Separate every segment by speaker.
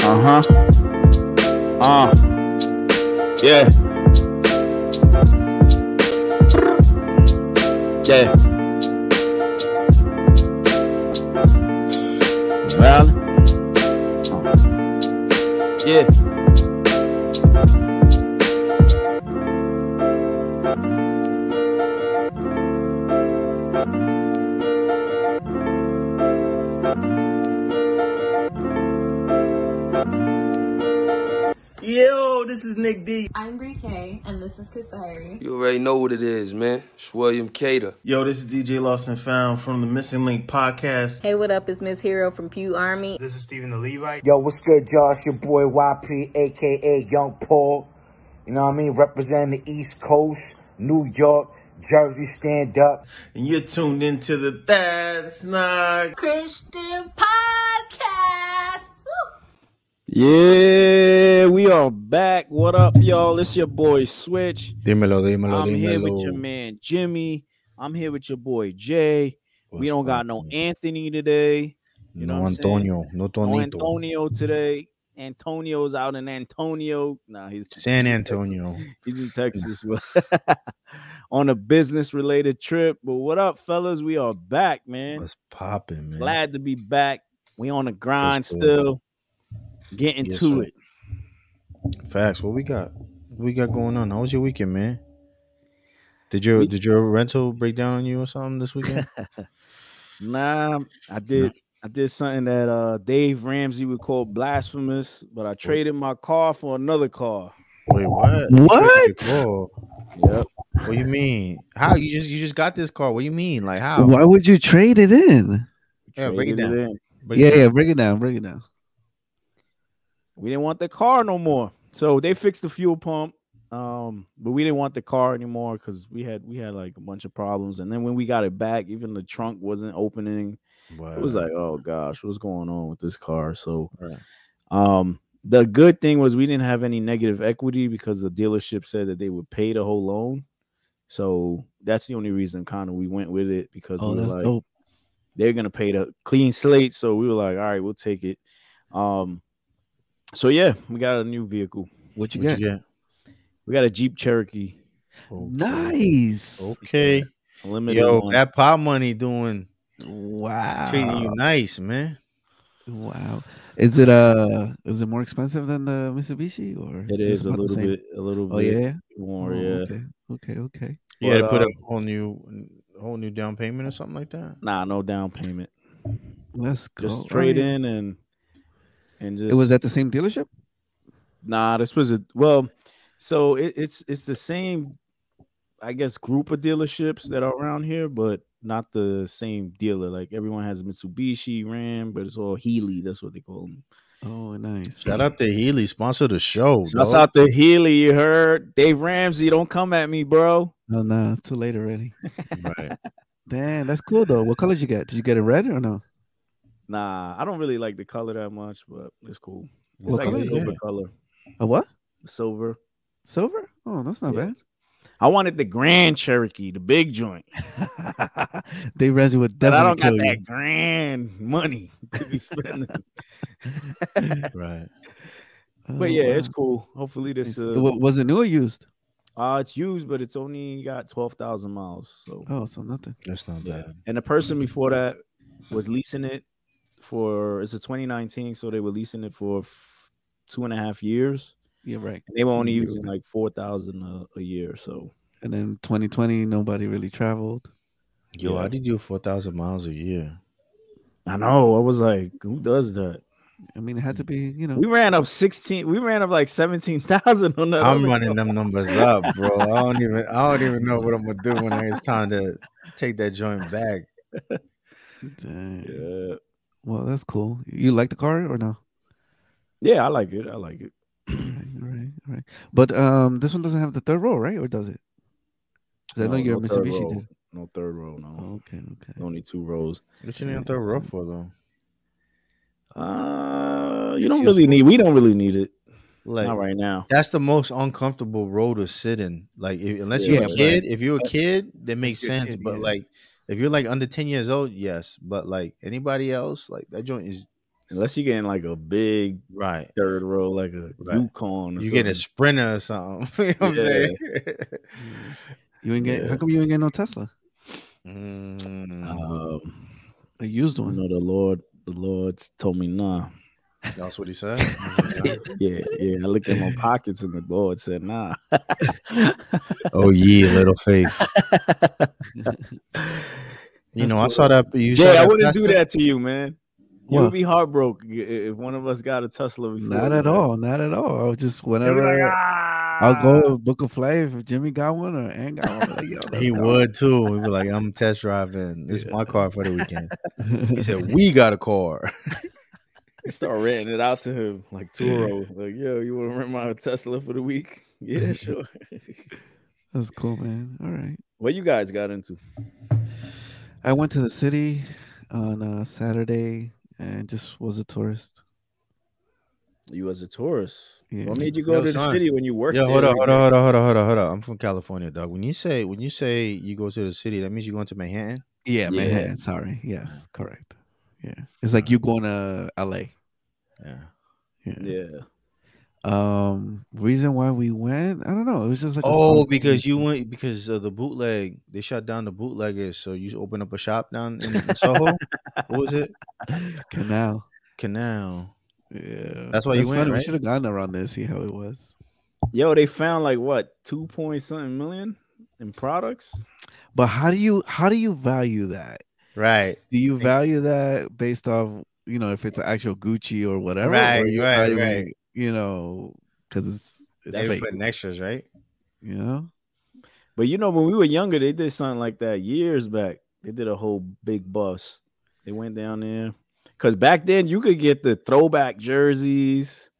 Speaker 1: Uh huh. Uh. Yeah. Yeah. Well. Uh. Yeah.
Speaker 2: Yo, this is Nick D.
Speaker 3: I'm Brie K, and this is Kasari.
Speaker 4: You already know what it is, man. It's William Cater.
Speaker 2: Yo, this is DJ Lost and Found from the Missing Link podcast.
Speaker 3: Hey, what up? It's Miss Hero from Pew Army.
Speaker 5: This is Stephen the Levite.
Speaker 6: Yo, what's good, Josh? Your boy YP, aka Young Paul. You know what I mean? Representing the East Coast, New York, Jersey, stand up.
Speaker 2: And you're tuned into the That's Not
Speaker 3: Christian Podcast.
Speaker 1: Yeah, we are back. What up, y'all? It's your boy Switch.
Speaker 7: Dímelo, dímelo,
Speaker 1: I'm
Speaker 7: dímelo.
Speaker 1: here with your man Jimmy. I'm here with your boy Jay. we
Speaker 7: What's
Speaker 1: don't got no
Speaker 7: up, man?
Speaker 1: Anthony today. You know
Speaker 7: no
Speaker 1: what I'm saying?
Speaker 7: Antonio, no
Speaker 1: No
Speaker 7: Tonito.
Speaker 1: Antonio today. Antonio's out in Antonio. Nah, he's
Speaker 7: San Antonio.
Speaker 1: he's in Texas but- on a business related trip. But what up, fellas? We are back, man.
Speaker 7: What's popping, man?
Speaker 1: Glad to be back. We on the grind
Speaker 7: good.
Speaker 1: still, getting
Speaker 7: Yes,
Speaker 1: to
Speaker 7: sir.
Speaker 1: it.
Speaker 7: Facts. What we got? What we got going on? How was your weekend, man? Did your
Speaker 1: We-
Speaker 7: did your rental break down on you or something this weekend?
Speaker 1: Nah, I did. I did something that uh Dave Ramsey would call blasphemous, but I traded my car for another car.
Speaker 7: Wait, what?
Speaker 1: What?
Speaker 7: Whoa.
Speaker 1: Yep.
Speaker 7: What do you mean? How you just you just got this car? What do you mean? Like how?
Speaker 8: Why would you trade it in?
Speaker 7: Yeah, break it
Speaker 1: Traded
Speaker 7: down.
Speaker 1: in.
Speaker 7: Break
Speaker 8: yeah,
Speaker 7: it
Speaker 8: yeah,
Speaker 7: down.
Speaker 8: break it down, break it down.
Speaker 1: We didn't want the car no more. So they fixed the fuel pump. Um, but we didn't want the car anymore because we had we had like a bunch of problems. And then when we got it back, even the trunk wasn't opening. It was
Speaker 7: Wow.
Speaker 1: like, oh gosh, what's going on with this car? So
Speaker 7: Right.
Speaker 1: um the good thing was we didn't have any negative equity because the dealership said that they would pay the whole loan. So that's the only reason kind of we went with it because
Speaker 8: Oh,
Speaker 1: we were
Speaker 8: that's
Speaker 1: like,
Speaker 8: dope.
Speaker 1: they're gonna pay the clean slate. So we were like, all right, we'll take it. Um, so yeah, we got a new vehicle.
Speaker 8: What you
Speaker 7: What
Speaker 8: got?
Speaker 7: you get?
Speaker 1: We got a Jeep Cherokee.
Speaker 8: Nice.
Speaker 7: Okay.
Speaker 1: Limited.
Speaker 7: Yo,
Speaker 1: one. Ah.
Speaker 7: that pop money doing
Speaker 8: Wow.
Speaker 7: treating you nice, man.
Speaker 8: Wow. Is it uh is it more expensive than the Mitsubishi or
Speaker 1: it
Speaker 8: just
Speaker 1: is a
Speaker 8: about the
Speaker 1: little
Speaker 8: same?
Speaker 1: bit, a little
Speaker 8: Oh
Speaker 1: bit
Speaker 8: yeah.
Speaker 1: more.
Speaker 8: Oh,
Speaker 1: yeah.
Speaker 8: Okay. Okay, okay.
Speaker 7: You had to
Speaker 1: But,
Speaker 7: put
Speaker 1: uh,
Speaker 7: a whole new whole new down payment or something like that.
Speaker 1: Nah, no down payment.
Speaker 8: Let's go.
Speaker 1: Just
Speaker 8: All
Speaker 1: trade
Speaker 8: right.
Speaker 1: in and and just
Speaker 8: It was at the same dealership?
Speaker 1: Nah, this was a well. So it, it's it's the same, I guess, group of dealerships that are around here, but not the same dealer. Like everyone has Mitsubishi, Ram, but it's all Healy. That's what they call them.
Speaker 8: Oh nice.
Speaker 7: Shout out to Healy, sponsor the show.
Speaker 8: Oh,
Speaker 1: Shouts
Speaker 7: dog.
Speaker 1: out to Healy. You heard Dave Ramsey. Don't come at me, bro.
Speaker 8: No, no, Oh, it's too late already.
Speaker 7: Right.
Speaker 8: Damn, that's cool though. What color did you get? Did you get it red or no?
Speaker 1: Nah, I don't really like the color that much, but it's cool. It's
Speaker 8: What
Speaker 1: like
Speaker 8: color
Speaker 1: a
Speaker 8: is
Speaker 1: silver
Speaker 7: it?
Speaker 1: color.
Speaker 8: A what?
Speaker 1: Silver.
Speaker 8: Silver? Oh, that's not
Speaker 1: Yeah. I wanted the Grand Cherokee, the big joint,
Speaker 8: bad. they resin would
Speaker 1: but
Speaker 8: definitely
Speaker 1: I don't got
Speaker 8: kill you.
Speaker 1: that grand money to be spending.
Speaker 7: Right.
Speaker 8: Oh,
Speaker 1: But yeah, it's
Speaker 8: wow.
Speaker 1: cool. Hopefully this
Speaker 8: Nice.
Speaker 1: uh,
Speaker 8: Wa- was it new or used?
Speaker 1: uh it's used, but it's only got twelve thousand miles. So
Speaker 8: Oh, so nothing.
Speaker 7: That's not
Speaker 1: Yeah.
Speaker 7: bad.
Speaker 1: and the person before that was leasing it for it's a twenty nineteen, so they were leasing it for f- two and a half years.
Speaker 8: Yeah, right.
Speaker 1: And they were only
Speaker 8: Yeah.
Speaker 1: using like four thousand a, a year. So
Speaker 8: And then 2020, nobody really traveled.
Speaker 7: Yo,
Speaker 1: Yeah.
Speaker 7: how do you do four thousand miles a year?
Speaker 1: I know I was like, who does that?
Speaker 8: I mean, it had to be, you know.
Speaker 1: We ran up sixteen. We ran up like seventeen thousand on that.
Speaker 7: I'm
Speaker 1: other
Speaker 7: running
Speaker 1: one.
Speaker 7: them numbers up, bro. I don't even I don't even know what I'm gonna do when it's time to take that joint back.
Speaker 8: Dang.
Speaker 1: Yeah,
Speaker 8: Well, that's cool. You like the car or no?
Speaker 1: yeah, I like it. I like it.
Speaker 8: all right, all right, all right. But um, this one doesn't have the third row, right? Or does it? 'Cause I know
Speaker 1: No-
Speaker 8: you're
Speaker 1: no
Speaker 8: a
Speaker 1: third
Speaker 8: Mitsubishi. Oh.
Speaker 1: row.
Speaker 8: dude.
Speaker 1: No third row. No,
Speaker 8: Okay, okay.
Speaker 1: only two rows.
Speaker 7: What you need a third row for though?
Speaker 1: Uh, you
Speaker 7: It's
Speaker 1: don't really
Speaker 7: useful.
Speaker 1: need. We don't really need it.
Speaker 7: Like
Speaker 1: Not right now.
Speaker 7: that's the most uncomfortable row to sit in. Like if, unless
Speaker 1: Yeah,
Speaker 7: you're a
Speaker 1: but-
Speaker 7: kid, if you're a kid, that makes
Speaker 8: you're a
Speaker 7: sense.
Speaker 8: kid,
Speaker 7: but
Speaker 8: yeah.
Speaker 7: like if you're like under ten years old, yes. But like anybody else, like that joint is
Speaker 1: Unless you're getting like a big
Speaker 7: Right.
Speaker 1: third row, like a
Speaker 7: Right.
Speaker 1: Yukon. Or
Speaker 7: You get
Speaker 1: something.
Speaker 7: a sprinter or something. you know what
Speaker 8: You ain't get.
Speaker 1: Yeah.
Speaker 8: How come you ain't get no Tesla?
Speaker 7: I'm saying? Mm,
Speaker 1: Um,
Speaker 8: A used
Speaker 1: I
Speaker 8: one.
Speaker 1: know the Lord. The Lord told me nah.
Speaker 7: that's what he said.
Speaker 1: Yeah, yeah. I looked in my pockets, and the Lord said nah.
Speaker 7: oh yeah, little faith. You know, I saw that. You saw
Speaker 1: yeah, I
Speaker 7: that
Speaker 1: wouldn't do
Speaker 7: plastic-
Speaker 1: that to you, man. You
Speaker 8: What?
Speaker 1: would be heartbroken i- if one of us got a Tesla. Before
Speaker 8: Not
Speaker 1: you,
Speaker 8: at
Speaker 1: man.
Speaker 8: all. Not at all. I was just
Speaker 1: You'd be
Speaker 8: whenever
Speaker 1: like,
Speaker 8: I'll
Speaker 1: "Ah."
Speaker 8: go book a flight if Jimmy got one or Ann got one. I'm like, yo, let's
Speaker 7: He
Speaker 8: go.
Speaker 7: would too. He'd be like, "I'm test driving. This is my car for the weekend." He said, "We got a car."
Speaker 1: I start renting it out to him, like Turo. Like, yo, you want to rent my Tesla for the week? Yeah, sure.
Speaker 8: That's cool, man. All right.
Speaker 1: what you guys got into?
Speaker 8: I went to the city on uh, Saturday and just was a tourist.
Speaker 1: You as a tourist.
Speaker 8: Yeah.
Speaker 1: What made you go
Speaker 7: Yo,
Speaker 1: to the
Speaker 7: son.
Speaker 1: city when you work?
Speaker 7: Yeah,
Speaker 1: there
Speaker 7: hold on,
Speaker 1: every
Speaker 7: hold
Speaker 1: day?
Speaker 7: on, hold on, hold on, hold on, hold on. I'm from California, dog. When you say when you say you go to the city, that means you going to Manhattan.
Speaker 1: Yeah.
Speaker 8: Yeah, Manhattan. Sorry. Yes, correct. Yeah. It's like you going to LA.
Speaker 7: Yeah.
Speaker 8: Yeah.
Speaker 1: Yeah.
Speaker 8: Um, reason why we went, I don't know. It was just like a
Speaker 7: Oh,
Speaker 8: spontaneous
Speaker 7: because you
Speaker 8: thing.
Speaker 7: went because of the bootleg. They shut down the bootleggers, so you open up a shop down in, in Soho. what was it?
Speaker 8: canal.
Speaker 7: Canal.
Speaker 8: Yeah,
Speaker 7: That's why you went,
Speaker 8: funny. We
Speaker 7: right?
Speaker 8: should have gone around there to see how it was.
Speaker 1: Yo, they found like what two point something million in products.
Speaker 8: But how do you how do you value that?
Speaker 7: Right.
Speaker 8: Do you value that based off you know if it's actual Gucci or whatever? or
Speaker 7: Right,
Speaker 8: you
Speaker 7: right,
Speaker 8: value
Speaker 7: right.
Speaker 8: it, You know, because it's it's
Speaker 7: They
Speaker 8: fake.
Speaker 7: put extras, right?
Speaker 8: You know,
Speaker 1: But you know, when we were younger, they did something like that years back. They did a whole big bust. They went down there because back then you could get the throwback jerseys,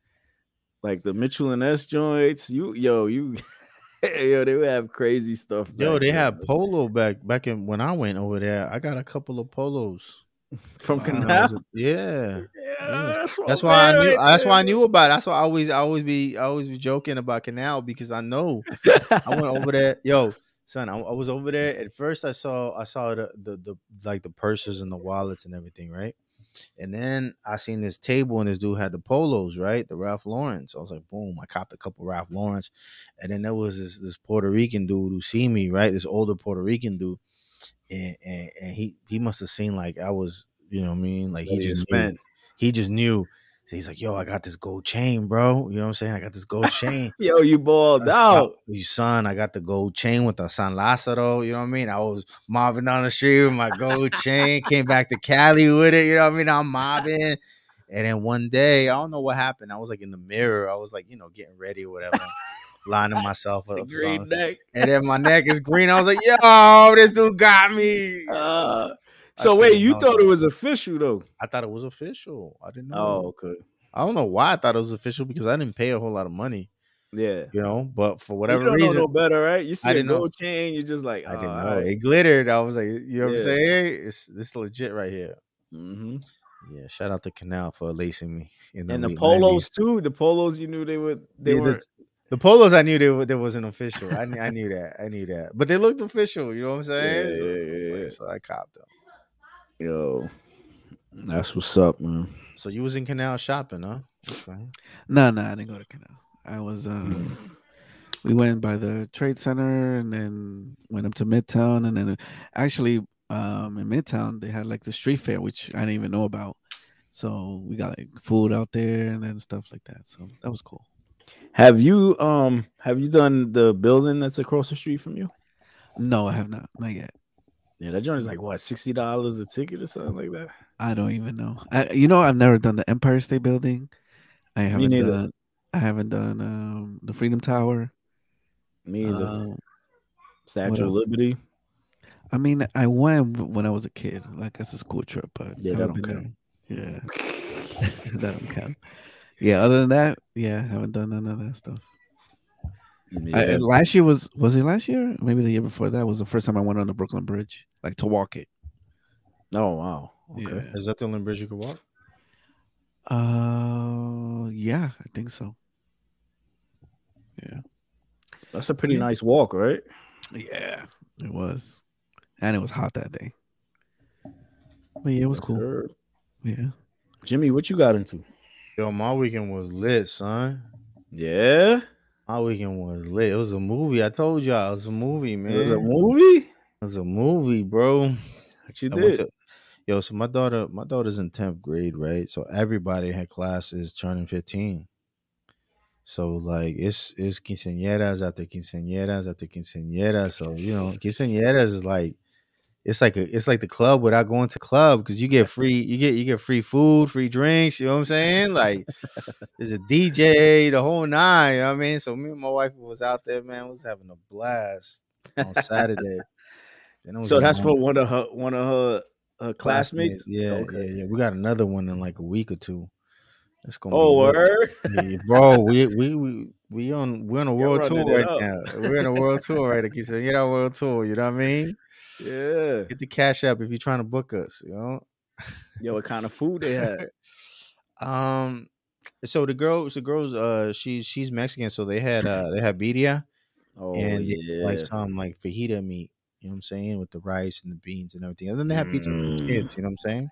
Speaker 1: like the Mitchell and S joints. You, yo, you, yo, they would have crazy stuff.
Speaker 7: Yo,
Speaker 1: back
Speaker 7: they
Speaker 1: then.
Speaker 7: had polo back back in when I went over there. I got a couple of polos.
Speaker 1: from
Speaker 8: Wow.
Speaker 7: when
Speaker 1: Canal.
Speaker 7: I Oh, was a- yeah. yeah.
Speaker 1: that's,
Speaker 7: That's why I
Speaker 1: man,
Speaker 7: knew.
Speaker 1: right
Speaker 7: That's why I
Speaker 1: there.
Speaker 7: knew about. It. That's why I always, I always be, I always be joking about Canal because I know I went over there. Yo, son, I, I was over there. At first, I saw, I saw the, the, the, like the purses and the wallets and everything, right? And then I seen this table and this dude had the polos, right? The Ralph Lawrence. I was like, boom, I copped a couple Ralph Lawrence. And then there was this, this Puerto Rican dude who seen me, right? This older Puerto Rican dude, and and, and he he must have seen like I was, you know what I mean? Like he
Speaker 1: Ready to
Speaker 7: just knew
Speaker 1: spend.
Speaker 7: he just knew. He's like, yo, I got this gold chain, bro. You know what I'm saying? I got this gold chain.
Speaker 1: Yo, you balled
Speaker 7: I stopped
Speaker 1: out.
Speaker 7: with You son, I got the gold chain with the San Lazaro. You know what I mean? I was mobbing down the street with my gold chain. Came back to Cali with it. You know what I mean? I'm mobbing. And then one day, I don't know what happened. I was like in the mirror. I was like, you know, getting ready or whatever, lining myself
Speaker 1: The
Speaker 7: up. for
Speaker 1: green
Speaker 7: something.
Speaker 1: neck.
Speaker 7: And then my neck is green. I was like, yo, this dude got me.
Speaker 1: Uh,
Speaker 7: I
Speaker 1: so wait,
Speaker 7: should've
Speaker 1: you
Speaker 7: known
Speaker 1: thought
Speaker 7: that.
Speaker 1: it was official though?
Speaker 7: I thought it was official. I didn't know.
Speaker 1: Oh, okay.
Speaker 7: I don't know why I thought it was official because I didn't pay a whole lot of money,
Speaker 1: Yeah.
Speaker 7: you know. But for
Speaker 1: You
Speaker 7: whatever
Speaker 1: don't
Speaker 7: reason,
Speaker 1: know no better, right? You see a
Speaker 7: didn't know.
Speaker 1: gold chain, you're just like,
Speaker 7: Uh, I didn't
Speaker 1: "Oh,
Speaker 7: know
Speaker 1: alright."
Speaker 7: it glittered. I was like, you know
Speaker 1: Yeah.
Speaker 7: what I'm saying? It's this legit right here.
Speaker 1: Mhm.
Speaker 7: Yeah, shout out to Canal for lacing me in the
Speaker 1: And the
Speaker 7: late
Speaker 1: polos
Speaker 7: 90s.
Speaker 1: too. The polos, you knew they were they
Speaker 7: Yeah, the-
Speaker 1: were.
Speaker 7: The polos, I knew they were, they wasn't official. I knew, I knew that. I knew that. But they looked official. You know what I'm saying?
Speaker 1: Yeah,
Speaker 7: so,
Speaker 1: yeah, yeah, yeah.
Speaker 7: so I copped them.
Speaker 1: Yo, that's what's up, man.
Speaker 7: So you was in Canal shopping, huh? Okay.
Speaker 8: no, no, I didn't go to canal. I was uh,
Speaker 1: Hmm.
Speaker 8: we went by the trade center and then went up to Midtown and then uh, actually um in Midtown they had like the street fair which I didn't even know about. So we got like food out there and then stuff like that. So that was cool.
Speaker 1: Have you um have you done the building that's across the street from you?
Speaker 8: No, I have not, not yet.
Speaker 1: Yeah, that joint is like what sixty dollars a ticket or something like that.
Speaker 8: I don't even know. I, you know, I've never done the Empire State Building. I haven't
Speaker 1: neither.
Speaker 8: done. I haven't done um, the Freedom Tower.
Speaker 1: Me either.
Speaker 7: Uh,
Speaker 8: Um, what
Speaker 1: Statue of
Speaker 8: else?
Speaker 1: Liberty.
Speaker 8: I mean, I went w- when I was a kid, like as a school trip, but
Speaker 1: Yeah, that
Speaker 8: haven't
Speaker 1: don't
Speaker 8: been
Speaker 1: count.
Speaker 8: there. Yeah, that don't count. Yeah, other than that, yeah, I haven't done none of that stuff. I-
Speaker 1: Yeah.
Speaker 8: and last year was was it last year? Maybe the year before that was the first time I went on the Brooklyn Bridge, like to walk it.
Speaker 1: oh wow. Okay.
Speaker 8: Okay.
Speaker 7: Is that the only bridge you could walk?
Speaker 8: Uh, yeah, I think so.
Speaker 1: That's a pretty nice walk, right?
Speaker 8: Yeah, it was, and it was hot that day. But yeah, it was
Speaker 1: Yes,
Speaker 8: cool.
Speaker 1: sir.
Speaker 8: Yeah,
Speaker 1: Jimmy, what you got into?
Speaker 7: Yo, my weekend was lit, son.
Speaker 1: Yeah,
Speaker 7: My weekend was lit. It was a movie. I told y'all it was a movie, man.
Speaker 1: it was a movie.
Speaker 7: It was a movie, bro.
Speaker 1: What you
Speaker 7: I went
Speaker 1: did?
Speaker 7: to- yo, so my daughter, my daughter's in tenth grade, right? So everybody in her class is turning fifteen. So like it's it's quinceañeras after quinceañeras after quinceañeras. So you know, quinceañeras is like it's like a it's like the club without going to club because you get free you get you get free food, free drinks. You know what I'm saying? Like there's a DJ, the whole nine. You know what I mean, so me and my wife was out there, man. We was having a blast on Saturday. Then I was
Speaker 1: so
Speaker 7: in
Speaker 1: that's
Speaker 7: home
Speaker 1: for one of her one of her, her classmates.
Speaker 7: Yeah,
Speaker 1: Okay.
Speaker 7: yeah, yeah. We got another one in like a week or two. It's gonna.
Speaker 1: Oh,
Speaker 7: be lit.
Speaker 1: word.
Speaker 7: Yeah, bro. We we we we on we're on a world tour
Speaker 1: running it
Speaker 7: right
Speaker 1: up.
Speaker 7: now. We're on a world tour right now. He said, "Get our world tour." You know what I mean?
Speaker 1: Yeah.
Speaker 7: Get the cash app if you're trying to book us. You know.
Speaker 1: Yo, what kind of food they had?
Speaker 7: Um. So the girls, the girls, uh, she's she's Mexican, so they had uh they had birria
Speaker 1: Oh
Speaker 7: and they had,
Speaker 1: yeah.
Speaker 7: like some like fajita meat. You know what I'm saying with the rice and the beans and everything, and then they had pizza for the
Speaker 1: Mm.
Speaker 7: kids. You know what I'm saying?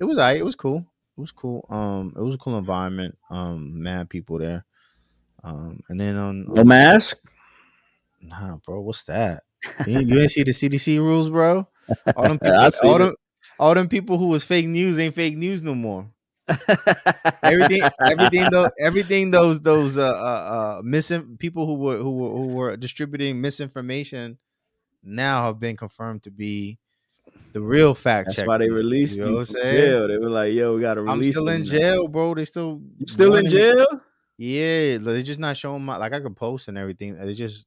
Speaker 7: It was I. It was cool. It was cool. Um, it was a cool environment. Um, mad people there. Um, and then on,
Speaker 1: no
Speaker 7: on-
Speaker 1: mask.
Speaker 7: nah, bro, what's that? You, you didn't see the CDC rules, bro. All them,
Speaker 1: I
Speaker 7: people,
Speaker 1: seen
Speaker 7: all
Speaker 1: it.
Speaker 7: them, all them people who was fake news ain't fake news no more. Everything, everything, though, everything. Those, those, uh, uh, uh missing people who were who were who were distributing misinformation now have been confirmed to be the real fact
Speaker 1: That's
Speaker 7: checkers.
Speaker 1: why they released
Speaker 7: you.
Speaker 1: you,
Speaker 7: know what
Speaker 1: from
Speaker 7: I'm saying?
Speaker 1: jail. They were like, "Yo, we gotta
Speaker 7: I'm
Speaker 1: release."
Speaker 7: still
Speaker 1: them
Speaker 7: in
Speaker 1: now.
Speaker 7: jail, bro. They still
Speaker 1: You still in
Speaker 7: warning me-
Speaker 1: jail?
Speaker 7: Yeah, like, they just not showing my like I could post and everything. They just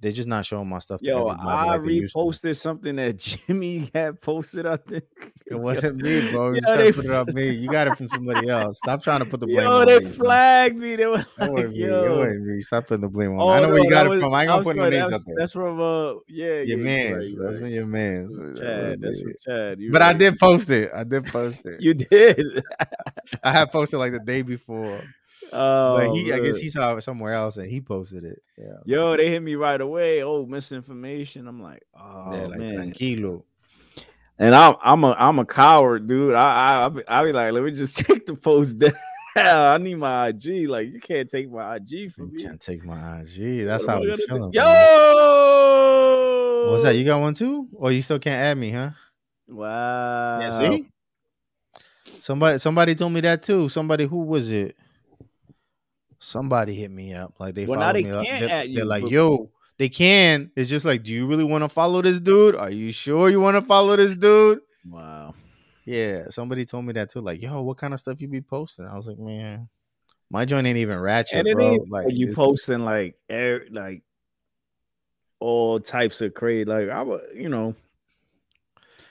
Speaker 7: they're just not showing my stuff.
Speaker 1: Yo,
Speaker 7: to everybody
Speaker 1: I
Speaker 7: like they used to.
Speaker 1: reposted something that Jimmy had posted. I think
Speaker 7: It wasn't me, bro. You
Speaker 1: yo,
Speaker 7: trying
Speaker 1: they-
Speaker 7: to put it on me. You got it from somebody else. Stop trying to put the blame
Speaker 1: Yo,
Speaker 7: on
Speaker 1: they
Speaker 7: me. man.
Speaker 1: flagged me. They were
Speaker 7: Don't worry,
Speaker 1: like,
Speaker 7: me. Don't
Speaker 1: "Yo."
Speaker 7: worry, me. Stop putting the blame on me.
Speaker 1: Oh,
Speaker 7: I know where
Speaker 1: no,
Speaker 7: you
Speaker 1: that
Speaker 7: got it
Speaker 1: was-
Speaker 7: from. I ain't
Speaker 1: that
Speaker 7: gonna
Speaker 1: was
Speaker 7: put no
Speaker 1: from-
Speaker 7: names
Speaker 1: that
Speaker 7: out
Speaker 1: was-
Speaker 7: there.
Speaker 1: That's from uh, yeah,
Speaker 7: your
Speaker 1: yeah,
Speaker 7: man's.
Speaker 1: you're right,
Speaker 7: That's
Speaker 1: you're
Speaker 7: been your man's.
Speaker 1: right.
Speaker 7: Uh,
Speaker 1: Chad. That's
Speaker 7: yeah.
Speaker 1: from Chad. you're
Speaker 7: But I
Speaker 1: right.
Speaker 7: did post it. I did post it.
Speaker 1: You did.
Speaker 7: I had posted like the day before.
Speaker 1: Oh,
Speaker 7: but he, I guess
Speaker 1: man.
Speaker 7: he saw it somewhere else and he posted it. Yeah.
Speaker 1: Yo, they hit me right away. Oh, misinformation. I'm like, oh
Speaker 7: They're like,
Speaker 1: man.
Speaker 7: tranquilo.
Speaker 1: And I'm I'm a I'm a coward, dude. I I I be, I be like, let me just take the post down. I need my IG. Like, you can't take my IG
Speaker 7: You
Speaker 1: from me.
Speaker 7: can't take my IG. That's
Speaker 1: What
Speaker 7: how
Speaker 1: am I
Speaker 7: we
Speaker 1: gonna do?
Speaker 7: feeling. bro.
Speaker 1: Yo,
Speaker 7: What's that? You got one too? Or you still can't add me, huh?
Speaker 1: Wow.
Speaker 7: Yeah, see? Somebody somebody told me that too. Somebody who was it? Somebody hit me up. Like they
Speaker 1: Well, now
Speaker 7: followed
Speaker 1: they
Speaker 7: me. up.
Speaker 1: can't
Speaker 7: They're,
Speaker 1: at
Speaker 7: they're
Speaker 1: you,
Speaker 7: like,
Speaker 1: but-
Speaker 7: yo, they can. It's just like, do you really want to follow this dude? Are you sure you want to follow this dude?
Speaker 1: Wow.
Speaker 7: Yeah, somebody told me that too. Like, yo, what kind of stuff you be posting? I was like, man, my joint ain't even ratchet,
Speaker 1: And it
Speaker 7: bro.
Speaker 1: ain't
Speaker 7: Like
Speaker 1: like you
Speaker 7: it's-
Speaker 1: posting like air like all types of crazy. Like I would, you know.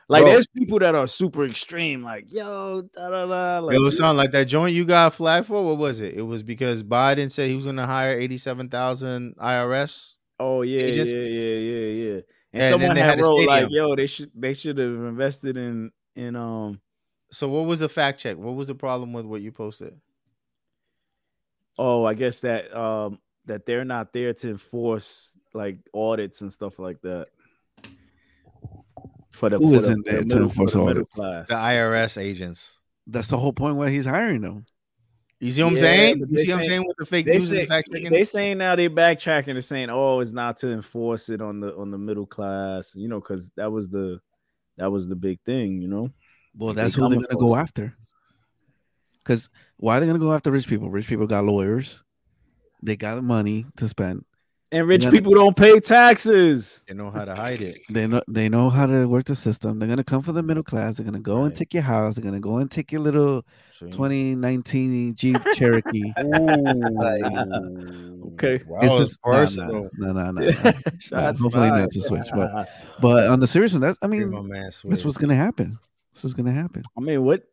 Speaker 1: Like
Speaker 7: Bro.
Speaker 1: there's people that are super extreme, like yo, da da da. Like,
Speaker 7: Yo, it sound like that joint you got flagged for. What was it? It was because Biden said he was going to hire eighty-seven thousand IRS.
Speaker 1: Oh yeah,
Speaker 7: Agents.
Speaker 1: yeah, yeah, yeah, yeah. And,
Speaker 7: And then
Speaker 1: someone
Speaker 7: they
Speaker 1: had
Speaker 7: had a
Speaker 1: wrote like,
Speaker 7: stadium.
Speaker 1: "Yo, they should they should have invested in in um
Speaker 7: So, what was the fact check? What was the problem with what you posted?
Speaker 1: oh I guess that um that they're not there to enforce like audits and stuff like that for the
Speaker 8: Who
Speaker 1: for the-
Speaker 8: isn't
Speaker 1: for the
Speaker 8: there to
Speaker 1: middle- for
Speaker 8: enforce
Speaker 1: the middle
Speaker 8: audits?
Speaker 1: class.
Speaker 7: The IRS agents.
Speaker 8: That's the whole point why he's hiring them.
Speaker 7: You see what I'm
Speaker 1: Yeah,
Speaker 7: saying?
Speaker 1: but
Speaker 7: You
Speaker 1: they
Speaker 7: see what I'm
Speaker 1: say-
Speaker 7: saying with the fake
Speaker 1: They
Speaker 7: news and
Speaker 1: say,
Speaker 7: the fact checking?
Speaker 1: they saying now they backtracking and saying, "Oh, it's not to enforce it on the on the middle class," you know, because that was the that was the big thing, you know.
Speaker 8: Well,
Speaker 1: They
Speaker 8: that's who they're
Speaker 1: coming
Speaker 8: gonna
Speaker 1: for
Speaker 8: go
Speaker 1: us.
Speaker 8: after. Because why are they gonna go after rich people? Rich people got lawyers. They got money to spend.
Speaker 1: And rich
Speaker 8: then-
Speaker 1: people don't pay taxes.
Speaker 7: They know how to hide it.
Speaker 8: They know they know how to work the system. They're gonna come for the middle class. They're gonna go and
Speaker 7: Right.
Speaker 8: take your house. They're gonna go and take your little
Speaker 7: So you-
Speaker 8: 2019 Jeep Cherokee.
Speaker 7: Ooh.
Speaker 1: Okay.
Speaker 7: Wow,
Speaker 8: It's
Speaker 7: it's
Speaker 8: just- nah, nah,
Speaker 7: personal.
Speaker 8: No, no, no. no.
Speaker 1: Shots
Speaker 8: hopefully
Speaker 1: fired.
Speaker 8: not to switch, But on the serious one, that's I
Speaker 7: Give
Speaker 8: mean,
Speaker 7: my man
Speaker 8: that's what's
Speaker 7: switch.
Speaker 8: gonna happen. This is gonna happen.
Speaker 1: I mean, what?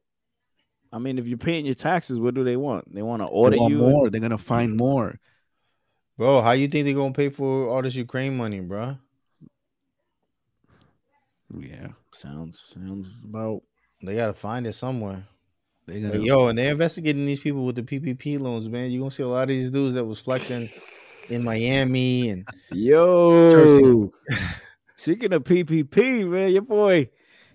Speaker 1: I mean, if you're paying your taxes, what do they want? They want to
Speaker 8: They
Speaker 1: audit
Speaker 8: want
Speaker 1: you.
Speaker 8: more. They're gonna find more.
Speaker 7: Bro, how you think they gonna pay for all this Ukraine money, bro?
Speaker 8: Yeah,
Speaker 1: Sounds sounds about.
Speaker 7: They gotta find it somewhere.
Speaker 8: they're
Speaker 7: Like,
Speaker 8: gonna.
Speaker 7: yo, and they're investigating these people with the PPP loans, man. You're gonna see a lot of these dudes that was flexing in Miami and
Speaker 1: Yo. Speaking of PPP, man, your boy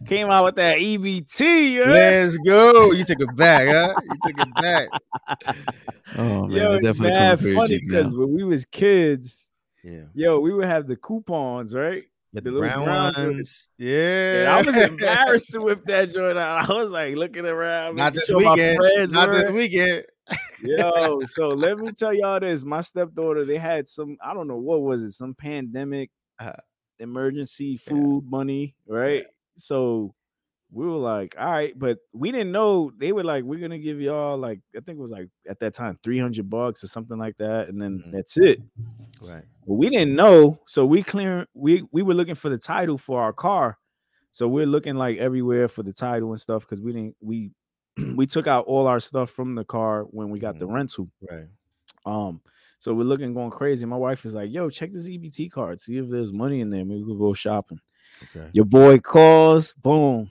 Speaker 1: Came out with that E EBT. You heard?
Speaker 7: Let's go. You took it back, huh? You took it back.
Speaker 8: Oh man,
Speaker 1: Yo,
Speaker 8: they're
Speaker 1: it's
Speaker 8: definitely
Speaker 1: mad
Speaker 8: coming for
Speaker 1: funny
Speaker 8: your Jeep now.
Speaker 1: because when we was kids,
Speaker 7: Yeah.
Speaker 1: yo, we would have the coupons, right?
Speaker 7: Got
Speaker 1: The
Speaker 7: the
Speaker 1: little
Speaker 7: brown,
Speaker 1: brown joint.
Speaker 7: ones. Yeah.
Speaker 1: And I was embarrassed to whip that joint out. I was like looking around.
Speaker 7: Not
Speaker 1: making
Speaker 7: this
Speaker 1: sure my
Speaker 7: weekend.
Speaker 1: friends
Speaker 7: Not
Speaker 1: were-
Speaker 7: this weekend.
Speaker 1: Yo, so let me tell y'all this. My stepdaughter, they had some, I don't know what was it, some pandemic
Speaker 7: Uh-huh.
Speaker 1: emergency food money, right? So we were like, all right, but we didn't know they were like, we're gonna give y'all like I think it was like at that time 300 bucks or something like that, and then
Speaker 7: Mhm.
Speaker 1: that's it.
Speaker 7: Right.
Speaker 1: But we didn't know, so we clear we we were looking for the title for our car. So we're looking like everywhere for the title and stuff because we didn't we we took out all our stuff from the car when we got the
Speaker 7: Mhm.
Speaker 1: rental.
Speaker 7: Right.
Speaker 1: Um, so we're looking going crazy. My wife is like, "Yo, check this EBT card, see if there's money in there. Maybe we could go shopping."
Speaker 7: Okay.
Speaker 1: Your boy calls, boom,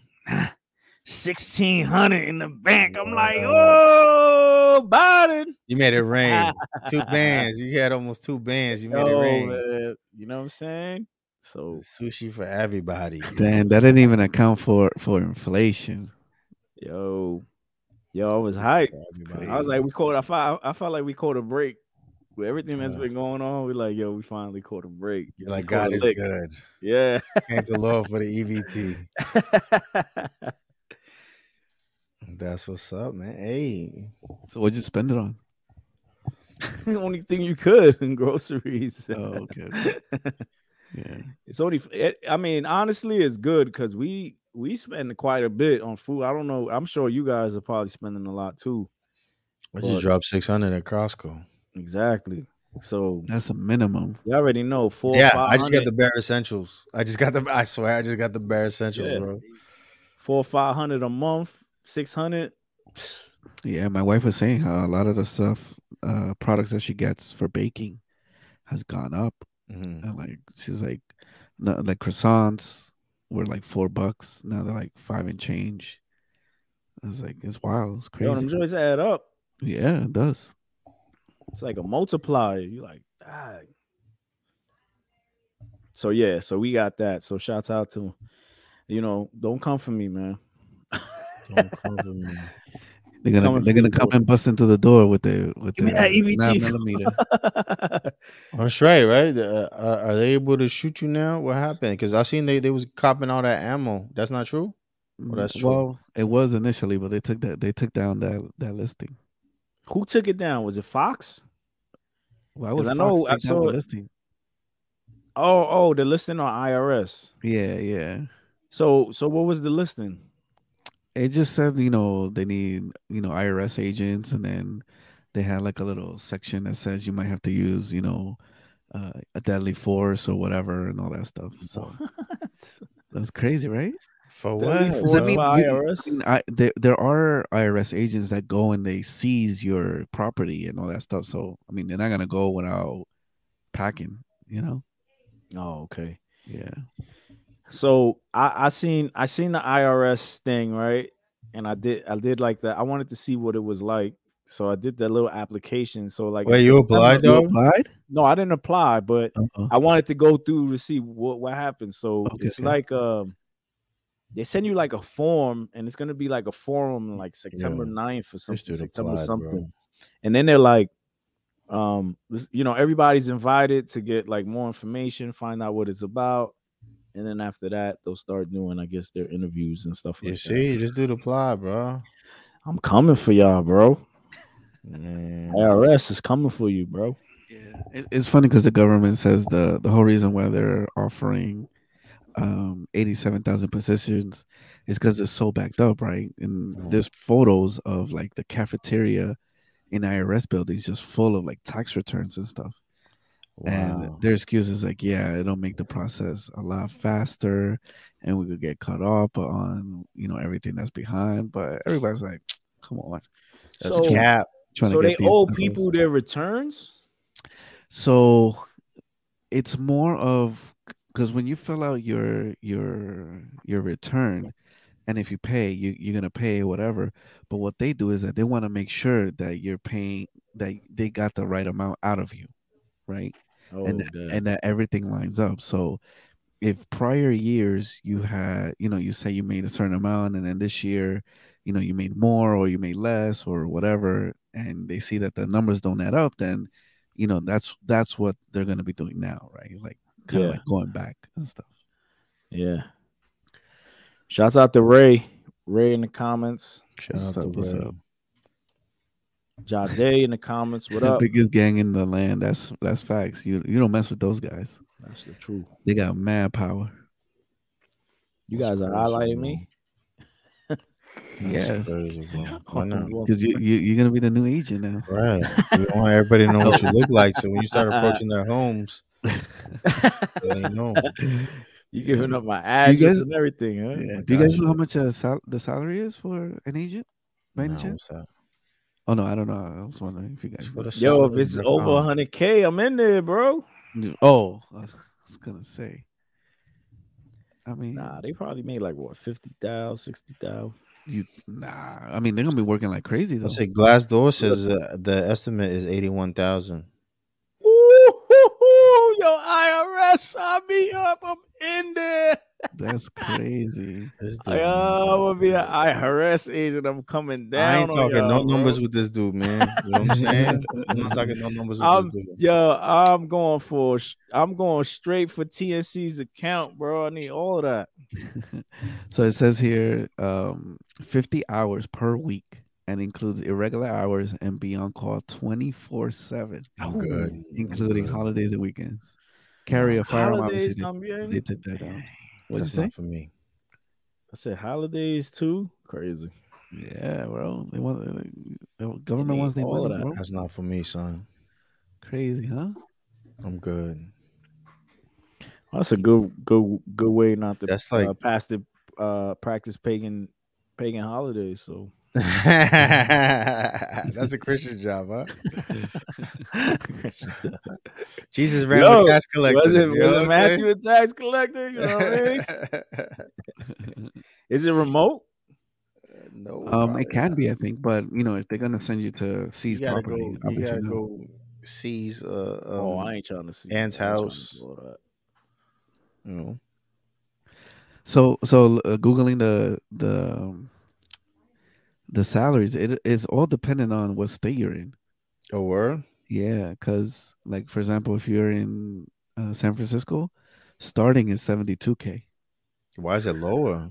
Speaker 1: sixteen hundred in the bank. I'm like, "Oh, Biden,
Speaker 7: You made it rain. two bands. You had almost two bands. You made it
Speaker 1: Yo,
Speaker 7: rain.
Speaker 1: Oh, man, you know what I'm saying?" So
Speaker 7: Sushi for everybody.
Speaker 8: Damn, that didn't even account for for inflation.
Speaker 1: yo, yo, I was hyped.
Speaker 7: For everybody.
Speaker 1: I was like, we caught. I felt. I felt like we caught a break. With everything that's
Speaker 7: Yeah.
Speaker 1: been going on, we're like, yo, we finally caught a break.
Speaker 7: You're
Speaker 1: We
Speaker 7: like,
Speaker 1: caught
Speaker 7: God
Speaker 1: a
Speaker 7: is
Speaker 1: lick.
Speaker 7: good.
Speaker 1: Yeah.
Speaker 7: Thank the Lord for the E EBT. That's what's up, man. Hey,
Speaker 8: So what'd you spend it on?
Speaker 1: the only thing you could in groceries.
Speaker 8: Oh, okay. okay. Yeah.
Speaker 1: It's only. It, I mean, honestly, it's good because we we spend quite a bit on food. I don't know. I'm sure you guys are probably spending a lot too.
Speaker 7: I
Speaker 1: Well-
Speaker 7: just dropped six hundred at Costco.
Speaker 1: Exactly. So
Speaker 8: That's a minimum.
Speaker 1: you already know four.
Speaker 7: Yeah, I just
Speaker 1: 500
Speaker 7: got the bare essentials. I just got the. I swear, I just got the bare essentials,
Speaker 1: Yeah.
Speaker 7: bro.
Speaker 1: four five hundred a month, six hundred.
Speaker 8: Yeah, my wife was saying how a lot of the stuff, uh, products that she gets for baking has gone up.
Speaker 7: Mhm.
Speaker 8: And like she's like, no, like croissants were like four bucks. Now they're like five and change. I was like, it's wild. It's
Speaker 1: Yo, them
Speaker 8: crazy.
Speaker 1: joints add up.
Speaker 8: Yeah, it does.
Speaker 1: It's like a multiplier. You like, ah. So yeah, so we got that. So shouts out to, you know, don't come for me, man.
Speaker 7: Don't come for me.
Speaker 8: They're gonna
Speaker 1: Coming
Speaker 8: they're
Speaker 1: from
Speaker 8: gonna
Speaker 1: the
Speaker 8: come
Speaker 1: door.
Speaker 8: and bust into the door with the with
Speaker 1: Give me
Speaker 8: the
Speaker 1: that E EBT.
Speaker 8: millimeter.
Speaker 7: That's right, right? The, Uh, uh, are they able to shoot you now? What happened? Because I seen they they was copping all that ammo. That's not true.
Speaker 1: Oh,
Speaker 7: Well, that's true.
Speaker 8: Mm, Well, it was initially, but they took that they took down that that listing.
Speaker 1: Who took it down? Was it Fox?
Speaker 8: Why
Speaker 1: 'Cause
Speaker 8: would
Speaker 1: I
Speaker 8: Fox
Speaker 1: know I
Speaker 8: take down the
Speaker 1: saw it-
Speaker 8: listing?
Speaker 1: Oh, oh, the listing on IRS.
Speaker 8: Yeah, yeah.
Speaker 1: So, so what was the listing?
Speaker 8: It just said you know they need you know IRS agents, and then they had like a little section that says you might have to use you know uh, a deadly force or whatever and all that stuff. So that's crazy, right?
Speaker 7: For
Speaker 1: Deadly
Speaker 7: what?
Speaker 1: force
Speaker 8: I
Speaker 7: bro?
Speaker 8: mean,
Speaker 1: by
Speaker 8: you-
Speaker 1: IRS?
Speaker 8: I mean, I, there there are IRS agents that go and they seize your property and all that stuff. So I mean, they're not gonna go without packing, you know?
Speaker 1: Oh, okay.
Speaker 8: Yeah.
Speaker 1: So I, I seen I seen the IRS thing right, and I did I did like that. I wanted to see what it was like, so I did that little application. So like, in
Speaker 7: Wait, you
Speaker 1: September-
Speaker 7: applied though?
Speaker 8: applied?
Speaker 1: No, I didn't apply, but
Speaker 8: Uh-oh.
Speaker 1: I wanted to go through to see what what happened. So
Speaker 8: Okay,
Speaker 1: it's
Speaker 8: okay.
Speaker 1: like um, they send you like a form, and it's gonna be like a forum like September
Speaker 7: Yeah.
Speaker 1: 9th or
Speaker 7: This
Speaker 1: something,
Speaker 7: dude
Speaker 1: September
Speaker 7: applied,
Speaker 1: something
Speaker 7: bro.
Speaker 1: and then they're like um this- you know everybody's invited to get like more information find out what it's about and then after that they'll start doing i guess their interviews and stuff like
Speaker 7: You
Speaker 1: that.
Speaker 7: see, this dude applied, bro.
Speaker 1: i'm coming for y'all bro
Speaker 7: Man.
Speaker 1: irs is coming for you bro
Speaker 8: Yeah. It, it's funny because the government says the the whole reason why they're offering um 87,000 positions is because it's so backed up, right? And
Speaker 7: Mhm.
Speaker 8: there's photos of like the cafeteria in IRS buildings just full of like tax returns and stuff.
Speaker 7: Wow.
Speaker 8: And their excuse is like, yeah, it'll make the process a lot faster and we could get caught up on, you know, everything that's behind. But everybody's like, come on.
Speaker 7: That's
Speaker 1: so,
Speaker 7: cap.
Speaker 8: Trying
Speaker 1: so
Speaker 8: to
Speaker 1: they
Speaker 8: get these
Speaker 1: owe
Speaker 8: numbers.
Speaker 1: people their returns
Speaker 8: So it's more of because when you fill out your your your return and if you pay, you, you're gonna pay whatever. But what they do is that they want to make sure that you're paying that they got the right amount out of you, right?
Speaker 1: oh,
Speaker 8: and
Speaker 1: damn.
Speaker 8: and that everything lines up. So if prior years you had, you know, you say you made a certain amount and then this year, you know, you made more or you made less or whatever, and they see that the numbers don't add up, then, you know, that's that's what they're gonna be doing now, right? Like kind of
Speaker 1: Yeah.
Speaker 8: like going back and stuff.
Speaker 1: Yeah. Shouts out to Ray. Ray in the comments.
Speaker 7: Shout
Speaker 8: What's
Speaker 7: out to
Speaker 8: up, what's
Speaker 7: Ray.
Speaker 8: up?
Speaker 1: Jade in the comments. What
Speaker 8: the
Speaker 1: up?
Speaker 8: biggest gang in the land. That's that's facts. You you don't mess with those guys.
Speaker 1: That's the truth.
Speaker 8: They got mad power.
Speaker 1: You guys
Speaker 7: That's
Speaker 1: are
Speaker 7: crazy,
Speaker 1: highlighting
Speaker 7: bro.
Speaker 1: me.
Speaker 7: That's
Speaker 8: Yeah.
Speaker 7: crazy, bro. Why not?
Speaker 8: Because you, you you're gonna be the new agent now.
Speaker 7: Right. We want everybody to know what you look like. So when you start approaching their homes, they know.
Speaker 1: you giving up my address
Speaker 8: guys-
Speaker 1: and everything, huh?
Speaker 8: Yeah.
Speaker 7: my
Speaker 8: Do you guys
Speaker 7: gosh.
Speaker 8: know how much uh, sal- the salary is for an agent? By any
Speaker 7: Nah,
Speaker 8: chance?
Speaker 7: what's that?
Speaker 8: Oh no, I don't know. I was wondering if you guys.
Speaker 7: What a
Speaker 1: Yo,
Speaker 7: solid
Speaker 1: if it's
Speaker 7: number.
Speaker 1: over
Speaker 7: Oh,
Speaker 1: 100K, I'm in there, bro.
Speaker 8: know. Oh, I was gonna say. I mean, nah.
Speaker 1: Nah, they probably made like what 50,000, 60,000.
Speaker 8: you nah. I mean, they're gonna be working like crazy though.
Speaker 7: Let's say Glassdoor says uh, the estimate is 81,000.
Speaker 1: Ooh, yo, IRS, sign me up. I'm in there.
Speaker 8: That's crazy.
Speaker 7: This
Speaker 1: Yo, I'm gonna be an IRS agent. I'm coming down.
Speaker 7: I ain't
Speaker 1: on
Speaker 7: talking
Speaker 1: y'all,
Speaker 7: no
Speaker 1: bro.
Speaker 7: numbers with this dude, man. You know what I'm saying? I'm not talking no numbers with
Speaker 1: I'm
Speaker 7: this dude.
Speaker 1: yo, I'm going for sh- I'm going straight for TNC's account, bro. I need all of that.
Speaker 8: so it says here, um, fifty hours per week and includes irregular hours and be on call twenty four seven,
Speaker 7: I'm Oh, good. I'm
Speaker 8: including
Speaker 7: good.
Speaker 8: holidays and weekends. Carry a firearm.
Speaker 1: Holidays
Speaker 8: Obviously, they,
Speaker 1: también.
Speaker 8: they took that down. What'd
Speaker 7: That's
Speaker 8: you say?
Speaker 7: not for me.
Speaker 1: I said holidays too. Crazy.
Speaker 8: Yeah, bro. They want uh, the government
Speaker 1: need
Speaker 8: wants their
Speaker 1: all of
Speaker 8: money,
Speaker 1: that.
Speaker 8: bro.
Speaker 7: That's not for me, son.
Speaker 8: Crazy, huh?
Speaker 7: I'm good.
Speaker 1: That's a good good good way not to
Speaker 7: That's
Speaker 1: uh,
Speaker 7: like
Speaker 1: pass the uh practice pagan pagan holidays. So
Speaker 7: that's a Christian job, huh? Jesus ran
Speaker 1: Yo,
Speaker 7: with tax collectors.
Speaker 1: was it,
Speaker 7: you know
Speaker 1: was
Speaker 7: what
Speaker 1: it
Speaker 7: I'm
Speaker 1: Matthew a tax collector? You know what I mean?
Speaker 7: saying?
Speaker 1: Is it
Speaker 7: Um,
Speaker 1: remote?
Speaker 7: no,
Speaker 8: um,
Speaker 7: probably
Speaker 8: it can
Speaker 7: not.
Speaker 8: be, I think, but you know, if they're gonna send you to seize
Speaker 7: You gotta
Speaker 8: property,
Speaker 7: go. You
Speaker 8: obviously
Speaker 7: gotta
Speaker 8: no.
Speaker 7: go seize. Uh, um,
Speaker 1: oh, I ain't trying to see.
Speaker 7: Ann's
Speaker 1: I ain't tryna
Speaker 7: house.
Speaker 1: do all that.
Speaker 7: You know,
Speaker 8: So, so uh, googling the the um, the salaries, it is all dependent on what state you're in.
Speaker 7: a word.
Speaker 8: Yeah, because like for example, if you're in uh, San Francisco, starting is seventy two k.
Speaker 7: Why is it lower?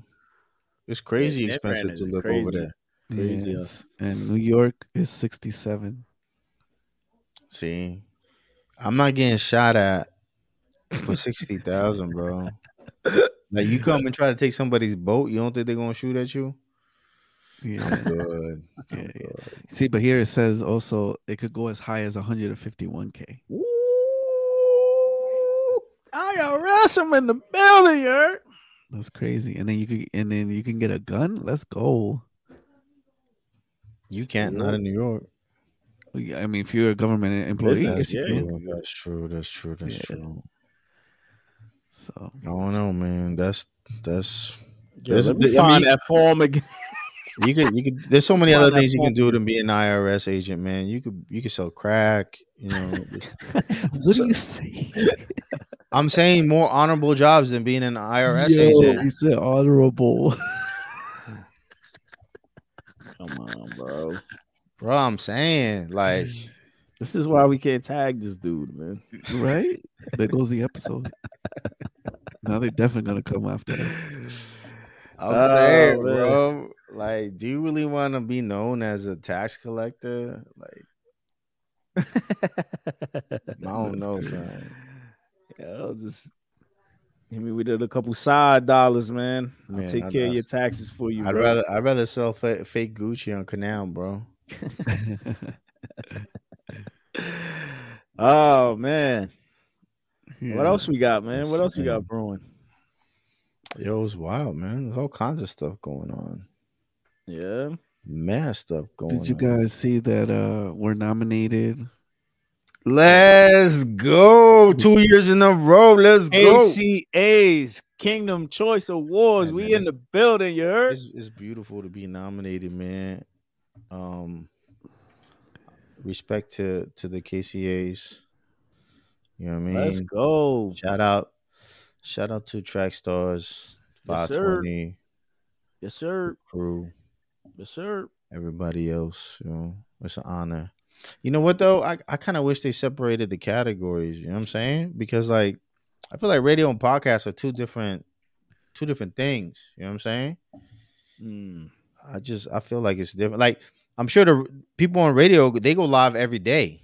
Speaker 7: It's crazy
Speaker 1: San Fran
Speaker 7: expensive
Speaker 1: is
Speaker 7: to live over
Speaker 1: crazy.
Speaker 7: there.
Speaker 1: Crazy, huh?
Speaker 8: Yes, and New York is sixty seven.
Speaker 7: See, I'm not getting shot at for sixty thousand, bro. Like you come and try to take somebody's boat, you don't think they're gonna shoot at you?
Speaker 8: Yeah,
Speaker 7: Good.
Speaker 8: yeah, yeah. See, but here it says also it could go as high as 151k.
Speaker 1: Ooh, IRS, I'm in the building, you heard?
Speaker 8: That's crazy. And then you could and then you can get a gun. Let's go.
Speaker 7: You can't. Not in New York.
Speaker 8: Yeah, I mean, if you're a government employee,
Speaker 1: Business,
Speaker 8: yes, you
Speaker 1: yeah.
Speaker 8: can.
Speaker 7: true. That's true. That's true. That's
Speaker 8: Yeah.
Speaker 7: true.
Speaker 8: So
Speaker 7: I don't know, man. That's that's
Speaker 1: Yo,
Speaker 7: There's-
Speaker 1: let me
Speaker 7: I mean,
Speaker 1: find that form again.
Speaker 7: you could you could. There's so many
Speaker 1: Find
Speaker 7: other
Speaker 1: that
Speaker 7: things you
Speaker 1: phone.
Speaker 7: can do to be an IRS agent, man. You could you could sell crack. You know,
Speaker 8: what do you say?
Speaker 7: I'm saying more honorable jobs than being an IRS
Speaker 8: Yo,
Speaker 7: agent.
Speaker 8: You said honorable.
Speaker 1: Come on, bro.
Speaker 7: Bro, I'm saying like
Speaker 1: This is why we can't tag this dude, man.
Speaker 8: right? There goes the episode. now they're definitely gonna come after us.
Speaker 7: I'm
Speaker 1: Oh,
Speaker 7: saying,
Speaker 1: man.
Speaker 7: bro. Like, do you really want to be known as a tax collector? Like, I don't
Speaker 8: That's
Speaker 7: know,
Speaker 8: crazy.
Speaker 7: son.
Speaker 1: Yo, just hit me with a couple side dollars, man. I'll
Speaker 7: Man,
Speaker 1: take
Speaker 7: I-
Speaker 1: care
Speaker 7: I-
Speaker 1: of your taxes for you,
Speaker 7: I'd
Speaker 1: bro.
Speaker 7: rather I'd rather sell fa- fake Gucci on Canal, bro.
Speaker 1: oh man,
Speaker 8: Yeah.
Speaker 1: what else we got, man? What else we
Speaker 7: Same.
Speaker 1: got brewing?
Speaker 7: Yo, it's wild, man. There's all kinds of stuff going on.
Speaker 1: Yeah,
Speaker 7: Mad stuff going
Speaker 8: Did you
Speaker 7: on.
Speaker 8: guys see that uh we're nominated?
Speaker 7: Let's go. Two years in a row. Let's go.
Speaker 1: ACA's Kingdom Choice Awards.
Speaker 7: Yeah,
Speaker 1: we
Speaker 7: man,
Speaker 1: in the
Speaker 7: that's-
Speaker 1: building, you heard?
Speaker 7: It's, it's beautiful to be nominated, man. Um respect to to the KCAs. You know what I mean?
Speaker 1: Let's go.
Speaker 7: Shout out Shout out to Track Stars,
Speaker 1: Yes, sir.
Speaker 7: 520,
Speaker 1: Yes, sir.
Speaker 7: crew,
Speaker 1: Yes, sir.
Speaker 7: everybody else. You know, it's an honor. You know what though? I, I kind of wish they separated the categories. You know what I'm saying? Because like, I feel like radio and podcast are two different, two different things. You know what I'm saying?
Speaker 1: Mm.
Speaker 7: I just I feel like it's different. Like I'm sure the people on radio they go live every day,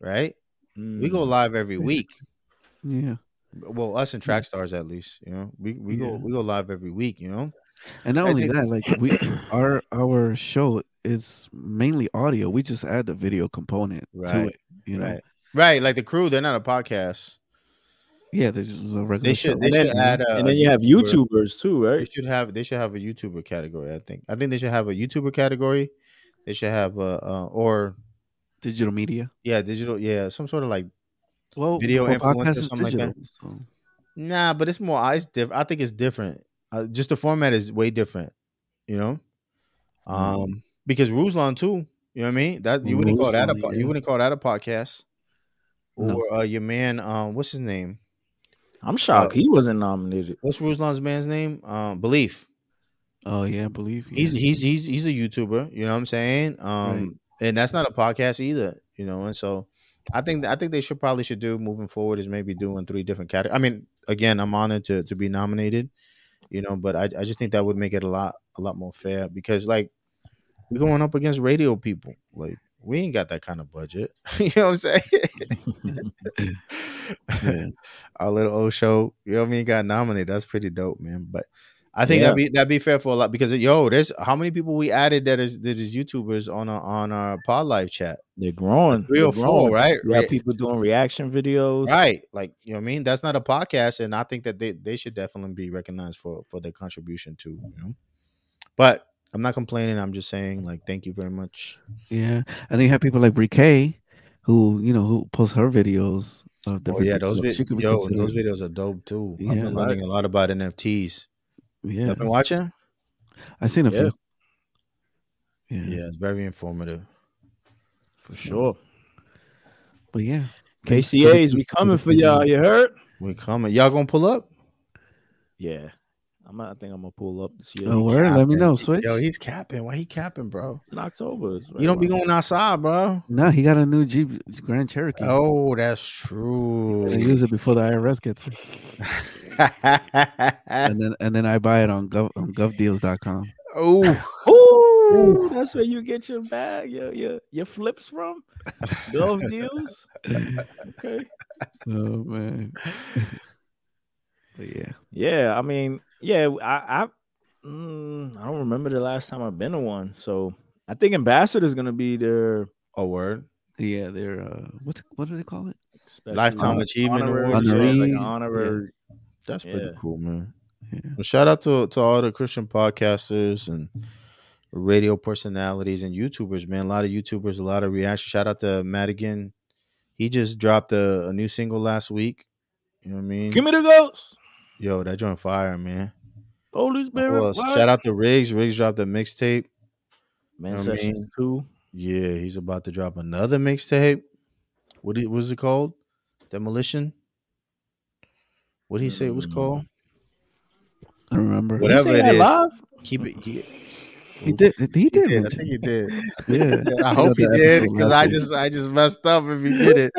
Speaker 7: right? We go
Speaker 8: Mm-hmm.
Speaker 1: Mm.
Speaker 7: live every
Speaker 8: Yes.
Speaker 7: week.
Speaker 8: Yeah.
Speaker 7: Well, us and track stars at least. You know, we we go
Speaker 8: Yeah.
Speaker 7: we go live every week. You know,
Speaker 8: And not
Speaker 7: I
Speaker 8: only
Speaker 7: think-
Speaker 8: that, like we our our show is mainly audio. We just add the video component to
Speaker 7: Right,
Speaker 8: it. You know.
Speaker 7: right? Right, like the crew, they're not a podcast.
Speaker 8: Yeah, there's just a regular.
Speaker 7: They should
Speaker 8: show.
Speaker 7: they
Speaker 1: And
Speaker 7: should
Speaker 1: then-
Speaker 7: add a,
Speaker 1: and then you have
Speaker 7: YouTuber.
Speaker 1: YouTubers too,
Speaker 7: They
Speaker 1: right?
Speaker 7: should have they should have a YouTuber category. I think I think they should have a YouTuber category. They should have a uh, or
Speaker 8: digital media.
Speaker 7: yeah digital yeah some sort of like
Speaker 8: Well,
Speaker 7: Video
Speaker 8: well,
Speaker 7: influencer,
Speaker 8: podcast is
Speaker 7: something like that.
Speaker 8: so-
Speaker 7: Nah, but it's more. It's diff- I think it's different. Uh, just the format is way different. You know,
Speaker 8: Mm-hmm.
Speaker 7: um, because Ruslan too. You know what I mean? That you wouldn't call that a
Speaker 8: Ruslan,
Speaker 7: po-
Speaker 8: yeah.
Speaker 7: you wouldn't call that a podcast.
Speaker 8: No.
Speaker 7: Or uh, your man, um, what's his name?
Speaker 1: I'm shocked he wasn't nominated.
Speaker 7: What's Ruslan's man's name? Um, Belief.
Speaker 8: Oh yeah, I believe yeah.
Speaker 7: He's he's he's he's a YouTuber. You know what I'm saying? Um, and that's not a podcast either. You know, and so I think I think they should probably should do moving forward is maybe doing three different categories. I mean, again, I'm honored to to be nominated. You know, but I I just think that would make it a lot a lot more fair because like we're going up against radio people. Like we ain't got that kind of budget. you know what I'm saying?
Speaker 8: Yeah.
Speaker 7: Our little old show, you know what I mean, got nominated. That's pretty dope, man. But I think
Speaker 1: Yeah.
Speaker 7: that'd be that'd be fair for a lot because yo, there's how many people we added that is that is YouTubers on our on our pod live chat?
Speaker 1: They're growing.
Speaker 7: Three or
Speaker 1: They're
Speaker 7: four,
Speaker 1: growing.
Speaker 7: right?
Speaker 1: You have
Speaker 7: Right.
Speaker 1: people doing reaction videos.
Speaker 7: Right. Like, you know what I mean? That's not a podcast. And I think that they, they should definitely be recognized for for their contribution too. You know? But I'm not complaining. I'm just saying, like, thank you very much.
Speaker 8: yeah, and then you have people like Brie Kay, who you know who posts her videos. Of
Speaker 7: Oh,
Speaker 8: different
Speaker 7: yeah,
Speaker 8: things,
Speaker 7: those
Speaker 8: so
Speaker 7: vid-
Speaker 8: she could be
Speaker 7: yo, those
Speaker 8: considered-
Speaker 7: videos are dope too. I've
Speaker 8: Yeah.
Speaker 7: been learning a lot about NFTs.
Speaker 8: Yeah,
Speaker 7: I've been watching.
Speaker 8: I seen a
Speaker 1: Yeah.
Speaker 8: few. Yeah,
Speaker 7: Yeah, it's very informative.
Speaker 1: For sure.
Speaker 8: but yeah,
Speaker 1: KCAs, we coming for y'all. You heard?
Speaker 7: We coming. Y'all gonna pull up?
Speaker 1: Yeah. I'm I think I'm gonna pull up this year.
Speaker 8: No word. Let me
Speaker 7: Capping.
Speaker 8: know. Switch.
Speaker 7: Yo, he's capping. Why he capping, bro?
Speaker 1: It's in October. It's right
Speaker 7: You don't be
Speaker 1: around-
Speaker 7: going outside, bro.
Speaker 8: No, he got a new Jeep Grand Cherokee.
Speaker 7: Oh, that's
Speaker 8: I
Speaker 7: true.
Speaker 8: use it before the IRS gets it, and then and then I buy it on gov on govdeals.com.
Speaker 7: oh,
Speaker 1: Ooh, that's where you get your bag, your your your flips from. Glove deals. Okay.
Speaker 8: Oh man, but yeah,
Speaker 1: Yeah, I mean, yeah, I I, mm, I don't remember the last time I've been to one. So I think Ambassador's gonna be their
Speaker 7: a word.
Speaker 8: yeah, they're uh, what's what do they call it?
Speaker 1: special
Speaker 7: Lifetime
Speaker 1: hon-
Speaker 7: Achievement
Speaker 1: honorary,
Speaker 7: Award.
Speaker 1: yeah, like
Speaker 8: Honoree,
Speaker 1: honorary.
Speaker 7: That's pretty
Speaker 1: Yeah.
Speaker 7: cool, man.
Speaker 8: Yeah.
Speaker 7: Well, shout out to, to all the Christian podcasters and radio personalities and YouTubers, man. A lot of YouTubers, a lot of reaction. Shout out to Madigan. He just dropped a, a new single last week. You know what I mean?
Speaker 1: Give me the ghost.
Speaker 7: Yo, that joint fire, man.
Speaker 1: Holy Spirit.
Speaker 7: Who else?
Speaker 1: fire.
Speaker 7: shout out to Riggs. Riggs dropped a mixtape.
Speaker 1: Man
Speaker 7: I
Speaker 1: Sessions
Speaker 7: mean-
Speaker 1: two.
Speaker 7: Yeah, he's about to drop another mixtape. What it was it called? Demolition. What did he say it was called?
Speaker 8: I don't remember.
Speaker 1: Did he
Speaker 7: Whatever
Speaker 1: say
Speaker 7: it
Speaker 1: that
Speaker 7: is.
Speaker 1: live?
Speaker 7: Keep it. keep it-
Speaker 8: He did. He did.
Speaker 7: Yeah, I
Speaker 8: mention
Speaker 7: think he did.
Speaker 8: it. Yeah.
Speaker 7: I
Speaker 8: got
Speaker 7: hope he
Speaker 8: the
Speaker 7: did
Speaker 8: episode
Speaker 7: because
Speaker 8: last
Speaker 7: I
Speaker 8: week.
Speaker 7: just I just messed up if he did it.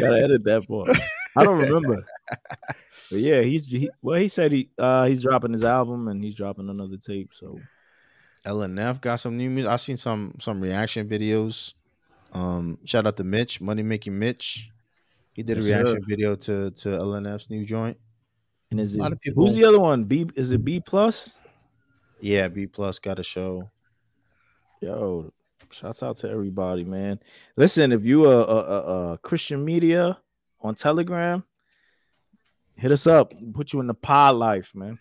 Speaker 1: Gotta edit that part. I don't remember. But yeah, he's he, well. He said he uh he's dropping his album and he's dropping another tape. So
Speaker 7: LNF got some new music. I seen some some reaction videos. Um, shout out to Mitch, Money Making Mitch. He did a
Speaker 1: Yes, sir.
Speaker 7: reaction video to to LNF's new joint.
Speaker 1: and is
Speaker 7: A
Speaker 1: it
Speaker 7: lot of people-
Speaker 1: who's the other one? B is it B plus?
Speaker 7: Yeah, B plus got a show.
Speaker 1: Yo, shouts out to everybody, man. Listen, if you are a, a, a Christian media on Telegram, hit us up. We'll put you in the pod life, man.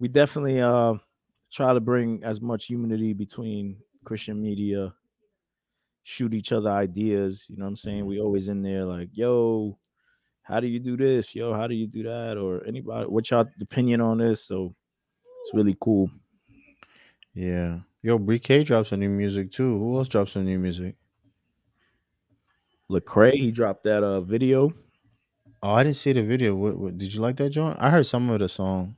Speaker 1: We definitely uh try to bring as much unity between Christian media, shoot each other ideas. You know what I'm saying? We always in there like, yo, how do you do this? Yo, how do you do that? Or anybody, what's your opinion on this? So it's really cool.
Speaker 7: Yeah. Yo, Brie K drops some new music too. Who else drops some new music?
Speaker 1: Lecrae, he dropped that uh video.
Speaker 7: Oh, I didn't see the video. What, what did you like that, John? I heard some of the song.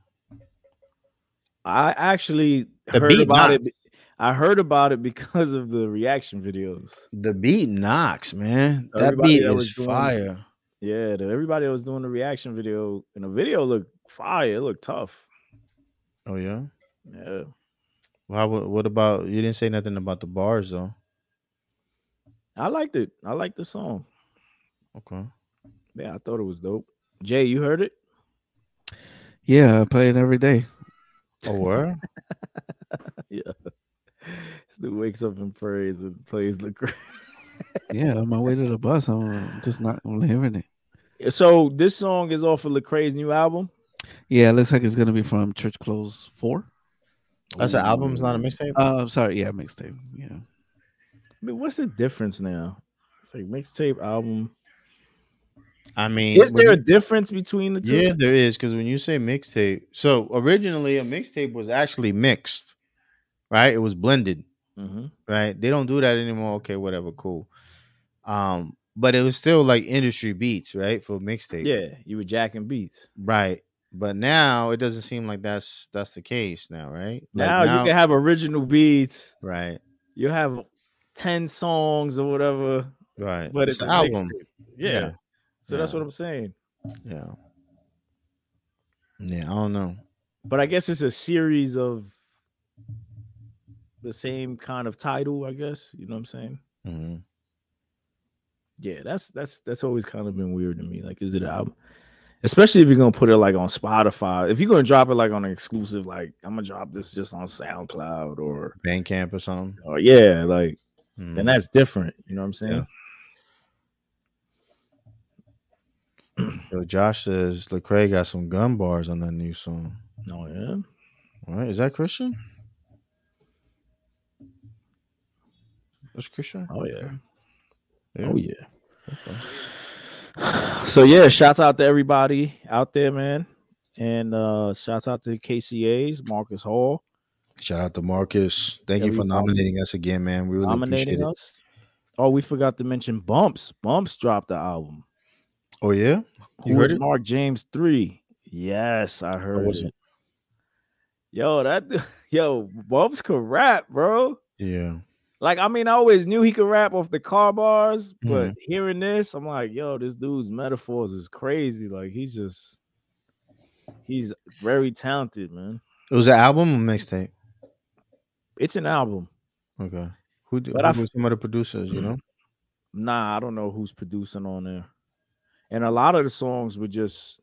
Speaker 1: I actually
Speaker 7: The
Speaker 1: heard
Speaker 7: beat
Speaker 1: about it.
Speaker 7: knocks.
Speaker 1: I heard about it because of the reaction videos.
Speaker 7: The beat knocks, man.
Speaker 1: So
Speaker 7: that
Speaker 1: everybody
Speaker 7: beat
Speaker 1: that
Speaker 7: is
Speaker 1: was doing-
Speaker 7: fire.
Speaker 1: Yeah, the, everybody that was doing the reaction video, and the video looked fire. It looked tough.
Speaker 7: Oh yeah.
Speaker 1: Yeah.
Speaker 7: Well, how, what about you? Didn't say nothing about the bars though.
Speaker 1: I liked it. I liked the song.
Speaker 7: Okay.
Speaker 1: Yeah, I thought it was dope. Jay, you heard it?
Speaker 8: Yeah, I play it every day.
Speaker 7: Oh, where?
Speaker 1: Dude wakes up and prays and plays the.
Speaker 8: Yeah, on my way to the bus, I'm, I'm just not I'm hearing it.
Speaker 1: So this song is off of Lecrae's new album.
Speaker 8: Yeah, it looks like it's gonna be from Church Close Four.
Speaker 7: That's an album. It's not a mixtape.
Speaker 8: Uh, I'm sorry, yeah, mixtape. Yeah,
Speaker 1: I mean, what's the difference now? It's like mixtape album.
Speaker 7: I mean,
Speaker 1: Is
Speaker 7: when
Speaker 1: there a
Speaker 7: you-
Speaker 1: difference between the two?
Speaker 7: yeah, there is because when you say mixtape, so originally a mixtape was actually mixed, right? It was blended.
Speaker 1: Mm-hmm.
Speaker 7: right? They don't do that anymore. Okay, whatever, cool. Um, but it was still like industry beats, right? For mixtape.
Speaker 1: Yeah, you were jacking beats.
Speaker 7: Right. But now it doesn't seem like that's that's the case now, right? Like
Speaker 1: now, you can have original beats.
Speaker 7: right,
Speaker 1: You have ten songs or whatever,
Speaker 7: right.
Speaker 1: but it's,
Speaker 7: an
Speaker 1: a
Speaker 7: album.
Speaker 1: mixtape. Yeah.
Speaker 7: Yeah,
Speaker 1: So that's
Speaker 7: yeah.
Speaker 1: what I'm saying.
Speaker 7: Yeah. Yeah, I don't know.
Speaker 1: But I guess it's a series of the same kind of title. I guess you know what I'm saying.
Speaker 7: hmm
Speaker 1: Yeah, that's that's that's always kind of been weird to me. Like, is it an album? Especially if you're gonna put it like on Spotify. If you're gonna drop it like on an exclusive, like I'm gonna drop this just on SoundCloud or
Speaker 7: Bandcamp or something.
Speaker 1: or yeah, like
Speaker 7: Mhm.
Speaker 1: then that's different. You know what I'm saying?
Speaker 7: Yeah. Yo, Josh says Lecrae got some gun bars on that new song.
Speaker 1: No, yeah.
Speaker 7: All right, is that Christian? That's Christian.
Speaker 1: Oh yeah.
Speaker 7: Yeah.
Speaker 1: Oh yeah. So yeah, shouts out to everybody out there, man. And uh shouts out to the KCAs, Marcus Hall,
Speaker 7: Shout out to Marcus. Thank you for
Speaker 1: Everybody.
Speaker 7: nominating us again, man. We really appreciate
Speaker 1: nominating
Speaker 7: it.
Speaker 1: us. Oh, we forgot to mention Bumps. Bumps dropped the album.
Speaker 7: Oh yeah,
Speaker 1: Who
Speaker 7: You
Speaker 1: is
Speaker 7: heard it?
Speaker 1: Mark James 3? Yes, I heard
Speaker 7: wasn't.
Speaker 1: it. Yo, that du- yo, Bumps could rap, bro.
Speaker 7: yeah.
Speaker 1: Like, I mean, I always knew he could rap off the car bars, but hearing this, I'm like, yo, this dude's metaphors is crazy. Like, he's just he's very talented, man.
Speaker 7: It was an album or mixtape.
Speaker 1: It's an album.
Speaker 7: Okay. Who did
Speaker 1: But I Mm-hmm.
Speaker 7: who were some of the producers? You know.
Speaker 1: Nah, I don't know who's producing on there. And a lot of the songs were just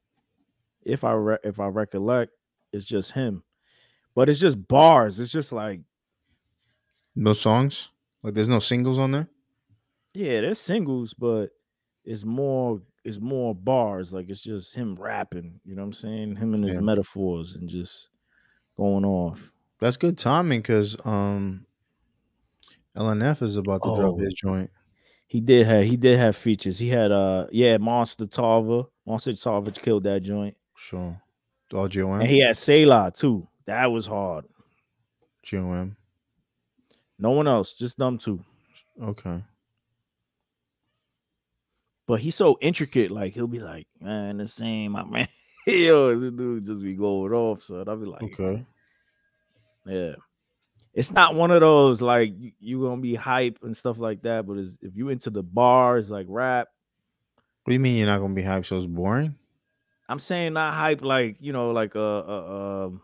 Speaker 1: if I re- if I recollect, it's just him. But it's just bars. It's just like,
Speaker 7: No songs. Like there's no singles on there.
Speaker 1: yeah, they're singles, but it's more it's more bars. Like it's just him rapping, you know what I'm saying? Him and his
Speaker 7: Yeah.
Speaker 1: metaphors and just going off.
Speaker 7: That's good timing because um, LNF is about to drop
Speaker 1: Oh.
Speaker 7: his joint.
Speaker 1: He did have he did have features. He had uh yeah, Monster Tarva. Monster Tarva killed that joint.
Speaker 7: So, all GOM.
Speaker 1: And he had Selah too. That was hard.
Speaker 7: GOM.
Speaker 1: No one else, just them two.
Speaker 7: Okay.
Speaker 1: but he's so intricate. Like he'll be like, man, the same, my man. Yo, this dude just be going off, son. I'll be like,
Speaker 7: Okay.
Speaker 1: yeah. It's not one of those like you, you gonna be hype and stuff like that. But it's, if you into the bars like rap,
Speaker 7: What do you mean you're not gonna be hyped? So it's boring.
Speaker 1: I'm saying not hype like you know like a a, um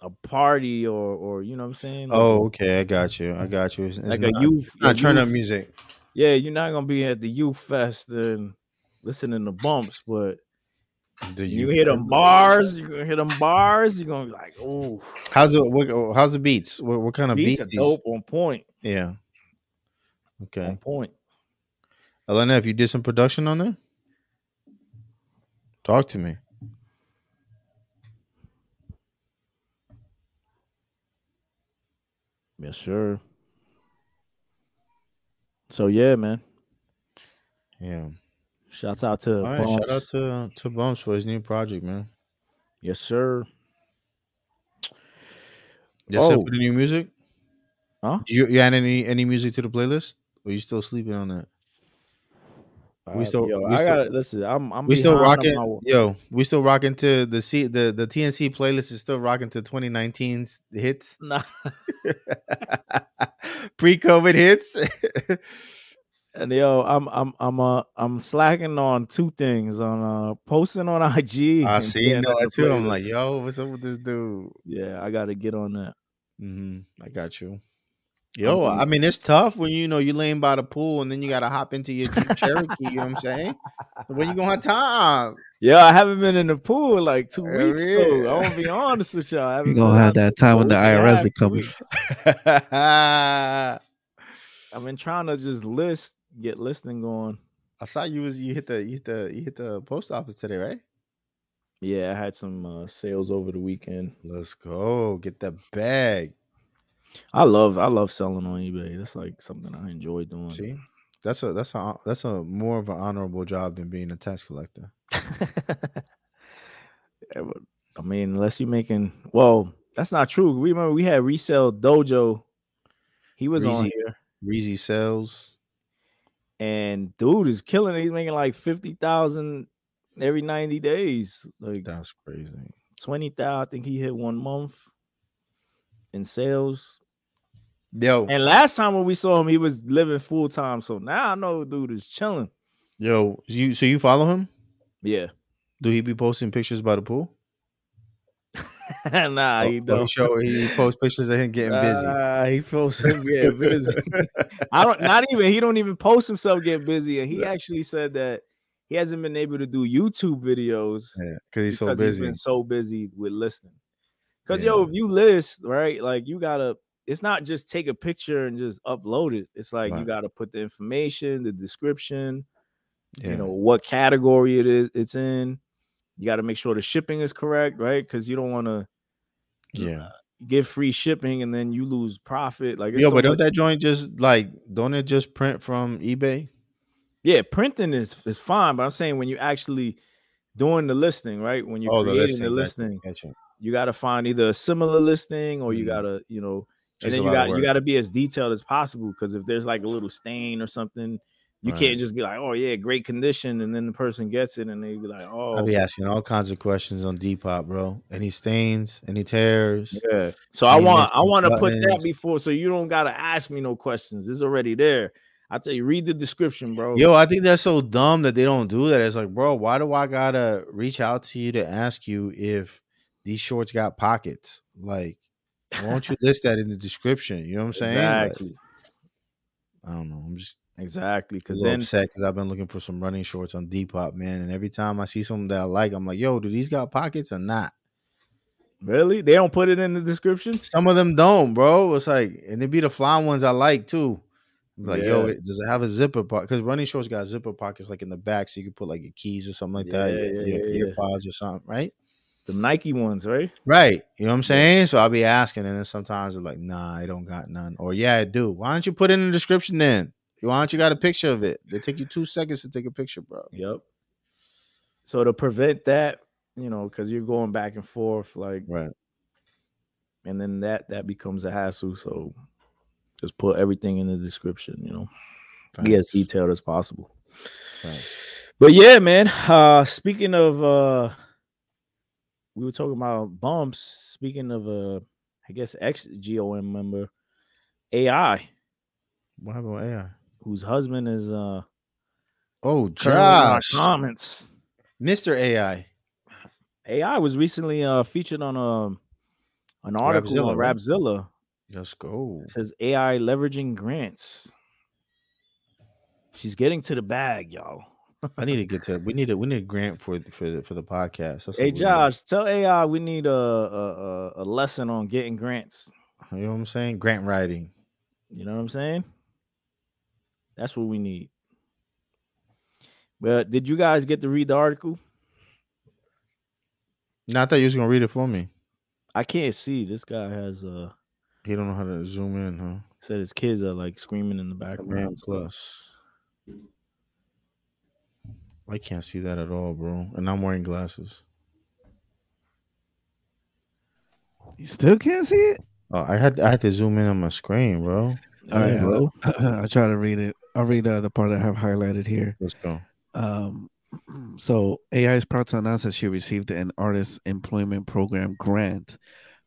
Speaker 1: a party or or you know what I'm saying. Like-
Speaker 7: Oh, okay. I got you. I got you. It's, it's
Speaker 1: like
Speaker 7: not-
Speaker 1: a youth. a
Speaker 7: not turn up
Speaker 1: youth-
Speaker 7: music.
Speaker 1: Yeah, you're not gonna be at the youth fest and listening to bumps, but
Speaker 7: The
Speaker 1: you
Speaker 7: youth
Speaker 1: hit them
Speaker 7: festival.
Speaker 1: bars, you're gonna hit them bars, you're gonna be like, oh,
Speaker 7: How's the what, how's the beats? What, what kind of
Speaker 1: beats
Speaker 7: beats?
Speaker 1: are
Speaker 7: these-
Speaker 1: dope on point,
Speaker 7: Yeah.
Speaker 1: on
Speaker 7: Okay.
Speaker 1: point.
Speaker 7: Elena, if you did some production on there, talk to me.
Speaker 1: Yes, sure. So yeah, man.
Speaker 7: Yeah.
Speaker 1: Shouts out to
Speaker 7: All right. Shout
Speaker 1: Bumps.
Speaker 7: out to to Bumps for his new project, man.
Speaker 1: yes, sir.
Speaker 7: Yes, sir,
Speaker 1: Oh.
Speaker 7: for the new music.
Speaker 1: Huh?
Speaker 7: Did you, you add any any music to the playlist? Or you still sleeping on that? We still-
Speaker 1: yo,
Speaker 7: we
Speaker 1: I
Speaker 7: still-
Speaker 1: gotta listen. I'm, I'm
Speaker 7: We still
Speaker 1: behind on
Speaker 7: rocking,
Speaker 1: my-
Speaker 7: yo. We still rocking to the C, the the TNC playlist is still rocking to 2019's hits,
Speaker 1: Nah,
Speaker 7: pre-COVID hits.
Speaker 1: and yo, I'm, I'm, I'm, uh, I'm slacking on two things on uh posting on IG.
Speaker 7: I
Speaker 1: and
Speaker 7: see
Speaker 1: being
Speaker 7: Ah, no
Speaker 1: at the
Speaker 7: too. I'm like,
Speaker 1: playlist.
Speaker 7: yo, what's up with this dude?
Speaker 1: yeah, I gotta get on that.
Speaker 7: hmm I got you. Yo,
Speaker 1: gonna-
Speaker 7: I mean, it's tough when you know you're laying by the pool and then you gotta hop into your Jeep Cherokee. You know what I'm saying? When you gonna have time?
Speaker 1: Yeah, I haven't been in the pool in like two
Speaker 7: Yeah,
Speaker 1: weeks though.
Speaker 7: yeah.
Speaker 1: I'm gonna be honest with y'all. I
Speaker 8: You
Speaker 1: haven't
Speaker 8: gonna
Speaker 1: been
Speaker 8: have
Speaker 1: out
Speaker 8: that time when the
Speaker 1: pool for half
Speaker 8: IRS
Speaker 1: the
Speaker 8: becomes
Speaker 1: week. I've been trying to just list, get listing going.
Speaker 7: I saw you was you hit the you hit the you hit the post office today, right?
Speaker 1: Yeah, I had some uh, sales over the weekend.
Speaker 7: Let's go get the bag.
Speaker 1: I love, I love selling on eBay. That's like something I enjoy doing.
Speaker 7: See, that's a that's a that's a more of an honorable job than being a tax collector.
Speaker 1: Yeah, but, I mean, unless you're making, well, that's not true. We remember we had resale dojo. He was on
Speaker 7: Reezy.
Speaker 1: here,
Speaker 7: Reezy sales.
Speaker 1: and dude is killing it. He's making like fifty thousand every ninety days. Like
Speaker 7: That's crazy.
Speaker 1: twenty thousand. I think he hit one month in sales.
Speaker 7: Yo,
Speaker 1: And last time when we saw him, he was living full time. So now I know dude is chilling.
Speaker 7: yo, you so you follow him?
Speaker 1: Yeah.
Speaker 7: Do he be posting pictures by the pool?
Speaker 1: nah,
Speaker 7: Oh,
Speaker 1: he
Speaker 7: oh,
Speaker 1: don't.
Speaker 7: show he posts pictures of him getting busy.
Speaker 1: Nah, he feels yeah, busy. I don't not even he don't even post himself getting busy. And he
Speaker 7: Yeah.
Speaker 1: actually said that he hasn't been able to do YouTube videos
Speaker 7: Yeah, because he's so
Speaker 1: because
Speaker 7: busy.
Speaker 1: been so busy with listening. Because
Speaker 7: Yeah.
Speaker 1: yo, if you list, right, like you gotta it's not just take a picture and just upload it. It's like you
Speaker 7: Right.
Speaker 1: gotta put the information, the description,
Speaker 7: Yeah.
Speaker 1: you know what category it is it's in. You gotta make sure the shipping is correct, right? Because you don't wanna
Speaker 7: yeah.
Speaker 1: get free shipping and then you lose profit. Like it's
Speaker 7: Yo,
Speaker 1: so
Speaker 7: but don't
Speaker 1: much-
Speaker 7: that joint just like don't it just print from eBay?
Speaker 1: yeah, printing is is fine, but I'm saying when you're actually doing the listing, right? When you're
Speaker 7: Oh, the
Speaker 1: creating the
Speaker 7: listing,
Speaker 1: listing, you gotta find either a similar listing or you
Speaker 7: Mhm.
Speaker 1: gotta, you know, and
Speaker 7: It's
Speaker 1: then you
Speaker 7: a lot of
Speaker 1: got you
Speaker 7: work.
Speaker 1: gotta be as detailed as possible because if there's like a little stain or something, you
Speaker 7: Right.
Speaker 1: can't just be like, oh yeah, great condition, and then the person gets it and they be like,
Speaker 7: I'll
Speaker 1: oh
Speaker 7: be asking all kinds of questions on Depop, bro. Any stains? Any tears?
Speaker 1: yeah. So I
Speaker 7: You
Speaker 1: want
Speaker 7: mix
Speaker 1: I
Speaker 7: the
Speaker 1: want to put that
Speaker 7: buttons.
Speaker 1: before so you don't gotta ask me no questions. It's already there. I tell you, read the description, bro.
Speaker 7: Yo, I think that's so dumb that they don't do that. It's like, bro, why do I gotta reach out to you to ask you if these shorts got pockets? Like, why don't you list that in the description? You know what I'm saying? Like,
Speaker 1: Exactly.
Speaker 7: I don't know. I'm just
Speaker 1: Exactly.
Speaker 7: a
Speaker 1: Because
Speaker 7: little
Speaker 1: then,
Speaker 7: upset because I've been looking for some running shorts on Depop, man. And every time I see something that I like, I'm like, yo, do these got pockets or not?
Speaker 1: really, they don't put it in the description.
Speaker 7: Some of them don't, bro. It's like, and they be the fly ones I like too. I'm Like, yo,
Speaker 1: Yeah.
Speaker 7: it- does it have a zipper pocket? Because running shorts got zipper pockets like in the back, so you can put like your keys or something like that,
Speaker 1: Yeah,
Speaker 7: your,
Speaker 1: yeah,
Speaker 7: your
Speaker 1: yeah, yeah.
Speaker 7: ear pods or something, right?
Speaker 1: The Nike ones, right?
Speaker 7: Right. You know what I'm saying? So I'll be asking, and then sometimes they're like, nah, I don't got none. Or yeah, I do. Why don't you put it in the description then? Why don't you got a picture of it? They take you two seconds to take a picture, bro.
Speaker 1: Yep. So to prevent that, you know, because you're going back and forth, like,
Speaker 7: Right.
Speaker 1: and then that that becomes a hassle. So just put everything in the description. You know, be as
Speaker 7: Facts.
Speaker 1: detailed as possible.
Speaker 7: Facts.
Speaker 1: But yeah, man. Uh Speaking of, uh we were talking about bumps. Speaking of, uh I guess ex GOM member AI,
Speaker 7: What happened with AI?
Speaker 1: whose husband is uh
Speaker 7: Oh,
Speaker 1: currently in our
Speaker 7: Josh,
Speaker 1: comments.
Speaker 7: Mr. AI.
Speaker 1: AI was recently uh, featured on um an article on
Speaker 7: Rapzilla, right?
Speaker 1: Rapzilla.
Speaker 7: Let's go.
Speaker 1: It says AI leveraging grants. She's getting to the bag, y'all.
Speaker 7: I need to get to. We need a we need a grant for for the, for the podcast. That's what
Speaker 1: Hey
Speaker 7: we need.
Speaker 1: Josh, tell AI we need a a, a- a lesson on getting grants.
Speaker 7: you know what I'm saying? Grant writing.
Speaker 1: You know what I'm saying? That's what we need. But did you guys get to read the article?
Speaker 7: No, I thought you was gonna read it for me.
Speaker 1: I can't see. This guy has uh
Speaker 7: He don't know how to zoom in, huh?
Speaker 1: said his kids are like screaming in the
Speaker 7: Command
Speaker 1: background. so-
Speaker 7: plus. I can't see that at all, bro. And I'm wearing glasses.
Speaker 8: You still can't see it?
Speaker 7: Oh, I had I had to zoom in on my screen, bro.
Speaker 1: All right,
Speaker 8: Yeah.
Speaker 1: bro.
Speaker 8: I'll try to read it. I'll read uh, the part I have highlighted here.
Speaker 7: Let's go.
Speaker 8: Um, so AI is proud to announce that she received an artist employment program grant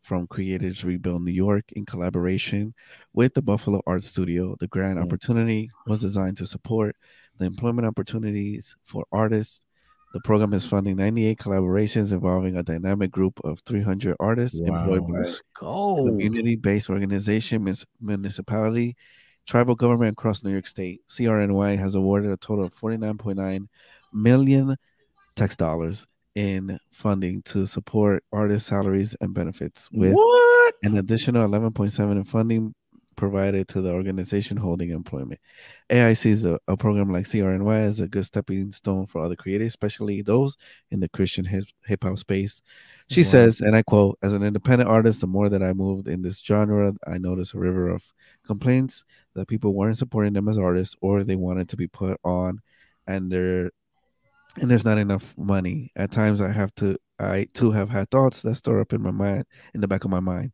Speaker 8: from Creators Rebuild New York in collaboration with the Buffalo Art Studio. The grant
Speaker 7: Mm.
Speaker 8: opportunity was designed to support the employment opportunities for artists. The program is funding 98 collaborations involving a dynamic group of 300 artists employed
Speaker 7: Wow.
Speaker 8: by
Speaker 1: Go.
Speaker 8: community-based organization, mis- municipality, tribal government across New York State. CRNY has awarded a total of 49.9 million tax dollars in funding to support artist salaries and benefits, with
Speaker 1: What?
Speaker 8: an additional 11.7 in funding provided to the organization holding employment. AI sees a, a program like CRNY as a good stepping stone for other creators, especially those in the Christian hip hop space. She
Speaker 7: Wow.
Speaker 8: says, and I quote, as an independent artist, the more that I moved in this genre, I noticed a river of complaints that people weren't supporting them as artists or they wanted to be put on and there and there's not enough money. At times I have to I too have had thoughts that store up in my mind in the back of my mind.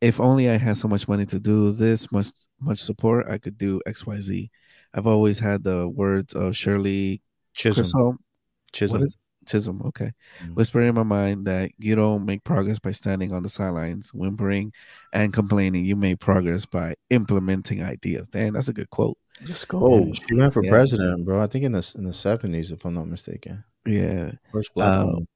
Speaker 8: If only I had so much money to do this, much much support, I could do XYZ. I've always had the words of Shirley
Speaker 7: Chisholm.
Speaker 8: Chisholm.
Speaker 7: Chisholm.
Speaker 8: What is Mm. Chisholm? Okay.
Speaker 7: Mhm.
Speaker 8: Whispering in my mind that you don't make progress by standing on the sidelines, whimpering and complaining. You make progress by implementing ideas. Dan, that's a good quote.
Speaker 1: Let's
Speaker 7: Oh, she ran for
Speaker 8: yeah.
Speaker 7: president, bro. I think in the in the seventies, if I'm not mistaken.
Speaker 8: Yeah.
Speaker 7: First black
Speaker 8: Um,
Speaker 7: woman.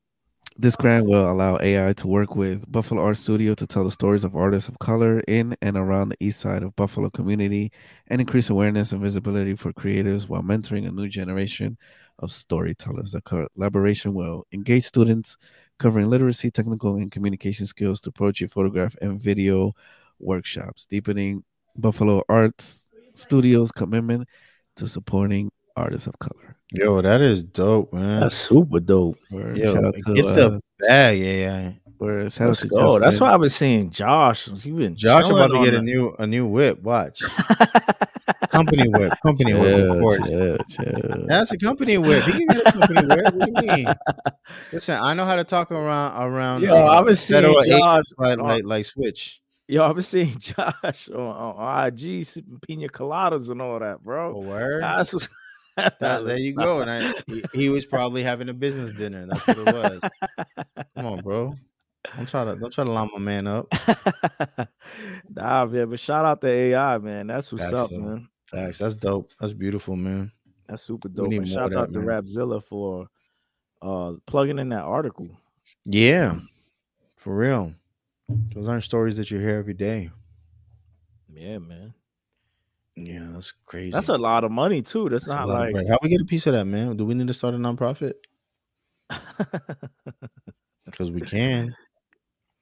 Speaker 8: This grant will allow AI to work with Buffalo Art Studio to tell the stories of artists of color in and around the east side of Buffalo community and increase awareness and visibility for creators while mentoring a new generation of storytellers. The collaboration will engage students covering literacy, technical, and communication skills through poetry, photograph, and video workshops, deepening Buffalo Arts Studio's commitment to supporting artists of color.
Speaker 7: Yo, that is dope, man.
Speaker 1: That's super dope.
Speaker 8: Word.
Speaker 7: Yo,
Speaker 8: Shout out to,
Speaker 7: get
Speaker 8: uh,
Speaker 7: the bag, yeah.
Speaker 8: word. Shout out
Speaker 1: Let's
Speaker 8: to
Speaker 1: go. That's
Speaker 8: Justin.
Speaker 1: why I've been seeing Josh. He's been
Speaker 7: Josh
Speaker 1: chilling
Speaker 7: about to
Speaker 1: on
Speaker 7: get a
Speaker 1: the-
Speaker 7: new a new whip. Watch company whip, company whip, of course. That's a company whip. He can get a company whip. What do you mean? Listen, I know how to talk around around. uh,
Speaker 1: Yo, I was seeing
Speaker 7: federal agents
Speaker 1: Josh.
Speaker 7: like, like like switch.
Speaker 1: Yo, I've been seeing Josh on, on IG sipping pina coladas and all that,
Speaker 7: Oh,
Speaker 1: bro.
Speaker 7: word.
Speaker 1: That's what's-
Speaker 7: That- there you go. And I, he, he was probably having a business dinner. That's what it was. Come on, bro. I'm trying to don't try to line my man up.
Speaker 1: nah, man, but shout out to AI, man. That's what's
Speaker 7: Facts,
Speaker 1: up,
Speaker 7: though.
Speaker 1: man.
Speaker 7: Facts. That's dope. That's beautiful, man.
Speaker 1: That's super dope.
Speaker 7: need
Speaker 1: And
Speaker 7: more
Speaker 1: shout
Speaker 7: of that,
Speaker 1: out to
Speaker 7: man.
Speaker 1: Rapzilla for uh plugging in that article.
Speaker 7: Yeah, for real. Those aren't stories that you hear every day.
Speaker 1: Yeah, man.
Speaker 7: Yeah, that's crazy.
Speaker 1: That's a lot of money too. That's,
Speaker 7: That's a
Speaker 1: not
Speaker 7: lot
Speaker 1: like
Speaker 7: of bread. how we get a piece of that, man. Do we need to start a nonprofit? Because we can.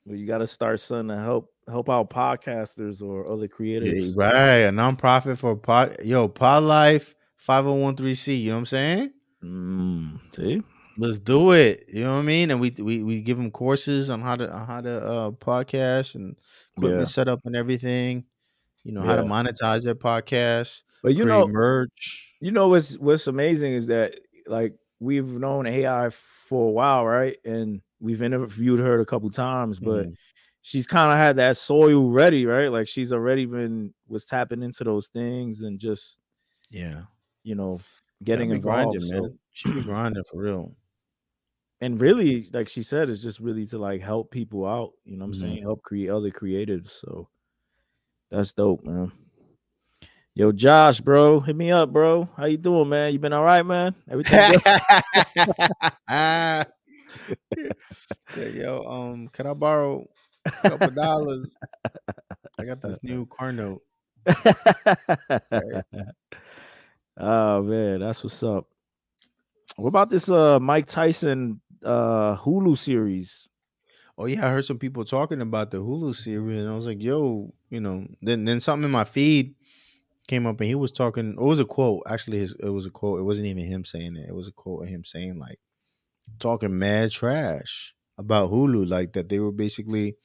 Speaker 1: well, you got to start something to help help out podcasters or other creators.
Speaker 7: Yeah, right, a nonprofit for pod. Yo, Pod Life five hundred one three C. You know what I'm saying?
Speaker 1: Mm, see,
Speaker 7: Let's do it. You know what I mean? And we we, we give them courses on how to on how to uh, podcast and equipment
Speaker 1: Yeah.
Speaker 7: setup and everything. You know how to
Speaker 1: Yeah.
Speaker 7: monetize their podcast,
Speaker 1: but you
Speaker 7: create
Speaker 1: know,
Speaker 7: merch.
Speaker 1: you know what's what's amazing is that like we've known AI for a while, right? And we've interviewed her a couple times, but
Speaker 7: Mhm.
Speaker 1: she's kind of had that soil ready, right? Like she's already been was tapping into those things and just
Speaker 7: Yeah,
Speaker 1: you know getting
Speaker 7: Gotta be
Speaker 1: involved.
Speaker 7: grinding,
Speaker 1: so-
Speaker 7: man. She be grinding for real.
Speaker 1: and really, like she said, it's just really to like help people out. You know what I'm
Speaker 7: Mhm.
Speaker 1: saying? Help create other creatives. So that's dope, man. Yo, Josh, bro, hit me up, bro. How you doing, man? You been all right, man? Everything good?
Speaker 7: Say, yo, um, can I borrow a couple dollars? I got this new car note.
Speaker 1: oh man, that's what's up. What about this uh Mike Tyson uh Hulu series?
Speaker 7: Oh yeah, I heard some people talking about the Hulu series, and I was like, yo, you know. Then then something in my feed came up, and he was talking. It was a quote, actually. His it was a quote. It wasn't even him saying it. It was a quote of him saying like talking mad trash about Hulu, like that they were basically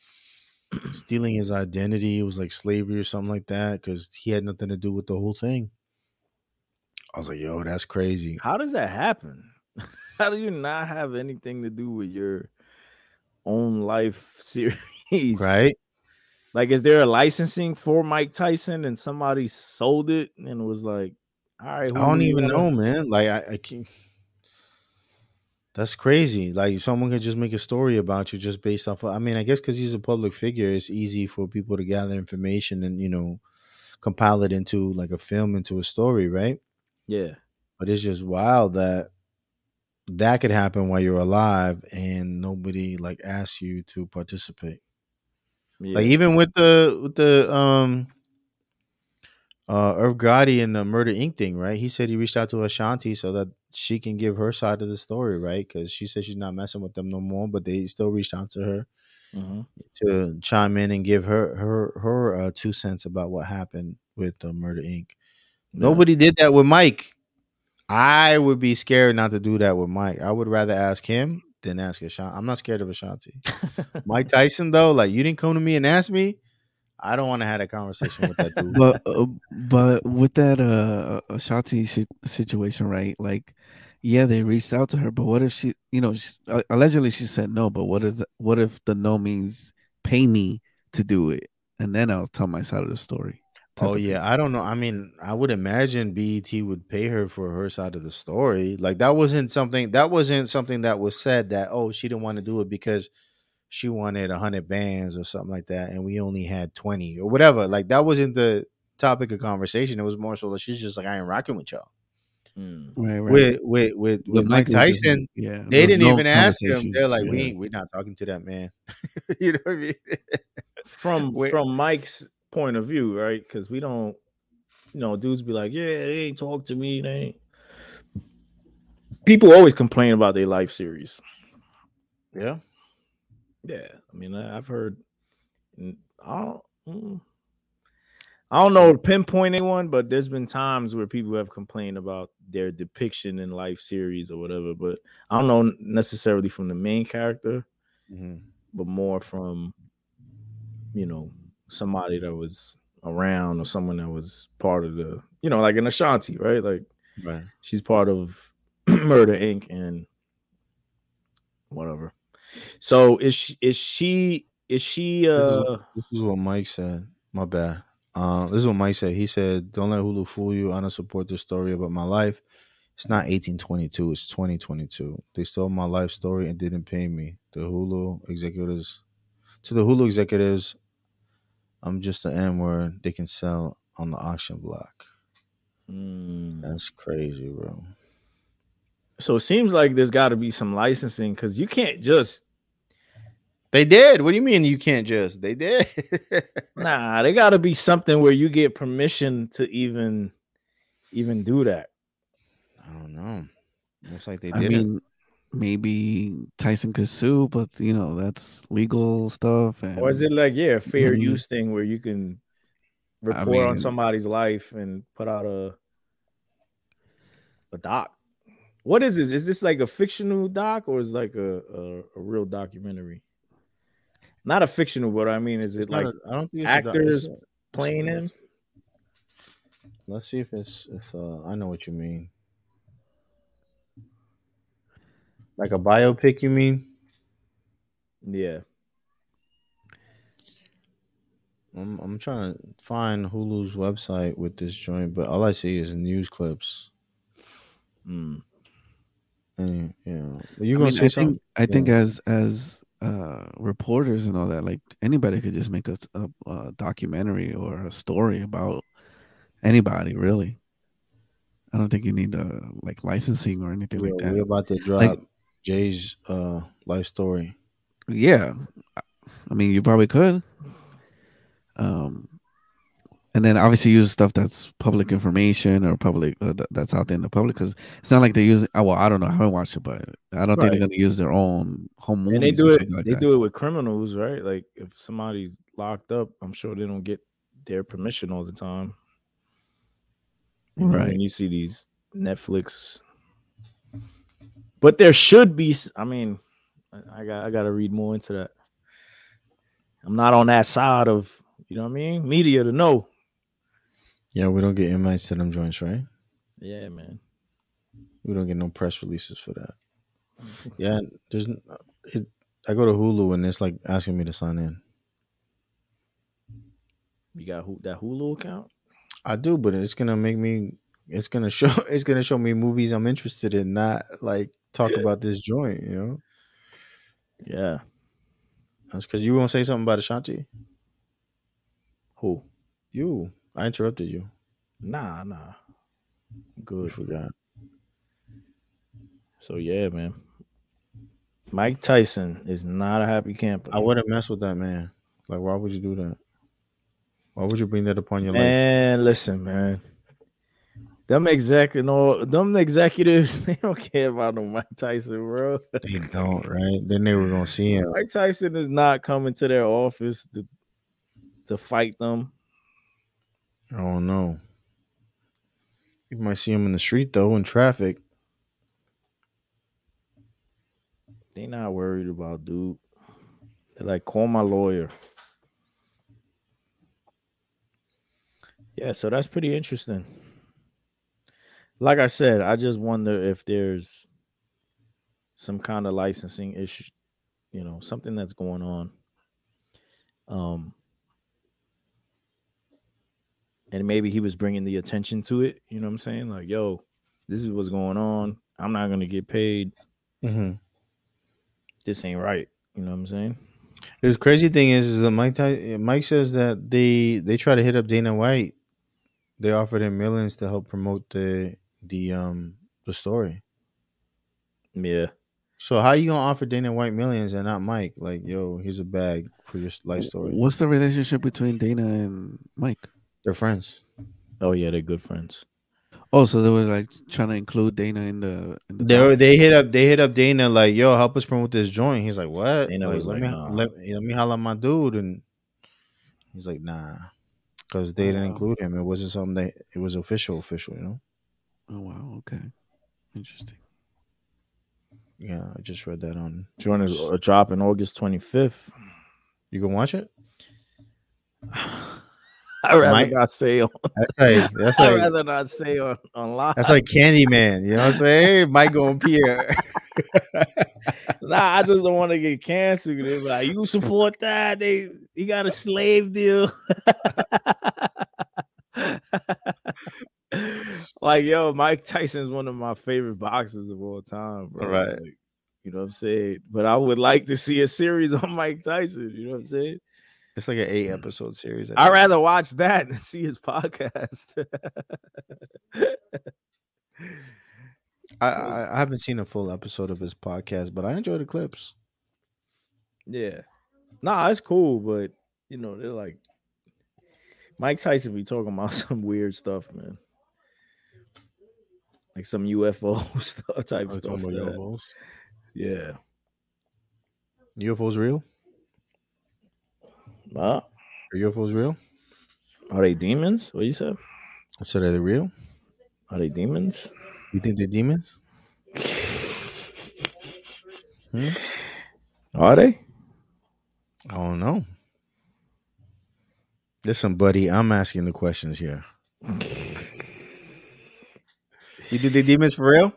Speaker 7: stealing his identity. It was like slavery or something like that because he had nothing to do with the whole thing. I was like, yo, that's crazy.
Speaker 1: How does that happen? How do you not have anything to do with your own life series?
Speaker 7: Right?
Speaker 1: Like, is there a licensing for Mike Tyson and somebody sold it and was like, all right,
Speaker 7: I don't
Speaker 1: Hulu,
Speaker 7: even
Speaker 1: you
Speaker 7: know,
Speaker 1: wanna-"
Speaker 7: man. Like I, I can't That's crazy. Like someone could just make a story about you just based off. Of, I mean, I guess because he's a public figure, it's easy for people to gather information and you know compile it into like a film into a story, right?
Speaker 1: Yeah.
Speaker 7: But it's just wild that that could happen while you're alive and nobody like asks you to participate.
Speaker 1: yeah.
Speaker 7: Like even with the with the um uh Irv Gotti and the Murder Inc. thing, right? He said he reached out to Ashanti so that she can give her side of the story, right? Because she said she's not messing with them no more, but they still reached out to her
Speaker 1: Mhm.
Speaker 7: to chime in and give her her her uh, two cents about what happened with the Murder Inc. Nobody did that with Mike. I would be scared not to do that with Mike. I would rather ask him than ask Ashanti. I'm not scared of Ashanti. Mike Tyson, though, like you didn't come to me and ask me. I don't want to have that conversation with that dude.
Speaker 8: but uh, but with that uh Ashanti si- situation, right? Like, yeah, they reached out to her, but what if she, you know, she, uh, allegedly she said no, but what is what if the no means pay me to do it, and then I'll tell my side of the story. type
Speaker 7: oh
Speaker 8: of
Speaker 7: yeah, I don't know. I mean, I would imagine BET would pay her for her side of the story. Like that wasn't something that wasn't something that was said that oh she didn't want to do it because she wanted hundred bands or something like that, and we only had twenty or whatever. Like that wasn't the topic of conversation. It was more so that she's just like I ain't rocking with y'all.
Speaker 1: Mm.
Speaker 8: thing. Right, right.
Speaker 7: With with with,
Speaker 8: But
Speaker 7: with Mike
Speaker 8: Michael was just
Speaker 7: Tyson,
Speaker 8: like, yeah,
Speaker 7: they
Speaker 8: there's
Speaker 7: didn't
Speaker 8: no
Speaker 7: even ask him.
Speaker 8: conversation.
Speaker 7: They're like, we
Speaker 8: Yeah.
Speaker 7: ain't- we not talking to that man. you know what I mean?
Speaker 1: From
Speaker 7: Wait.
Speaker 1: from Mike's point of view, right? Because we don't, you know, dudes be like, yeah, they ain't talk to me. They ain't. People always complain about their life series.
Speaker 7: Yeah.
Speaker 1: Yeah, I mean, I- I've heard. n- I don't. mm. I don't know to pinpoint anyone, but there's been times where people have complained about their depiction in life series or whatever. But I don't know necessarily from the main character,
Speaker 7: Mhm.
Speaker 1: but more from, you know, somebody that was around or someone that was part of the, you know, like an Ashanti, right? Like
Speaker 7: Right.
Speaker 1: she's part of Murder Inc. and whatever. So is she, is she is she
Speaker 7: This is-
Speaker 1: uh
Speaker 7: This is what Mike said. My bad. Uh, this is what Mike said. He said, "Don't let Hulu fool you. I don't support this story about my life. It's not 1822. It's 2022. They stole my life story and didn't pay me. The Hulu executives, to the Hulu executives, I'm just an N word. They can sell on the auction block.
Speaker 1: mm,
Speaker 7: That's crazy, bro.
Speaker 1: so it seems like there's got to be some licensing because you can't just
Speaker 7: They did. What do you mean you can't just? They did.
Speaker 1: nah there got to be something where you get permission to even even do that
Speaker 7: I don't know. Looks like they
Speaker 8: I
Speaker 7: did. not
Speaker 8: mean, maybe Tyson could sue, but you know that's legal stuff. And
Speaker 1: or is it like yeah fair
Speaker 8: Mhm.
Speaker 1: use thing where you can
Speaker 8: I
Speaker 1: report on
Speaker 8: mean-
Speaker 1: somebody's life and put out a a doc what is this is this like a fictional doc or is it like a, a, a real documentary not a fictional but i mean is it
Speaker 7: It's not
Speaker 1: like
Speaker 7: a- I don't think it's a doc-
Speaker 1: actors
Speaker 7: it's a- it's a-
Speaker 1: playing him?
Speaker 7: Let's see if it's if uh, I know what you mean. Like a biopic, you mean?
Speaker 1: yeah
Speaker 7: I'm I'm trying to find Hulu's website with this joint, but all I see is news clips.
Speaker 1: Mm.
Speaker 7: And yeah, But you
Speaker 8: I,
Speaker 7: gonna
Speaker 8: mean,
Speaker 7: say
Speaker 8: I
Speaker 7: something?
Speaker 8: think I think as as uh, reporters and all that, like anybody could just make a, a, a documentary or a story about anybody, really. I don't think you need uh, like licensing or anything like
Speaker 7: We're,
Speaker 8: that.
Speaker 7: we're about to drop
Speaker 8: Like-
Speaker 7: Jay's uh life story.
Speaker 8: Yeah, I- I mean you probably could. Um, and then obviously use stuff that's public information or public uh, th- that's out there in the public because it's not like they use. Oh, well, I don't know. I haven't watched it, but I don't think
Speaker 1: Right.
Speaker 8: they're gonna use their own home movies.
Speaker 1: and they
Speaker 8: or
Speaker 1: do it
Speaker 8: something like
Speaker 1: they
Speaker 8: that.
Speaker 1: do it with criminals right like if somebody's locked up i'm sure they don't get their permission all the time you know,
Speaker 8: Right.
Speaker 1: when you see these netflix but there should be s- i mean I- i got i got to read more into that i'm not on that side of you know what i mean media to know
Speaker 7: Yeah, we don't get invites to them joints, right?
Speaker 1: yeah man
Speaker 7: We don't get no press releases for that. Yeah, there's. n- It, I go to Hulu and it's like asking me to sign in.
Speaker 1: you got who that hulu account
Speaker 7: I do, but it's gonna make me. It's gonna show. It's gonna show me movies I'm interested in, not like talk about this joint, you know?
Speaker 1: Yeah.
Speaker 7: That's because you were going to say something about Ashanti.
Speaker 1: Who?
Speaker 7: You. I interrupted you.
Speaker 1: Nah, nah.
Speaker 7: I
Speaker 1: Good.
Speaker 7: forgot.
Speaker 1: So yeah, man. Mike Tyson is not a happy camper.
Speaker 7: I wouldn't mess with that man. Like, why would you do that? Why would you bring that upon your life?
Speaker 1: Man, listen, man. Them exec and all them executives, they don't care about no Mike Tyson, bro.
Speaker 7: They don't, right? Then they were gonna see him.
Speaker 1: Mike Tyson is not coming to their office to to fight them.
Speaker 7: I don't know. You might see him in the street though, in traffic.
Speaker 1: They not worried about dude. They're like, call my lawyer. Yeah, so that's pretty interesting. Like I said, I just wonder if there's some kind of licensing issue, you know, something that's going on. Um, and maybe he was bringing the attention to it. You know what I'm saying? Like, yo, this is what's going on. I'm not gonna get paid
Speaker 7: Mm-hmm.
Speaker 1: this ain't right. You know what I'm saying?
Speaker 7: The crazy thing is, is that Mike Ty- Mike says that they they try to hit up Dana White. They offered him millions to help promote the the um the story.
Speaker 1: Yeah.
Speaker 7: So how you gonna offer Dana White millions and not Mike? Like, yo, here's a bag for your life story.
Speaker 8: What's the relationship between Dana and Mike?
Speaker 7: They're friends.
Speaker 1: Oh yeah, they're good friends.
Speaker 8: Oh, so they were like trying to include Dana in the. In the
Speaker 7: They
Speaker 8: doc.
Speaker 7: were- they hit up they hit up Dana like, yo, help us promote this joint. He's like, what?
Speaker 1: Dana was
Speaker 7: let
Speaker 1: like,
Speaker 7: me
Speaker 1: nah.
Speaker 7: let, let me holler at my dude, and he's like, nah, because they didn't
Speaker 8: Wow.
Speaker 7: include him. It wasn't something that it was official, official. You know?
Speaker 8: Oh wow. Okay. Interesting.
Speaker 7: Yeah, I just read that on.
Speaker 1: Join us a drop in August 25th.
Speaker 7: You can watch it.
Speaker 1: I'd rather
Speaker 7: Mike-
Speaker 1: not say on.
Speaker 7: That's like that's
Speaker 1: I'd
Speaker 7: like
Speaker 1: rather not say on, on live.
Speaker 7: that's like Candyman. You know what I'm saying? Hey, Mike going Pierre.
Speaker 1: nah, I just don't want to get canceled. They be like, you support that? They you got a slave deal. like yo, Mike Tyson's one of my favorite boxers of all time, bro.
Speaker 7: Right.
Speaker 1: Like, you know what I'm saying? But I would like to see a series on Mike Tyson. You know what I'm saying?
Speaker 7: It's like an eight episode series.
Speaker 1: I'd rather watch that than see his podcast.
Speaker 7: I, I I haven't seen a full episode of his podcast, but I enjoy the clips.
Speaker 1: yeah. Nah, it's cool, but you know, they're like Mike Tyson be talking about some weird stuff, man. Like some UFO stuff
Speaker 7: Oh,
Speaker 1: type stuff. that- Yeah.
Speaker 7: UFOs real?
Speaker 1: Huh?
Speaker 7: Are UFOs real?
Speaker 1: Are they demons? What you said?
Speaker 7: I said, are they real?
Speaker 1: Are they demons?
Speaker 7: You think they're demons?
Speaker 1: Are they?
Speaker 7: I don't know. Listen, buddy, I'm asking the questions here. you think they're demons for real?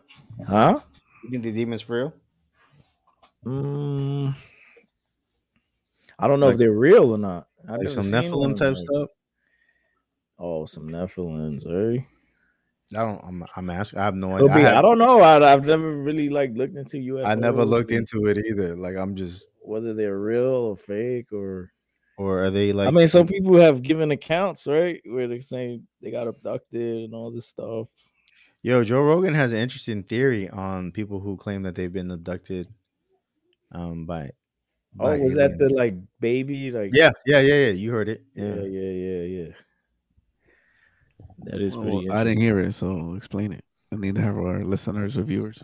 Speaker 1: Huh?
Speaker 7: You think they're demons for real?
Speaker 1: Mm, I don't know
Speaker 7: Like-
Speaker 1: if they're real or not. I've
Speaker 7: Like
Speaker 1: never
Speaker 7: some
Speaker 1: seen
Speaker 7: Nephilim
Speaker 1: one,
Speaker 7: type
Speaker 1: like-
Speaker 7: stuff?
Speaker 1: Oh, some Nephilims, eh?
Speaker 7: I don't. I'm. I'm asking. I have no
Speaker 1: Could
Speaker 7: idea.
Speaker 1: be.
Speaker 7: I,
Speaker 1: I,
Speaker 7: have-
Speaker 1: don't know. I, I've never really like looked into UFOs.
Speaker 7: I never looked
Speaker 1: and
Speaker 7: into it either. Like I'm just.
Speaker 1: whether they're real or fake or.
Speaker 7: Or are they like?
Speaker 1: I mean, some people have given accounts, right, where they're saying they got abducted and all this stuff.
Speaker 7: Yo, Joe Rogan has an interesting theory on people who claim that they've been abducted. Um, by.
Speaker 1: Oh,
Speaker 7: by
Speaker 1: was that the
Speaker 7: aliens.
Speaker 1: like baby? Like
Speaker 7: Yeah, yeah, yeah, yeah. You heard it.
Speaker 1: yeah, yeah,
Speaker 7: Yeah.
Speaker 1: yeah, yeah. That is
Speaker 8: Well,
Speaker 1: pretty.
Speaker 8: I
Speaker 1: interesting.
Speaker 8: didn't hear it, so explain it. I need to have our listeners or viewers.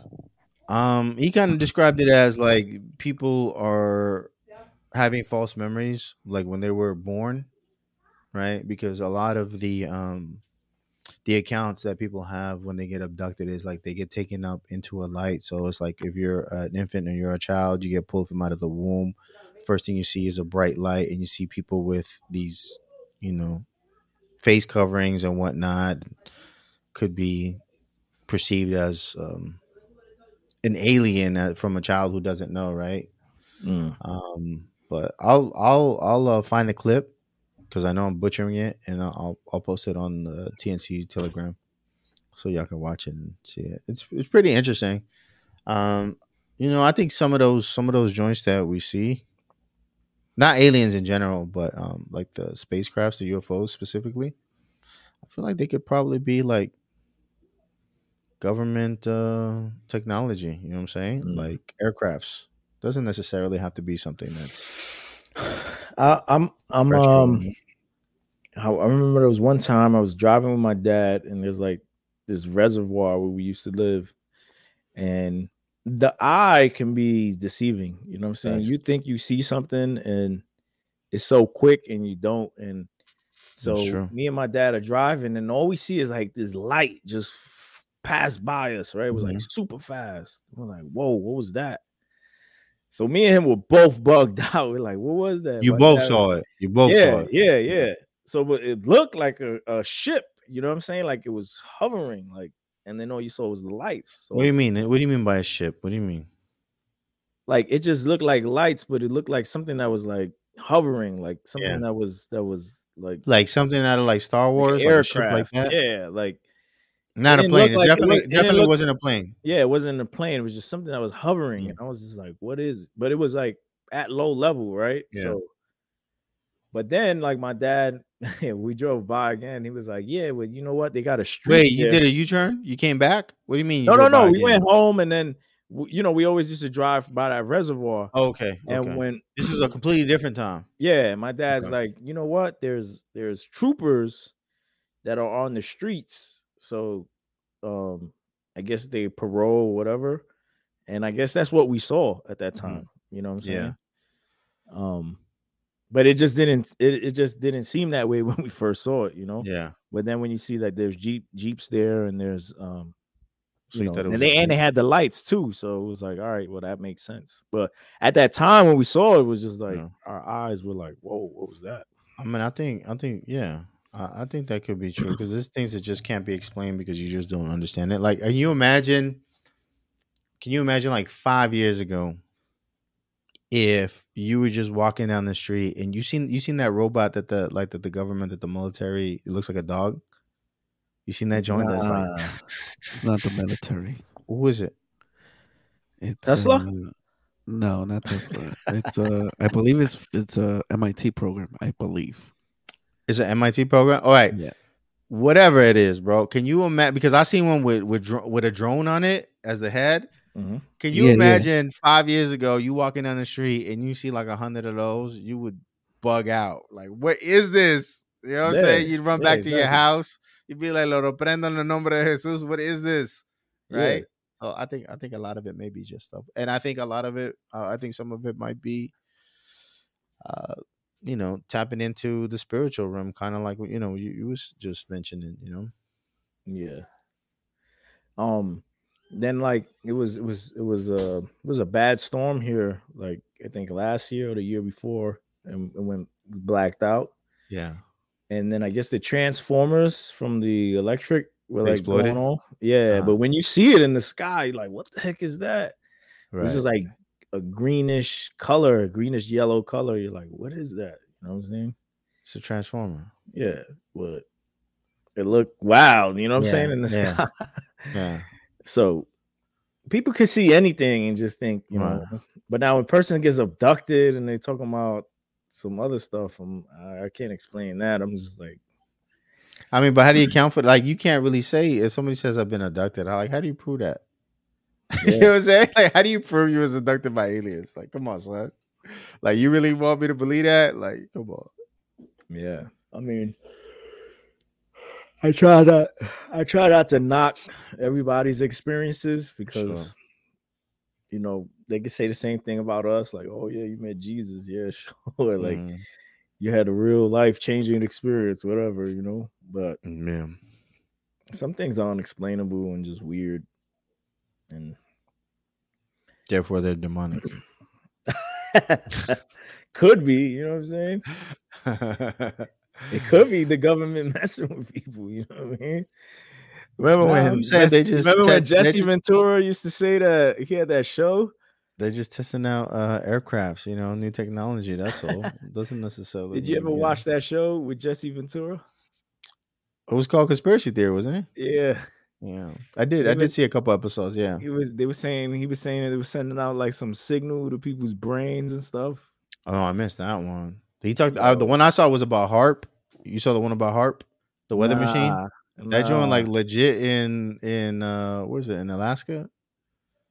Speaker 7: Um, he kind of described it as like people are having false memories, like when they were born, right? Because a lot of the um the accounts that people have when they get abducted is like they get taken up into a light. So it's like if you're an infant and you're a child, you get pulled from out of the womb. First thing you see is a bright light, and you see people with these, you know, face coverings and whatnot. Could be perceived as um, an alien uh, from a child who doesn't know, right?
Speaker 1: Mm.
Speaker 7: Um, but I'll I'll I'll uh, find the clip because I know I'm butchering it, and I'll I'll- I'll post it on the TNC Telegram so y'all can watch it and see it. It's it's pretty interesting. Um, you know, I think some of those some of those joints that we see, not aliens in general, but um, like the spacecrafts, the UFOs specifically, I feel like they could probably be like government uh, technology. You know what I'm saying?
Speaker 1: Mm.
Speaker 9: Mhm.
Speaker 7: Like aircrafts doesn't necessarily have to be something that's
Speaker 1: I, I'm I'm
Speaker 7: Fresh
Speaker 1: um
Speaker 7: from-
Speaker 1: I, I remember there was one time I was driving with my dad, and there's like this reservoir where we used to live, and the eye can be deceiving. You know what I'm saying?
Speaker 7: Facts.
Speaker 1: You think you see something, and it's so quick, and you don't. And so
Speaker 7: true.
Speaker 1: me and my dad are driving, and all we see is like this light just f- pass by us. Right? It was
Speaker 7: Mm-hmm.
Speaker 1: like super fast. We're like, whoa, what was that? So me and him were both bugged out. We're like, what was that?
Speaker 7: you
Speaker 1: My
Speaker 7: both
Speaker 1: dad-
Speaker 7: saw it. You both saw
Speaker 1: yeah,
Speaker 7: it.
Speaker 1: yeah, yeah. So but it looked like a, a ship, you know what I'm saying? Like it was hovering, like and then all you saw was the lights. So
Speaker 7: What do you mean? What do you mean by a ship? What do you mean?
Speaker 1: like it just looked like lights, but it looked like something that was like hovering, like something
Speaker 7: Yeah.
Speaker 1: that was that was like
Speaker 7: Like something out of like Star Wars, like a ship like
Speaker 1: aircraft.
Speaker 7: that.
Speaker 1: Yeah, like It
Speaker 7: Not a
Speaker 1: didn't
Speaker 7: plane.
Speaker 1: look
Speaker 7: It
Speaker 1: like- it
Speaker 7: definitely,
Speaker 1: looked- it didn't
Speaker 7: definitely
Speaker 1: look-
Speaker 7: wasn't a plane.
Speaker 1: yeah, it wasn't a plane, it was just something that was hovering,
Speaker 7: Yeah.
Speaker 1: and I was just like, What is it? But it was like at low level, right?
Speaker 7: Yeah.
Speaker 1: So but then like my dad, we drove by again. He was like, Yeah, well, you know what? They got a street.
Speaker 7: Wait, you
Speaker 1: there."
Speaker 7: did a U turn? You came back? What do you mean? you
Speaker 1: No, no,
Speaker 7: drove by
Speaker 1: no. We
Speaker 7: again?
Speaker 1: went home and then, w- you know, we always used to drive by that reservoir.
Speaker 7: Oh, okay.
Speaker 1: and
Speaker 7: okay.
Speaker 1: when,
Speaker 7: this is a completely different time.
Speaker 1: yeah, my dad's
Speaker 7: Okay.
Speaker 1: like, you know what? There's there's troopers that are on the streets. So, um, I guess they parole whatever, and I guess that's what we saw at that
Speaker 7: Mhm.
Speaker 1: time. You know what I'm
Speaker 7: Yeah.
Speaker 1: saying? Um, but it just didn't it, it just didn't seem that way when we first saw it. You know.
Speaker 7: Yeah.
Speaker 1: But then when you see that there's jeep jeeps there and there's um
Speaker 7: So
Speaker 1: you
Speaker 7: you
Speaker 1: know,
Speaker 7: thought it was
Speaker 1: and
Speaker 7: a
Speaker 1: they and they
Speaker 7: ship.
Speaker 1: had the lights too, so it was like, all right, well that makes sense. But at that time when we saw it, it was just like
Speaker 7: Yeah.
Speaker 1: our eyes were like, whoa, what was that?
Speaker 7: I mean, I think, I think, yeah, I, I think that could be true because there's things that just can't be explained because you just don't understand it. Like, can you imagine? Can you imagine like five years ago, if you were just walking down the street and you seen you seen that robot that the like that the government that the military it looks like a dog. You seen that joint? That's like,
Speaker 8: It's not the military.
Speaker 7: who is it?
Speaker 8: It's
Speaker 1: Tesla?
Speaker 8: uh, no, not Tesla. It's uh, I believe it's it's a MIT program. I believe.
Speaker 7: It's an MIT program. All right.
Speaker 8: Yeah.
Speaker 7: Whatever it is, bro. Can you imagine? Because I seen one with with dro- with a drone on it as the head.
Speaker 1: Mhm.
Speaker 7: Can you
Speaker 8: Yeah, yeah.
Speaker 7: imagine five years ago you walking down the street and you see like a hundred of those? You would bug out. Like, what is this? You know what
Speaker 1: Yeah,
Speaker 7: I'm saying? You'd run
Speaker 1: yeah,
Speaker 7: back to your
Speaker 1: exactly.
Speaker 7: house. You'd be like, "Lo prendo en el nombre de Jesús." What is this?
Speaker 1: Yeah.
Speaker 7: Right. So I think I think a lot of it may be just stuff, and I think a lot of it, uh, I think some of it might be, uh, you know, tapping into the spiritual realm, kind of like what, you know you, you was just mentioning, you know.
Speaker 1: Yeah. Um then like it was it was it was a it was a bad storm here, like I think last year or the year before, and, and when we blacked out.
Speaker 7: Yeah.
Speaker 1: and then I guess the transformers from the electric were
Speaker 7: They
Speaker 1: like
Speaker 7: exploded?
Speaker 1: going off. Yeah,
Speaker 7: Uh-huh.
Speaker 1: but when you see it in the sky, you're like, what the heck is that? It
Speaker 7: Right.
Speaker 1: was just like a greenish color, a greenish yellow color. You're like, what is that? You know what I'm saying?
Speaker 7: it's a transformer.
Speaker 1: Yeah, but it looked wild. You know what I'm saying
Speaker 7: Yeah,
Speaker 1: in the
Speaker 7: yeah.
Speaker 1: sky.
Speaker 7: Yeah.
Speaker 1: so people could see anything and just think, you
Speaker 7: Right.
Speaker 1: know. But now when a person gets abducted and they talking about some other stuff, I'm, I, I can't explain that. I'm just like.
Speaker 7: I mean, but how do you account for like you can't really say if somebody says I've been abducted. I like how do you prove that? you
Speaker 1: Yeah.
Speaker 7: know what I'm saying? Like, how do you prove you was abducted by aliens? Like, come on, son. Like, you really want me to believe that? Like, come on.
Speaker 1: Yeah. I mean, I try to I try not to knock everybody's experiences because
Speaker 7: Sure.
Speaker 1: you know, they could say the same thing about us, like, oh yeah, you met Jesus, yeah, sure. like
Speaker 7: Mhm.
Speaker 1: you had a real life changing experience, whatever, you know. But
Speaker 7: yeah.
Speaker 1: some things are unexplainable and just weird. And
Speaker 7: Therefore, they're demonic.
Speaker 1: could be, you know what I'm saying? It could be the government messing with people. You know what I mean? Remember
Speaker 7: No,
Speaker 1: when
Speaker 7: I'm saying they
Speaker 1: Jesse-
Speaker 7: just
Speaker 1: remember when
Speaker 7: te- they
Speaker 1: Jesse
Speaker 7: just-
Speaker 1: Ventura used to say that he had that show?
Speaker 7: They're just testing out uh, aircrafts, you know, new technology. That's all. Doesn't necessarily.
Speaker 1: Did you
Speaker 7: mean,
Speaker 1: ever
Speaker 7: know.
Speaker 1: watch that show with Jesse Ventura?
Speaker 7: It was called conspiracy theory, wasn't it?
Speaker 1: Yeah,
Speaker 7: Yeah, I did. I
Speaker 1: Even-
Speaker 7: did see a couple episodes. Yeah.
Speaker 1: He was. They were saying he was saying that they were sending out like some signal to people's brains and stuff.
Speaker 7: Oh, I missed that one. He talked. Uh, the one I saw was about harp. You saw the one about harp, the weather machine.
Speaker 1: machine.
Speaker 7: That joint like legit in in uh where's it in Alaska?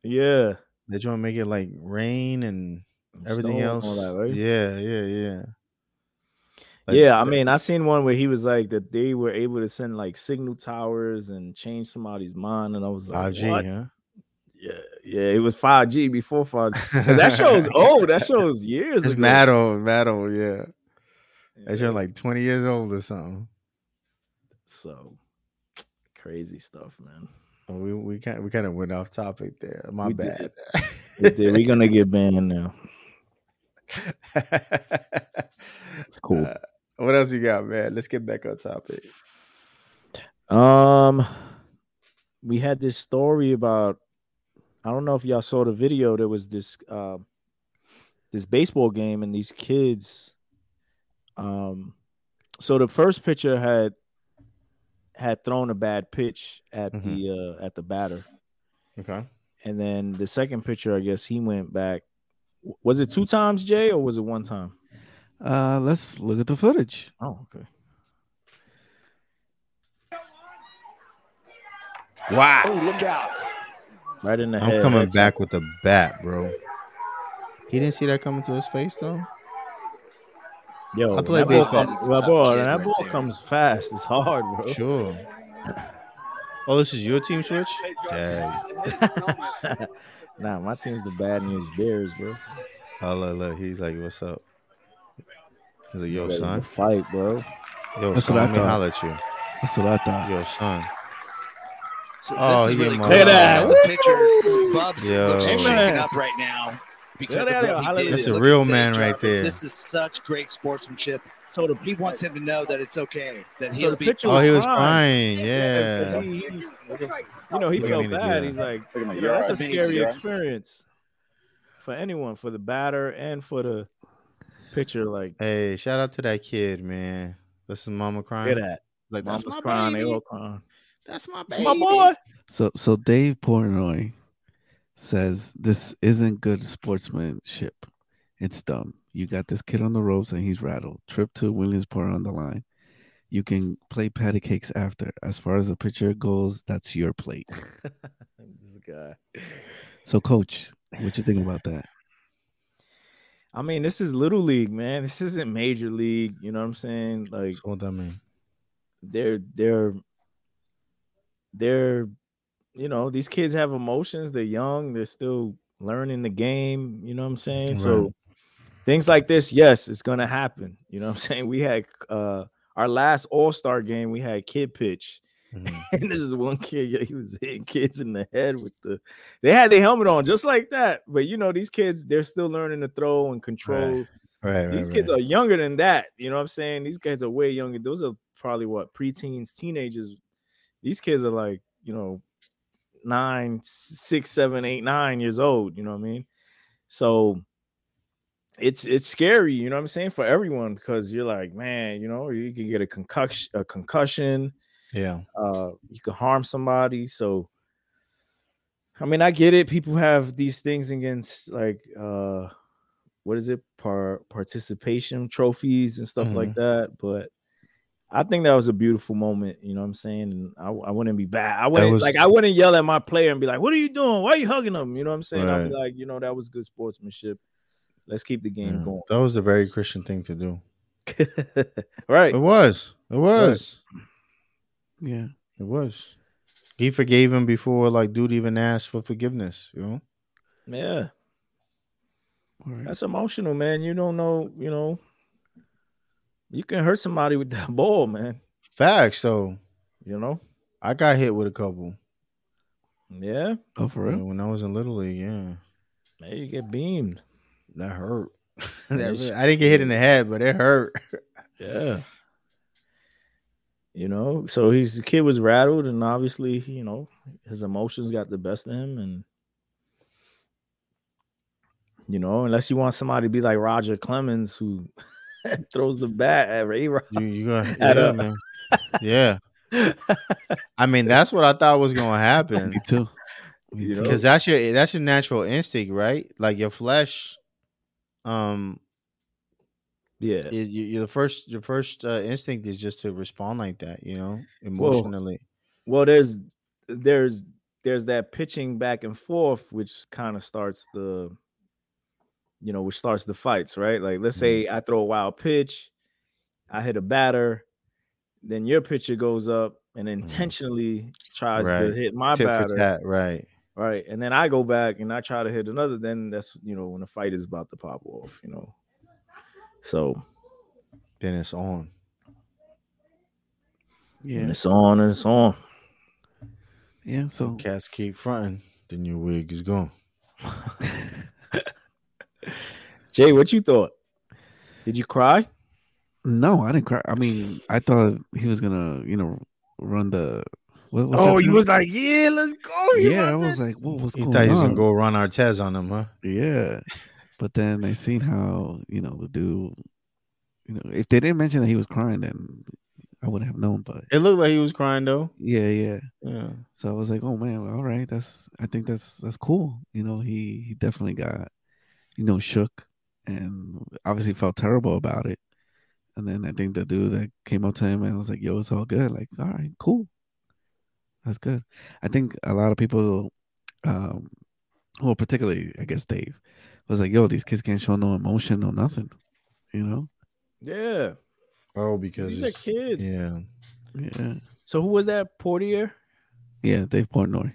Speaker 1: yeah.
Speaker 7: That joint make it like rain and everything
Speaker 1: Stone and
Speaker 7: else.
Speaker 1: all that, right?
Speaker 7: Yeah, yeah, yeah. Like,
Speaker 1: yeah, I
Speaker 7: the-
Speaker 1: mean, I seen one where he was like that they were able to send like signal towers and change somebody's mind, and I was like,
Speaker 7: 5G,
Speaker 1: what?
Speaker 7: huh?
Speaker 1: Yeah, yeah, it was 5G before 5G. 'Cause That shows old. That shows years.
Speaker 7: It's
Speaker 1: ago.
Speaker 7: mad old, mad old, yeah. That
Speaker 1: Yeah,
Speaker 7: joint like twenty years old or something.
Speaker 1: so crazy stuff, man.
Speaker 7: Oh, We we kind we kind of went off topic there. My
Speaker 1: We
Speaker 7: bad.
Speaker 1: did. We did- we gonna get banned now. It's cool.
Speaker 7: Uh, what else you got, man? Let's get back on topic.
Speaker 1: Um, we had this story about I don't know if y'all saw the video. There was this uh, this baseball game and these kids. Um, so the first pitcher had had thrown a bad pitch at the uh, at the batter,
Speaker 7: Okay.
Speaker 1: and then the second pitcher, I guess he went back. Was it two times, Jay, or was it one time?
Speaker 8: Uh, let's look at the footage.
Speaker 1: Oh, okay. Oh,
Speaker 7: Wow.
Speaker 1: Right in the
Speaker 7: I'm
Speaker 1: head.
Speaker 7: coming
Speaker 1: right?
Speaker 7: back with a bat, bro. He didn't see that coming to his face though.
Speaker 1: Yo,
Speaker 7: I play
Speaker 1: that ball
Speaker 7: baseball.
Speaker 1: comes-
Speaker 10: That is a
Speaker 1: well,
Speaker 10: tough
Speaker 1: bro,
Speaker 10: kid
Speaker 1: that
Speaker 10: right
Speaker 1: ball
Speaker 10: there.
Speaker 1: comes fast. It's hard, bro.
Speaker 7: Sure. Oh, this is your team switch? Dang.
Speaker 1: nah, my team's the bad news bears, bro.
Speaker 7: Oh look, look, he's like, "What's up?" He's like, "Yo,
Speaker 1: Ready to
Speaker 7: Oh, son,
Speaker 1: fight, bro.
Speaker 7: yo,
Speaker 8: That's
Speaker 7: son,
Speaker 8: what I
Speaker 7: let me
Speaker 8: thought.
Speaker 7: holler at you,
Speaker 8: That's what I thought.
Speaker 7: yo, son."
Speaker 10: So
Speaker 7: Oh,
Speaker 10: this
Speaker 7: he
Speaker 10: is really
Speaker 7: gave
Speaker 10: cool.
Speaker 7: him a- Look at that.
Speaker 10: As a pitcher, Bubs
Speaker 7: Yo.
Speaker 10: looks
Speaker 7: Hey,
Speaker 10: shaken
Speaker 1: man.
Speaker 10: up right now because
Speaker 1: Look at
Speaker 10: of
Speaker 1: him.
Speaker 10: what he did.
Speaker 1: That's a
Speaker 10: Look at
Speaker 7: real
Speaker 10: Sage
Speaker 7: man right
Speaker 10: Jarvis.
Speaker 7: there.
Speaker 10: This is such great sportsmanship.
Speaker 1: So the
Speaker 10: He wants him to know that it's okay, that
Speaker 1: So
Speaker 10: he'll
Speaker 1: the
Speaker 10: be
Speaker 1: pitcher-
Speaker 7: Oh, he was
Speaker 1: crying.
Speaker 7: crying.
Speaker 1: 'cause
Speaker 7: Yeah.
Speaker 1: he- he- you know, he
Speaker 7: Look at me
Speaker 1: felt
Speaker 7: to do
Speaker 1: bad.
Speaker 7: that.
Speaker 1: He's like,
Speaker 11: Look at me,
Speaker 1: yo,
Speaker 11: you're
Speaker 1: that's a
Speaker 10: right. Vinny's
Speaker 1: scary
Speaker 10: here.
Speaker 1: experience for anyone, for the batter and for the pitcher. Like,
Speaker 7: Hey, shout out to that kid, man. This is mama
Speaker 1: look at
Speaker 7: crying.
Speaker 1: that.
Speaker 7: Like that's
Speaker 1: Mama's
Speaker 7: my
Speaker 1: crying. They
Speaker 7: baby.
Speaker 1: all crying.
Speaker 7: That's my
Speaker 1: It's
Speaker 7: baby.
Speaker 1: my boy.
Speaker 8: So so Dave Portnoy says this isn't good sportsmanship. It's dumb. You got this kid on the ropes and he's rattled. Trip to Williamsport on the line. You can play patty cakes after. As far as the pitcher goes, that's your plate.
Speaker 1: this guy.
Speaker 8: So, coach, what you think about that?
Speaker 1: I mean, this is little league, man. This isn't major league. You know what I'm saying? Like,
Speaker 7: So what that mean?
Speaker 1: they're they're they're you know these kids have emotions they're young they're still learning the game you know what i'm saying so
Speaker 7: Right.
Speaker 1: things like this yes it's gonna happen you know what i'm saying we had uh our last all-star game we had kid pitch
Speaker 7: Mhm.
Speaker 1: and this is one kid yo, he was hitting kids in the head with the they had their helmet on just like that but you know these kids they're still learning to throw and control
Speaker 7: Right, right.
Speaker 1: these kids are younger than that. You know what I'm saying? These kids are way younger. Those are probably what preteens, teenagers. These kids are like, you know, nine, six, seven, eight, nine years old. You know what I mean? So it's it's scary, you know what I'm saying, for everyone because you're like, man, you know, you can get a concussion, a concussion,
Speaker 7: Yeah.
Speaker 1: uh, you can harm somebody. So, I mean, I get it. People have these things against like uh, what is it, Par- participation trophies and stuff
Speaker 7: Mm-hmm.
Speaker 1: like that. But I think that was a beautiful moment. You know what I'm saying? And I, I wouldn't be bad. I wouldn't
Speaker 7: was-
Speaker 1: like I wouldn't yell at my player and be like, "What are you doing? Why are you hugging them?" You know what I'm saying? I'd be
Speaker 7: Right.
Speaker 1: like, you know, that was good sportsmanship. Let's keep the game
Speaker 7: yeah. That was a very Christian thing to do.
Speaker 1: going. right.
Speaker 7: It was. It was.
Speaker 8: Yeah.
Speaker 7: It was. He forgave him before, like, dude even asked for forgiveness. You know,
Speaker 1: Yeah.
Speaker 8: All right.
Speaker 1: That's emotional, man. You don't know, you know. You can hurt somebody with that ball, man.
Speaker 7: facts. So
Speaker 1: You know?
Speaker 7: I got hit with a couple
Speaker 1: Yeah.
Speaker 8: Oh, for real?
Speaker 7: when I was in little league. Yeah,
Speaker 1: Man, you get beamed.
Speaker 7: that hurt.
Speaker 1: Yeah,
Speaker 7: that
Speaker 1: it's-
Speaker 7: really- I didn't get hit in the head, but it hurt.
Speaker 1: Yeah. You know, so he's the kid was rattled, and obviously, you know, his emotions got the best of him, and you know, unless you want somebody to be like Roger Clemens who throws the bat at Ray Rod.
Speaker 7: You, you got
Speaker 1: Add
Speaker 7: yeah,
Speaker 1: up.
Speaker 7: man. Yeah, I mean, that's what I thought was gonna happen
Speaker 8: Me too. Me
Speaker 5: You
Speaker 8: too.
Speaker 5: know?
Speaker 7: because that's your that's your natural instinct, right? Like your flesh, um,
Speaker 1: Yeah.
Speaker 7: is you, you're the first your first uh, instinct is just to respond like that, you know, emotionally.
Speaker 1: Well, there's there's there's that pitching back and forth, which kind of starts the you know, which starts the fights, right? Like let's
Speaker 7: Mm-hmm.
Speaker 1: say I throw a wild pitch, I hit a batter, then your pitcher goes up and intentionally tries to
Speaker 7: Mm-hmm. Right.
Speaker 1: hit my
Speaker 7: Tit for
Speaker 1: batter.
Speaker 7: tat, right?
Speaker 1: Right. And then I go back and I try to hit another. Then that's, you know, when the fight is about to pop off, you know. So
Speaker 7: Then it's on.
Speaker 1: and
Speaker 8: Yeah.
Speaker 1: it's on and it's on.
Speaker 8: Yeah. So
Speaker 7: Cats keep fronting, then your wig is gone.
Speaker 1: Jay, what you thought? Did you cry?
Speaker 8: no, I didn't cry. I mean, I thought he was gonna, you know, run the. What, what's
Speaker 5: Oh,
Speaker 8: that
Speaker 5: you
Speaker 8: thing?
Speaker 5: was like, yeah, let's go. you
Speaker 8: Yeah, I
Speaker 5: about
Speaker 8: was
Speaker 5: that.
Speaker 8: like, what was
Speaker 7: He
Speaker 8: going
Speaker 7: thought he was
Speaker 8: on?
Speaker 7: gonna go Ron Artez on him, huh?
Speaker 8: Yeah. But then I seen how, you know, the dude, you know, if they didn't mention that he was crying, then I wouldn't have known. But
Speaker 7: It looked like he was crying though.
Speaker 8: yeah, yeah.
Speaker 7: Yeah.
Speaker 8: So I was like, oh man, all right, that's I think that's that's cool. You know, he he definitely got, you know, shook and obviously felt terrible about it. And then I think the dude that came up to him and was like, yo, it's all good. Like, all right, cool. That's good. I think a lot of people um well particularly I guess Dave was like, yo, these kids can't show no emotion or nothing. You know?
Speaker 1: Yeah.
Speaker 7: Oh, because
Speaker 1: These are
Speaker 7: it's-
Speaker 1: kids.
Speaker 7: Yeah.
Speaker 8: Yeah.
Speaker 1: So who was that Portier?
Speaker 8: Yeah, Dave Portnoy.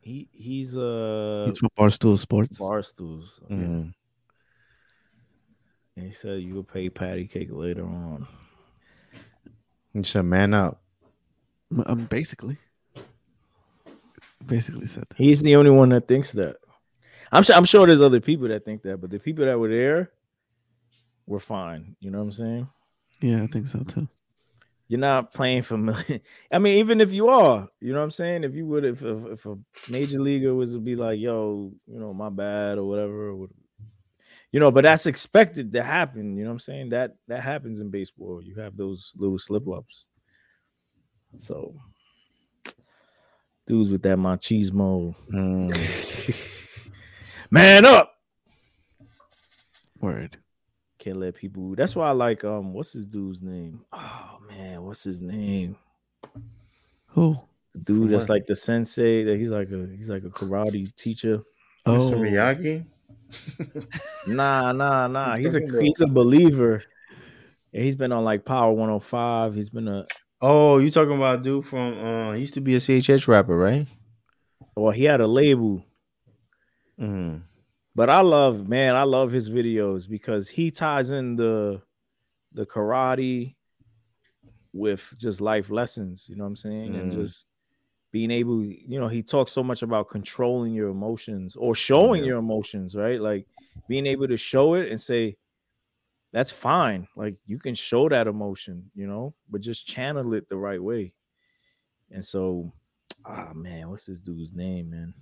Speaker 1: He he's uh
Speaker 8: He's from Barstool Sports.
Speaker 1: Barstools. Okay.
Speaker 7: Mhm.
Speaker 1: And he said you will pay patty cake later on.
Speaker 7: He said, "Man up."
Speaker 8: Um, basically. Basically said that.
Speaker 1: He's the only one that thinks that. I'm sure I'm sure there's other people that think that, but the people that were there were fine. You know what I'm saying?
Speaker 8: Yeah, I think so too.
Speaker 1: You're not playing for million. I mean, even if you are, you know what I'm saying? If you would if if, if a major leaguer was to be like, yo, you know, my bad or whatever, or what- you know, but that's expected to happen. You know what I'm saying? That that happens in baseball. You have those little slip ups. So dudes with that machismo.
Speaker 7: Mm.
Speaker 1: Man up.
Speaker 8: Word.
Speaker 1: Can't let people. That's why I like um. What's his dude's name? Oh man, what's his name?
Speaker 8: Who?
Speaker 1: The dude that's
Speaker 7: What?
Speaker 1: like the sensei. That he's like a he's like a karate teacher.
Speaker 8: Oh,
Speaker 7: Mr. Miyagi.
Speaker 1: Nah, nah, nah. He's a
Speaker 7: talking about?
Speaker 1: he's a believer. And he's been on like Power 105. He's been a
Speaker 7: Oh, you talking about dude from? Uh, he used to be a CHH rapper, right?
Speaker 1: well, he had a label.
Speaker 7: Mm.
Speaker 1: But I love man, I love his videos because he ties in the the karate with just life lessons, you know what I'm saying? And
Speaker 7: Mhm.
Speaker 1: just being able, you know, he talks so much about controlling your emotions or showing
Speaker 7: Yeah.
Speaker 1: your emotions, right? Like being able to show it and say, that's fine. Like you can show that emotion, you know, but just channel it the right way. And so, ah man, what's this dude's name, man?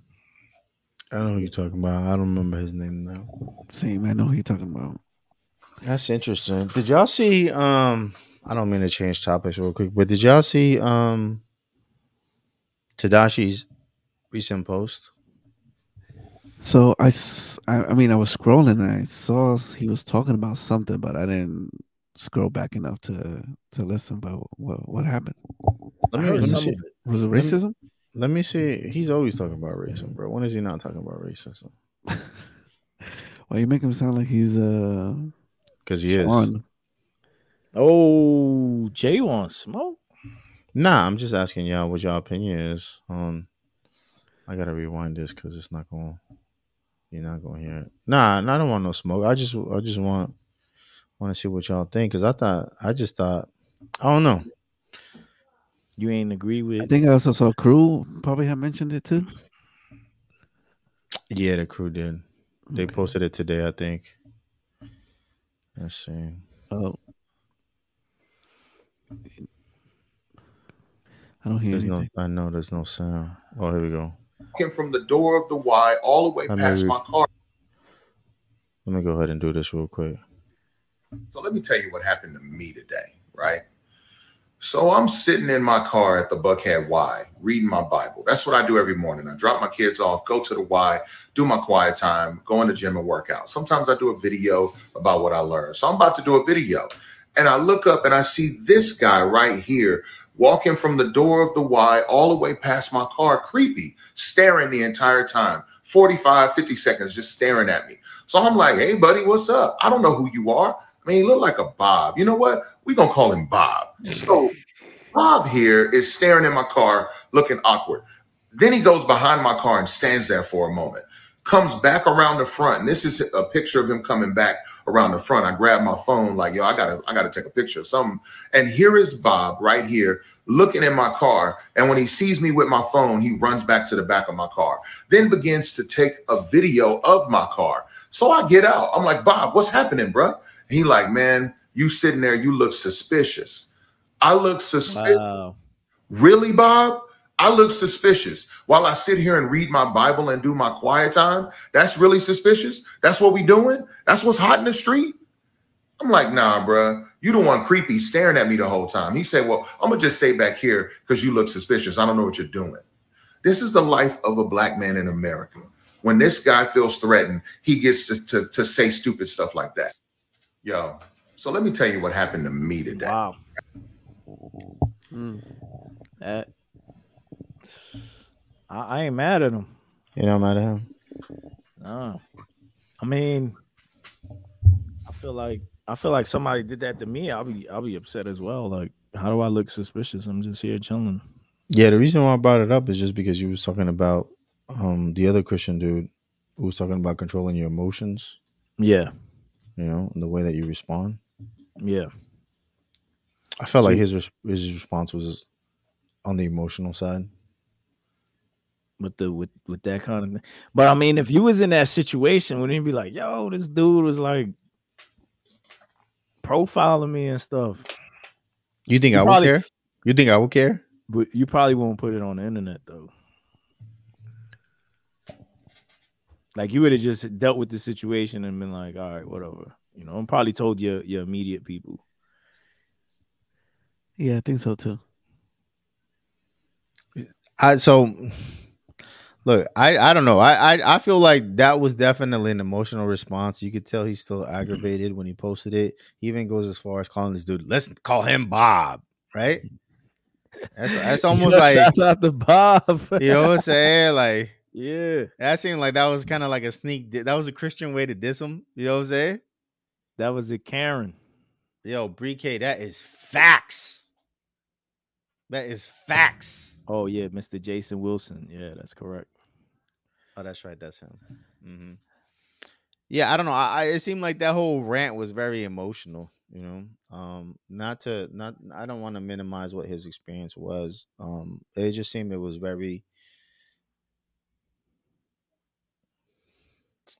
Speaker 7: I don't know who you're talking about. I don't remember his name now.
Speaker 8: same. I know who you're talking about.
Speaker 7: That's interesting. Did y'all see? Um, I don't mean to change topics real quick, but did y'all see um Tadashi's recent post?
Speaker 8: So I, s- I, I mean, I was scrolling and I saw s- he was talking about something, but I didn't scroll back enough to to listen. But what what happened?
Speaker 7: Let
Speaker 1: I
Speaker 7: me,
Speaker 1: heard
Speaker 7: let me
Speaker 1: some
Speaker 7: see.
Speaker 1: of it.
Speaker 8: Was it
Speaker 7: Lem-
Speaker 8: racism?
Speaker 7: Let me see. He's always talking about racism, bro. When is he not talking about racism?
Speaker 8: Well, you make him sound like he's uh
Speaker 7: Because he is.
Speaker 8: Sean.
Speaker 1: Oh, Jay wants smoke.
Speaker 7: Nah, I'm just asking y'all what y'all opinion is on. I gotta rewind this because it's not going. You're not going to hear it. Nah, and I don't want no smoke. I just, I just want, want to see what y'all think. Cause I thought, I just thought, I don't know.
Speaker 1: You ain't agree
Speaker 8: I
Speaker 1: with
Speaker 8: think I also saw Crew probably had mentioned it too.
Speaker 7: Yeah, the crew did. They
Speaker 8: Okay.
Speaker 7: posted it today, I think. Let's see.
Speaker 8: Oh. I don't hear
Speaker 7: There's
Speaker 8: anything.
Speaker 7: no. I know there's no sound. Oh, here we go.
Speaker 12: walking from the door of the Y all the way
Speaker 7: I
Speaker 12: past
Speaker 7: mean-
Speaker 12: my car.
Speaker 7: Let me go ahead and do this real quick.
Speaker 12: So let me tell you what happened to me today, right? So I'm sitting in my car at the Buckhead Y, reading my Bible. That's what I do every morning. I drop my kids off, go to the Y, do my quiet time, go in the gym and work out. Sometimes I do a video about what I learned. So I'm about to do a video. And I look up and I see this guy right here walking from the door of the Y all the way past my car, creepy, staring the entire time, 45, 50 seconds, just staring at me. So I'm like, hey, buddy, what's up? I don't know who you are. I mean, he looked like a Bob. You know what? We're going to call him Bob. So Bob here is staring in my car, looking awkward. Then he goes behind my car and stands there for a moment. Comes back around the front, and this is a picture of him coming back around the front. I grab my phone, like, yo, I gotta, I gotta take a picture of something. And here is Bob right here looking in my car. And when he sees me with my phone, he runs back to the back of my car, then begins to take a video of my car. So I get out. I'm like, Bob, what's happening, bruh? And he like, man, you sitting there, you look suspicious. I look suspicious.
Speaker 5: Wow.
Speaker 12: Really, Bob? I look suspicious while I sit here and read my Bible and do my quiet time. That's really suspicious. That's what we doing. That's what's hot in the street. I'm like, nah, bruh. You the one creepy staring at me the whole time. He said, well, I'm gonna just stay back here because you look suspicious. I don't know what you're doing. This is the life of a black man in America. When this guy feels threatened, he gets to, to, to say stupid stuff like that. Yo, so let me tell you what happened to me today.
Speaker 5: Wow.
Speaker 8: Mm.
Speaker 5: That I, I ain't mad at him.
Speaker 7: You know, mad at him.
Speaker 5: No. I mean, I feel like I feel like somebody did that to me. I'll be I'll be upset as well. Like, how do I look suspicious? I'm just here chilling.
Speaker 7: Yeah, the reason why I brought it up is just because you was talking about um the other Christian dude who was talking about controlling your emotions,
Speaker 5: Yeah.
Speaker 7: you know, and the way that you respond.
Speaker 5: Yeah.
Speaker 7: I felt
Speaker 5: So-
Speaker 7: like his res- his response was on the emotional side.
Speaker 5: with the with with that kind of thing. But I mean, if you was in that situation, wouldn't you be like, yo, this dude was like profiling me and stuff?
Speaker 7: You think
Speaker 5: He
Speaker 7: I would
Speaker 5: probably-
Speaker 7: care? You think I would care?
Speaker 5: But you probably won't put it on the internet though. Like you would have just dealt with the situation and been like, all right, whatever. You know, and probably told your your immediate people.
Speaker 8: Yeah, I think so too.
Speaker 7: I so look, I I don't know. I I, I feel like that was definitely an emotional response. You could tell he's still aggravated when he posted it. He even goes as far as calling this dude. Let's call him Bob, right? That's that's
Speaker 5: You
Speaker 7: almost
Speaker 5: know,
Speaker 7: like
Speaker 5: shouts out to Bob.
Speaker 7: you know what I'm saying, like.
Speaker 5: yeah,
Speaker 7: That seemed like that was kind of like a sneak. di- That was a Christian way to diss him. You know what I'm saying?
Speaker 5: that was a Karen.
Speaker 7: Yo, Brie K, that is facts. That is facts.
Speaker 5: Oh yeah, Mr. Jason Wilson. Yeah, that's correct.
Speaker 7: Oh, that's right. That's him. hmm Yeah, I don't know. I, I it seemed like that whole rant was very emotional. You know, um, not to not. I don't want to minimize what his experience was. Um, it just seemed it was very.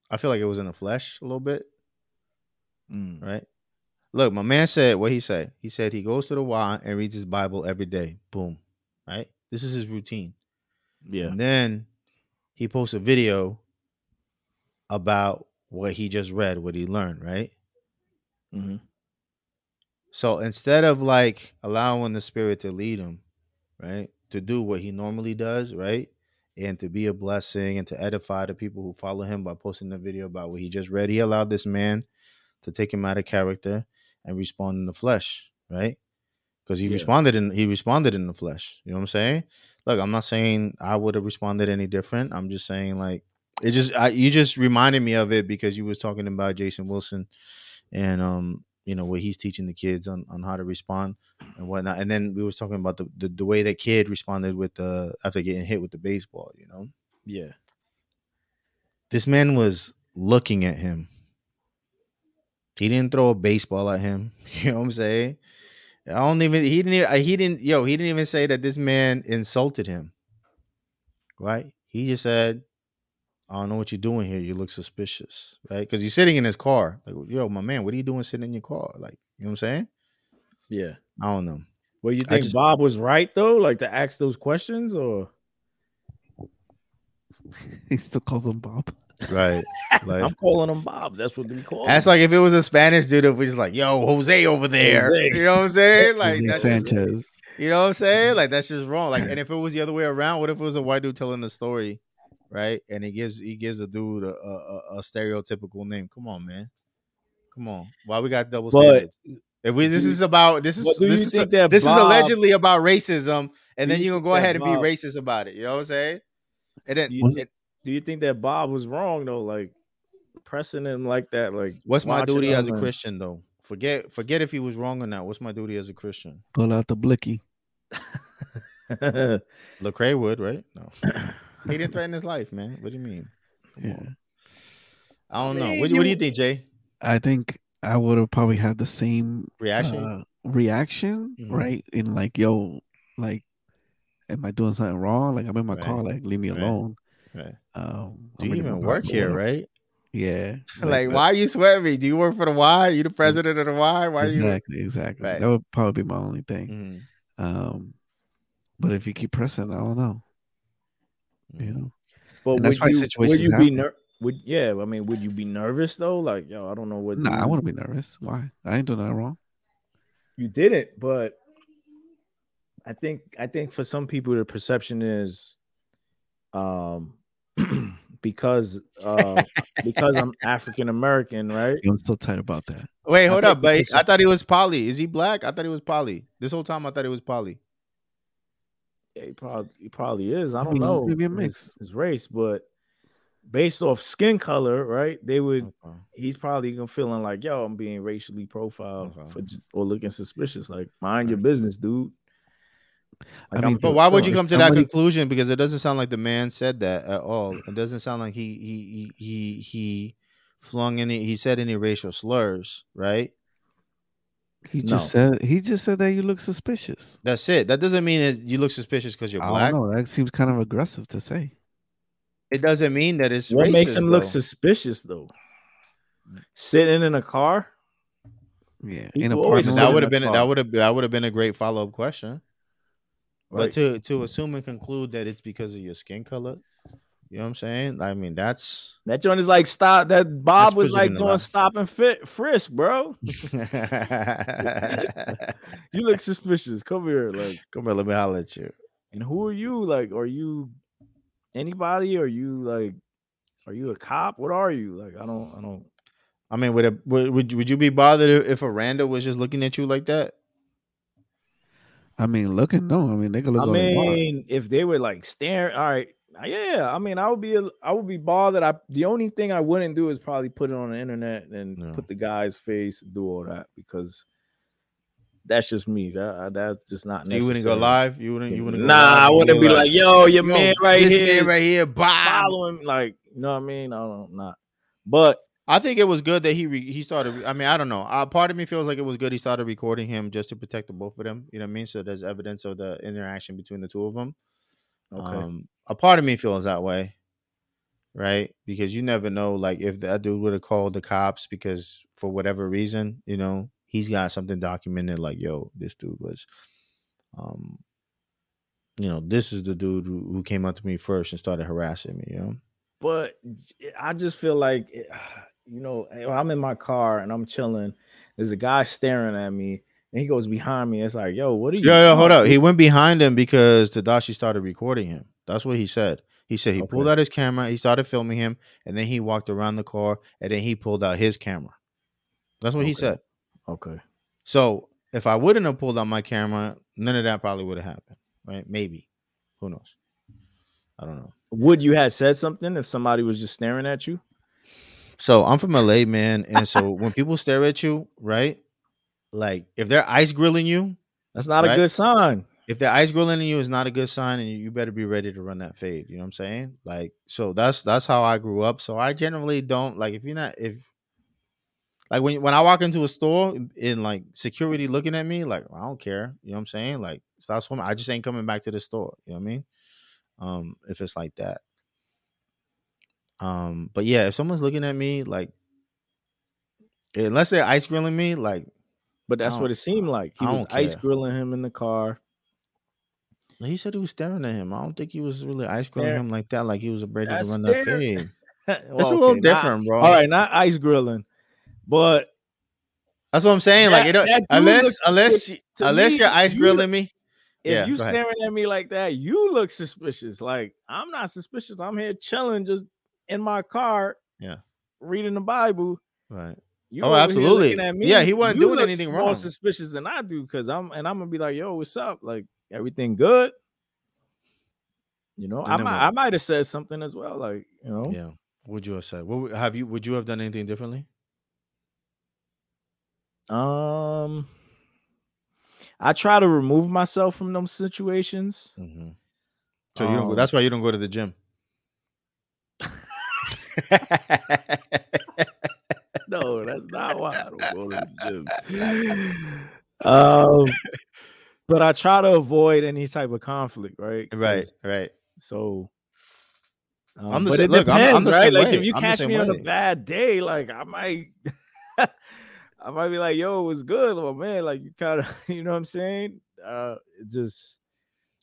Speaker 7: I feel like it was in the flesh a little bit.
Speaker 5: Mm.
Speaker 7: right? Look, my man said what he said. He said he goes to the Y and reads his Bible every day. Boom, right? This is his routine.
Speaker 5: Yeah.
Speaker 7: And then he posts a video about what he just read, what he learned, right?
Speaker 5: Mm-hmm.
Speaker 7: So instead of like allowing the spirit to lead him, right, to do what he normally does, right, and to be a blessing and to edify the people who follow him by posting the video about what he just read, he allowed this man to take him out of character and respond in the flesh, right? Because he
Speaker 5: Yeah.
Speaker 7: responded in he responded in the flesh. You know what I'm saying? Look, I'm not saying I would have responded any different. I'm just saying like it just I, you just reminded me of it because you was talking about Jason Wilson and um you know what he's teaching the kids on, on how to respond and whatnot and then we was talking about the, the, the way that kid responded with the after getting hit with the baseball you know
Speaker 5: Yeah.
Speaker 7: this man was looking at him he didn't throw a baseball at him you know what i'm saying i don't even he didn't even, he didn't yo he didn't even say that this man insulted him right he just said i don't know what you're doing here you look suspicious right because you're sitting in his car like yo my man what are you doing sitting in your car like you know what i'm saying
Speaker 5: Yeah.
Speaker 7: i don't know
Speaker 5: Well, you
Speaker 7: I
Speaker 5: think
Speaker 7: just-
Speaker 5: Bob was right though, like to ask those questions, or
Speaker 8: He still calls him Bob.
Speaker 7: Right. Like
Speaker 1: I'm calling them Bob. That's what we call.
Speaker 7: that's
Speaker 1: them.
Speaker 7: like if it was a Spanish dude, if we just like, yo, Jose over there.
Speaker 1: Jose.
Speaker 7: You know what I'm saying? Like
Speaker 8: Jose
Speaker 7: that's just-
Speaker 8: Sanchez.
Speaker 7: you know what I'm saying? Like that's just wrong. Like, and if it was the other way around, what if it was a white dude telling the story, right? And he gives he gives a dude a, a, a- a stereotypical name. Come on, man. Come on. Why we got double
Speaker 1: But-
Speaker 7: standards? If we this is about this
Speaker 1: But
Speaker 7: is
Speaker 1: do you
Speaker 7: this is
Speaker 1: think that
Speaker 7: this is
Speaker 1: Bob-
Speaker 7: allegedly about racism, and
Speaker 1: Do
Speaker 7: then
Speaker 1: you
Speaker 7: you gonna
Speaker 1: think
Speaker 7: go
Speaker 1: that
Speaker 7: ahead and
Speaker 1: Bob-
Speaker 7: be racist about it. You know what I'm saying? And then
Speaker 1: Do you, thi- do you think that Bob was wrong though? Like pressing him like that. Like
Speaker 7: What's my
Speaker 1: watching
Speaker 7: duty
Speaker 1: him
Speaker 7: as a
Speaker 1: and-
Speaker 7: Christian though? Forget forget if he was wrong or not. What's my duty as a Christian?
Speaker 8: Pull out the blicky.
Speaker 7: Lecrae would, right? No. he didn't threaten his life, man. What do you mean? Come
Speaker 8: Yeah.
Speaker 7: on. I don't know. What, do- what do you think, Jay?
Speaker 8: I think I would have probably had the same
Speaker 7: Reaction?
Speaker 8: uh, reaction,
Speaker 7: Mhm.
Speaker 8: right? In like, yo, like, am I doing something wrong? Like, I'm in my
Speaker 7: Right.
Speaker 8: car, like, leave me
Speaker 7: Right.
Speaker 8: alone.
Speaker 7: Right.
Speaker 8: Um,
Speaker 7: do you
Speaker 8: I'm in my
Speaker 7: even
Speaker 8: car,
Speaker 7: work
Speaker 8: but
Speaker 7: here,
Speaker 8: what-
Speaker 7: right?
Speaker 8: Yeah.
Speaker 7: Like, why are you sweating me? Do you work for the Y? You the president of the Y? Why are you?
Speaker 8: Exactly, exactly.
Speaker 7: Right.
Speaker 8: That would probably be my only thing.
Speaker 7: Mhm.
Speaker 8: Um, but if you keep pressing, I don't know. You
Speaker 7: Mm.
Speaker 8: know,
Speaker 1: But
Speaker 8: And
Speaker 1: would
Speaker 8: that's why
Speaker 1: you, would
Speaker 8: situations
Speaker 1: you be
Speaker 8: happen.
Speaker 1: ner- would yeah? I mean, would you be nervous though? Like, yo, I don't know what.
Speaker 8: nah, I
Speaker 1: you-
Speaker 8: wouldn't be nervous. Why? I ain't doing nothing wrong.
Speaker 1: you didn't, but I think I think for some people the perception is, um, because uh, because I'm African American, right?
Speaker 8: I'm still tight about that.
Speaker 7: Wait, hold
Speaker 1: thought
Speaker 7: up, but
Speaker 1: because-
Speaker 7: I thought he was poly. Is he black? I thought he was poly. This whole time, I thought he was poly.
Speaker 1: Yeah, he probably he probably is. I
Speaker 8: mean,
Speaker 1: don't know
Speaker 8: maybe a
Speaker 1: his-
Speaker 8: mix.
Speaker 1: his race, but based off skin color, right? They would
Speaker 7: Okay.
Speaker 1: he's probably gonna feeling like, yo, I'm being racially profiled
Speaker 7: Okay.
Speaker 1: for j- or looking suspicious. Like, mind your business, dude.
Speaker 8: I
Speaker 1: I'm-
Speaker 8: mean,
Speaker 7: But why would
Speaker 8: So
Speaker 7: you
Speaker 8: if
Speaker 7: come to that
Speaker 8: somebody-
Speaker 7: conclusion? Because it doesn't sound like the man said that at all. It doesn't sound like he he he he, he flung any he said any racial slurs, right?
Speaker 8: He just said he just said that you look suspicious.
Speaker 7: That's it. That doesn't mean that you look suspicious because you're
Speaker 8: I
Speaker 7: black.
Speaker 8: don't know. That seems kind of aggressive to say.
Speaker 7: It doesn't mean that it's
Speaker 1: what makes
Speaker 7: racist,
Speaker 1: him look
Speaker 7: though.
Speaker 1: suspicious though? Sitting in a car?
Speaker 8: Yeah,
Speaker 1: People
Speaker 8: in a
Speaker 1: always
Speaker 8: parking
Speaker 1: say
Speaker 8: lot.
Speaker 7: that would have
Speaker 1: in
Speaker 7: been
Speaker 1: the
Speaker 7: that
Speaker 1: car.
Speaker 7: would have that would have been a great follow up question.
Speaker 1: Right.
Speaker 7: But to to assume and conclude that it's because of your skin color, you know what I'm saying? I mean that's
Speaker 1: That joint is like stop. That Bob
Speaker 7: That's
Speaker 1: was like
Speaker 7: presumed
Speaker 1: going
Speaker 7: enough.
Speaker 1: stop and fit frisk, bro. You look suspicious. Come here, like.
Speaker 7: come here, let me holler at you.
Speaker 1: And who are you? Like, are you anybody? Are you like, are you a cop? What are you? Like, I don't, I don't.
Speaker 7: I mean, would, a, would would you- would you be bothered if- if a rando was just looking at you like that?
Speaker 8: I mean, looking no. I mean, they can look.
Speaker 1: I
Speaker 8: all they want.
Speaker 1: mean, if they were like staring, all right, uh, yeah. I mean, I would be, a- I would be bothered. I the only thing I wouldn't do is probably put it on the internet and
Speaker 7: No.
Speaker 1: put the guy's face and do all that because that's just me. That I- that's just not. Necessary.
Speaker 7: You wouldn't go live. You wouldn't. You wouldn't. go live?
Speaker 1: Nah, I
Speaker 7: You
Speaker 1: wouldn't be like, yo, your
Speaker 7: "Yo,
Speaker 1: man right
Speaker 7: this
Speaker 1: here,
Speaker 7: man
Speaker 1: is
Speaker 7: right here, Bob.
Speaker 1: following, like, you know what I mean? I don't, not. But
Speaker 7: I think it was good that he re- he started. re- I mean, I don't know. Uh, part of me feels like it was good he started recording him just to protect the both of them. You know what I mean? So there's evidence of the interaction between the two of them.
Speaker 1: okay,
Speaker 7: Um, a part of me feels that way, right? Because you never know, like if that dude would have called the cops because for whatever reason, you know, he's got something documented. Like, yo, this dude was, um, you know, this is the dude who, who came up to me first and started harassing me. You know,
Speaker 1: but j- I just feel like, it- you know, eh, if I'm in my car and I'm chilling. There's a guy staring at me, and he goes behind me. It's like, yo, what are you?
Speaker 7: yo, yo, hold
Speaker 1: doing?"
Speaker 7: up. He went behind him because Tadashi started recording him. That's what he said. He said he pulled
Speaker 1: Okay.
Speaker 7: out his camera, he started filming him, and then he walked around the car, and then he pulled out his camera. That's what he
Speaker 1: Okay.
Speaker 7: said.
Speaker 1: Okay,
Speaker 7: So if I wouldn't have pulled out my camera, none of that probably would have happened, right? Maybe. Who knows? I don't know.
Speaker 1: would you have said something if somebody was just staring at you?
Speaker 7: So I'm from LA, man. And so when people stare at you, right? Like if they're ice grilling you,
Speaker 1: That's not
Speaker 7: Right.
Speaker 1: a good sign.
Speaker 7: if they're ice grilling you is not a good sign and you better be ready to run that fade. You know what I'm saying? Like, so that's that's how I grew up. So I generally don't like if you're not if like when when I walk into a store and like security looking at me, like I don't care. You know what I'm saying? Like stop swimming. I just ain't coming back to the store. You know what I mean? Um, if it's like that. Um, but yeah, if someone's looking at me like unless they're ice grilling me, like
Speaker 1: But that's
Speaker 7: I
Speaker 1: what
Speaker 7: don't-
Speaker 1: it seemed like. He
Speaker 7: I
Speaker 1: was
Speaker 7: don't
Speaker 1: ice
Speaker 7: care.
Speaker 1: grilling him in the car.
Speaker 7: He said he was staring at him. I don't think he was really ice
Speaker 1: Stare-
Speaker 7: grilling him like that. Like he was ready to
Speaker 1: That's
Speaker 7: run that
Speaker 1: stare.
Speaker 7: fade. It's a little different, bro.
Speaker 1: all right, not ice grilling, but
Speaker 7: That's what I'm saying. like,
Speaker 1: That-
Speaker 7: it don't,
Speaker 1: that dude
Speaker 7: unless
Speaker 1: looks
Speaker 7: unless you,
Speaker 1: to
Speaker 7: unless
Speaker 1: me,
Speaker 7: you're ice
Speaker 1: you-
Speaker 7: grilling me,
Speaker 1: if
Speaker 7: Yeah,
Speaker 1: you
Speaker 7: go ahead.
Speaker 1: staring at me like that, you look suspicious. Like I'm not suspicious. I'm here chilling, just in my car.
Speaker 7: Yeah.
Speaker 1: reading the Bible.
Speaker 7: right?
Speaker 1: You
Speaker 7: Oh,
Speaker 1: over here
Speaker 7: absolutely.
Speaker 1: looking at me,
Speaker 7: Yeah, he wasn't
Speaker 1: you
Speaker 7: doing
Speaker 1: look
Speaker 7: anything
Speaker 1: more
Speaker 7: wrong.
Speaker 1: suspicious than I do because I'm and I'm gonna be like, yo, what's up? Like everything good. You know,
Speaker 7: And
Speaker 1: I
Speaker 7: then
Speaker 1: might,
Speaker 7: what?
Speaker 1: I might have said something as well. Like you know,
Speaker 7: Yeah. Would you have said? What would, have you? Would you have done anything differently?
Speaker 1: um, I try to remove myself from those situations.
Speaker 7: Mm-hmm. So you don't. Go,
Speaker 1: Um,
Speaker 7: that's why you don't go to the gym.
Speaker 1: No, that's not why I don't go to the gym. um, but I try to avoid any type of conflict, right?
Speaker 7: right.
Speaker 1: 'Cause-
Speaker 7: Right.
Speaker 1: So um,
Speaker 7: I'm the
Speaker 1: but
Speaker 7: sa-
Speaker 1: it
Speaker 7: look, I'm- I'm
Speaker 1: depends,
Speaker 7: the
Speaker 1: right?
Speaker 7: same
Speaker 1: Like if
Speaker 7: way.
Speaker 1: you
Speaker 7: I'm the
Speaker 1: catch
Speaker 7: same
Speaker 1: me on a
Speaker 7: way.
Speaker 1: bad day, like I might, I might be like, "Yo, it was good, but man, like you kind of, you know what I'm saying? Uh, it just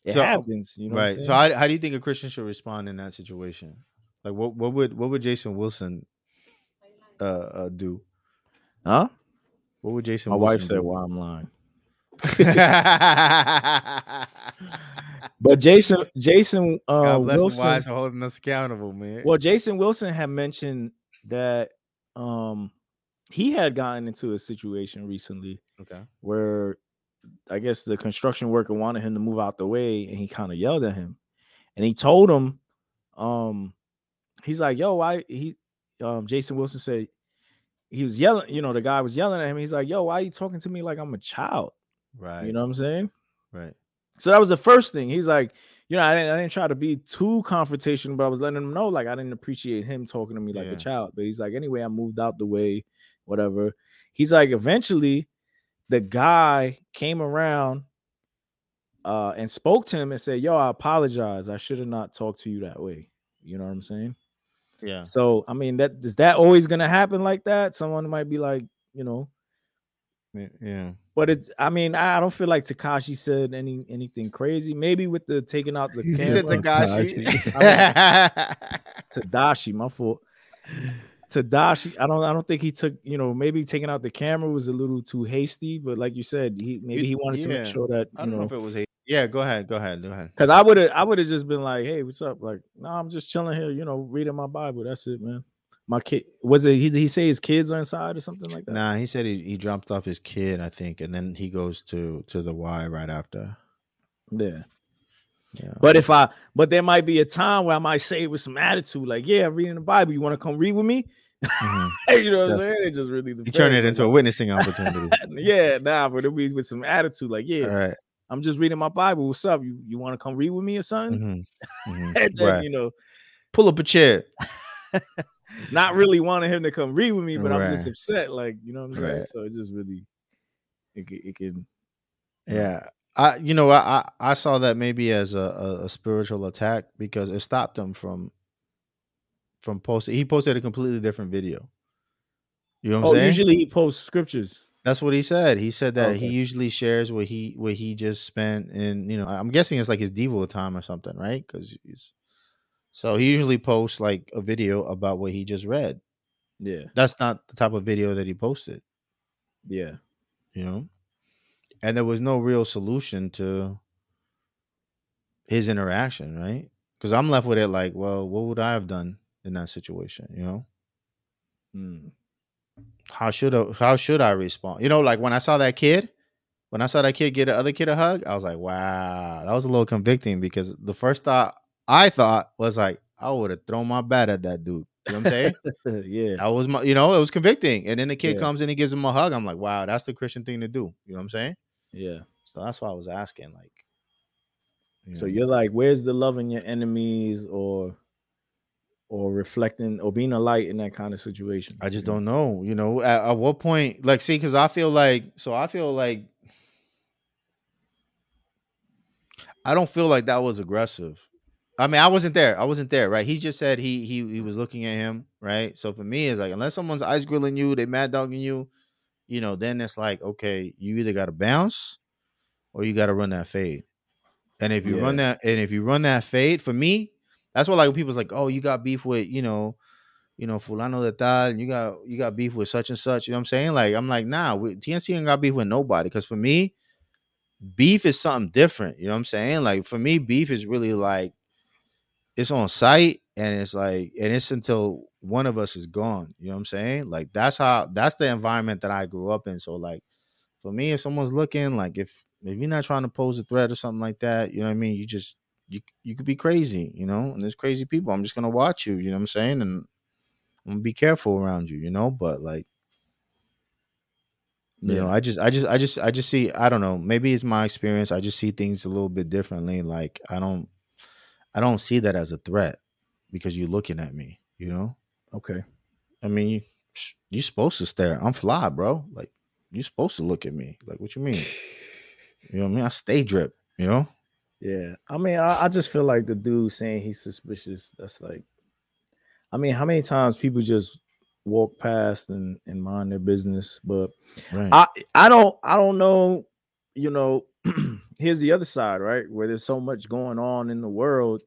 Speaker 1: it
Speaker 7: So, oh,
Speaker 1: happens, you know. what I'm
Speaker 7: right. So
Speaker 1: saying?
Speaker 7: how, how do you think a Christian should respond in that situation? Like what what would what would Jason Wilson uh, uh do?
Speaker 1: huh?
Speaker 7: What would Jason?
Speaker 1: My
Speaker 7: Wilson
Speaker 1: wife said,
Speaker 7: do?
Speaker 1: "Why I'm lying."
Speaker 7: God
Speaker 1: But Jason, Jason uh,
Speaker 7: bless the
Speaker 1: Wilson,
Speaker 7: wise for holding us accountable, man.
Speaker 1: Well, Jason Wilson had mentioned that um he had gotten into a situation recently
Speaker 7: Okay.
Speaker 1: where I guess the construction worker wanted him to move out the way and he kind of yelled at him. And he told him um he's like, "Yo, why he um Jason Wilson said he was yelling, you know, the guy was yelling at him. He's like, "Yo, why you talking to me like I'm a child?"
Speaker 7: Right.
Speaker 1: You know what I'm saying?
Speaker 7: Right.
Speaker 1: So that was the first thing. He's like, you know, I didn't, I didn't try to be too confrontational, but I was letting him know, like, I didn't appreciate him talking to me like
Speaker 7: Yeah.
Speaker 1: a child. But he's like, anyway, I moved out the way, whatever. He's like, eventually, the guy came around uh, and spoke to him and said, "Yo, I apologize. I should have not talked to you that way." You know what I'm saying?
Speaker 7: Yeah.
Speaker 1: So, I mean, that is that always gonna happen like that? Someone might be like, you know,
Speaker 7: Yeah.
Speaker 1: but it's I mean, I I don't feel like Takashi said any anything crazy. Maybe with the taking out the
Speaker 8: He
Speaker 7: He
Speaker 8: Yeah,
Speaker 7: said
Speaker 8: well,
Speaker 1: camera.
Speaker 7: Takashi.
Speaker 1: Tadashi, my fault. Tadashi, I don't I don't think he took, you know, maybe taking out the camera was a little too hasty, but like you said, he maybe he wanted to
Speaker 7: yeah.
Speaker 1: make sure that
Speaker 7: I
Speaker 1: you
Speaker 7: don't know
Speaker 1: know
Speaker 7: if it was a yeah, go ahead, go ahead, go ahead.
Speaker 1: because I would have I would have just been like, hey, what's up? Like, no, I'm just chilling here, you know, reading my Bible. That's it, man. My kid was it he did he say his kids are inside or something like that?
Speaker 7: Nah, he said he, he dropped off his kid, I think, and then he goes to to the Y right after.
Speaker 1: Yeah.
Speaker 7: Yeah.
Speaker 1: But if I, but there might be a time where I might say it with some attitude, like, "Yeah, I'm reading the Bible. You want to come read with me?"
Speaker 7: Mhm.
Speaker 1: you know what
Speaker 7: Yeah.
Speaker 1: I'm saying? It just really depends.
Speaker 7: He turned it into a witnessing opportunity.
Speaker 1: yeah, nah, but it'll be with some attitude, like, "Yeah,
Speaker 7: All right.
Speaker 1: I'm just reading my Bible. What's up? You you want to come read with me or something?"
Speaker 7: Mhm. Mhm.
Speaker 1: And then
Speaker 7: Right.
Speaker 1: you know,
Speaker 7: Pull up a chair.
Speaker 1: not really wanting him to come read with me, but I'm just
Speaker 7: Right.
Speaker 1: upset, like you know what I'm saying.
Speaker 7: Right.
Speaker 1: So it just really, it can, it can
Speaker 7: Yeah. I you know, I I, I saw that maybe as a, a, a spiritual attack because it stopped him from from posting he posted a completely different video. You know what I'm
Speaker 1: oh,
Speaker 7: saying?
Speaker 1: usually he posts scriptures.
Speaker 7: That's what he said. He said that he
Speaker 1: Okay.
Speaker 7: usually shares what he what he just spent in you know I- I'm guessing it's like his devo time or something, right? Because he's so he usually posts like a video about what he just read.
Speaker 1: Yeah,
Speaker 7: That's not the type of video that he posted,
Speaker 1: yeah,
Speaker 7: you know. And there was no real solution to his interaction, right? Because I'm left with it like, well, what would I have done in that situation? You know,
Speaker 1: Mm.
Speaker 7: how should I, how should I respond? You know, like when I saw that kid, when I saw that kid get the other kid a hug, I was like, wow, that was a little convicting because the first thought I thought was like, I would have thrown my bat at that dude. You know what I'm saying?
Speaker 1: yeah.
Speaker 7: that was my, you know, it was convicting. And then the kid
Speaker 1: Yeah.
Speaker 7: comes and he gives him a hug. I'm like, wow, that's the Christian thing to do. You know what I'm saying?
Speaker 1: Yeah.
Speaker 7: So that's why I was asking, like, you
Speaker 1: So
Speaker 7: know.
Speaker 1: you're like, where's the love in your enemies or or reflecting or being a light in that kind of situation?
Speaker 7: I just don't know. You know, at, at what point, like, see, because I feel like, so I feel like, I don't feel like that was aggressive. I mean, I wasn't there. I wasn't there, right? He just said he he he was looking at him, right? So for me, it's like unless someone's ice grilling you, they mad dogging you, you know, then it's like okay, you either got to bounce or you got to run that fade. And if you run that, and if you run that fade, for me, that's what like people's like, oh, you got beef with you know you know, fulano de tal, and you got you got beef with such and such. You know what I'm saying? Like, I'm like, nah, we, TNC ain't got beef with nobody. Because for me, beef is something different. You know what I'm saying? Like for me, beef is really like it's on site and it's like and it's until one of us is gone. You know what I'm saying? Like that's how that's the environment that I grew up in. So like for me, if someone's looking, like if if you're not trying to pose a threat or something like that, you know what I mean? You just you you could be crazy, you know, and there's crazy people. I'm just gonna watch you, you know what I'm saying? And I'm gonna be careful around you, you know, but like you know, I just, I just, I just, I just see. I don't know. Maybe it's my experience. I just see things a little bit differently. Like I don't, I don't see that as a threat because you're looking at me. You know.
Speaker 1: Okay.
Speaker 7: I mean, you, you're supposed to stare. I'm fly, bro. Like you're supposed to look at me. Like what you mean? you know what I mean? I stay drip. You know.
Speaker 1: Yeah. I mean, I, I just feel like the dude saying he's suspicious. That's like, I mean, how many times people just walk past and, and mind their business? But
Speaker 7: Right.
Speaker 1: I I don't I don't know, you know, here's the other side, right? Where there's so much going on in the world,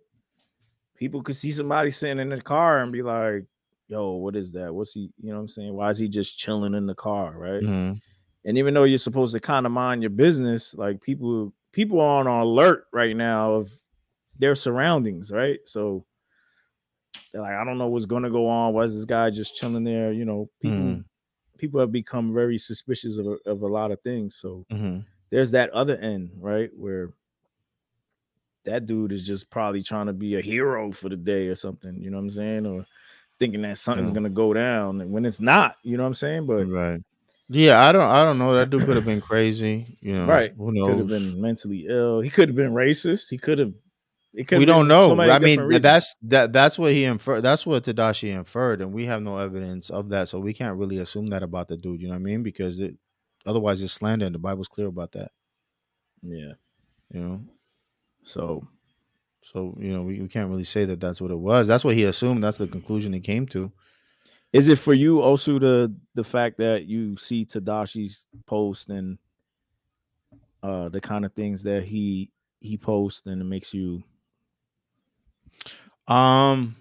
Speaker 1: people could see somebody sitting in the car and be like, yo, what is that? What's he, you know what I'm saying? Why is he just chilling in the car, right?
Speaker 7: Mhm.
Speaker 1: And even though you're supposed to kind of mind your business, like people people are on alert right now of their surroundings, right? So they're like, I don't know what's gonna go on. Why is this guy just chilling there? You know, people
Speaker 7: Mhm.
Speaker 1: people have become very suspicious of, a- of a lot of things. So
Speaker 7: Mhm.
Speaker 1: there's that other end, right? Where that dude is just probably trying to be a hero for the day or something, you know what I'm saying? Or thinking that something's
Speaker 7: Yeah.
Speaker 1: gonna go down and when it's not, you know what I'm saying? But
Speaker 7: Right. Yeah, I don't, I don't know. That dude could have been crazy. You know.
Speaker 1: Right.
Speaker 7: Who
Speaker 1: could have
Speaker 7: knows?
Speaker 1: been mentally ill. He could have been racist. He could have. It could.
Speaker 7: we
Speaker 1: have
Speaker 7: don't
Speaker 1: been
Speaker 7: know.
Speaker 1: so many
Speaker 7: I mean,
Speaker 1: different
Speaker 7: th-
Speaker 1: reasons.
Speaker 7: that's that. That's what he inferred. That's what Tadashi inferred, and we have no evidence of that, so we can't really assume that about the dude. You know what I mean? Because it, otherwise, it's slander, and the Bible's clear about that.
Speaker 1: yeah.
Speaker 7: You know,
Speaker 1: So
Speaker 7: so you know, we, we can't really say that that's what it was. That's what he assumed. That's the conclusion he came to.
Speaker 1: is it for you also the the fact that you see Tadashi's post and uh the kind of things that he he posts and it makes you
Speaker 7: Um,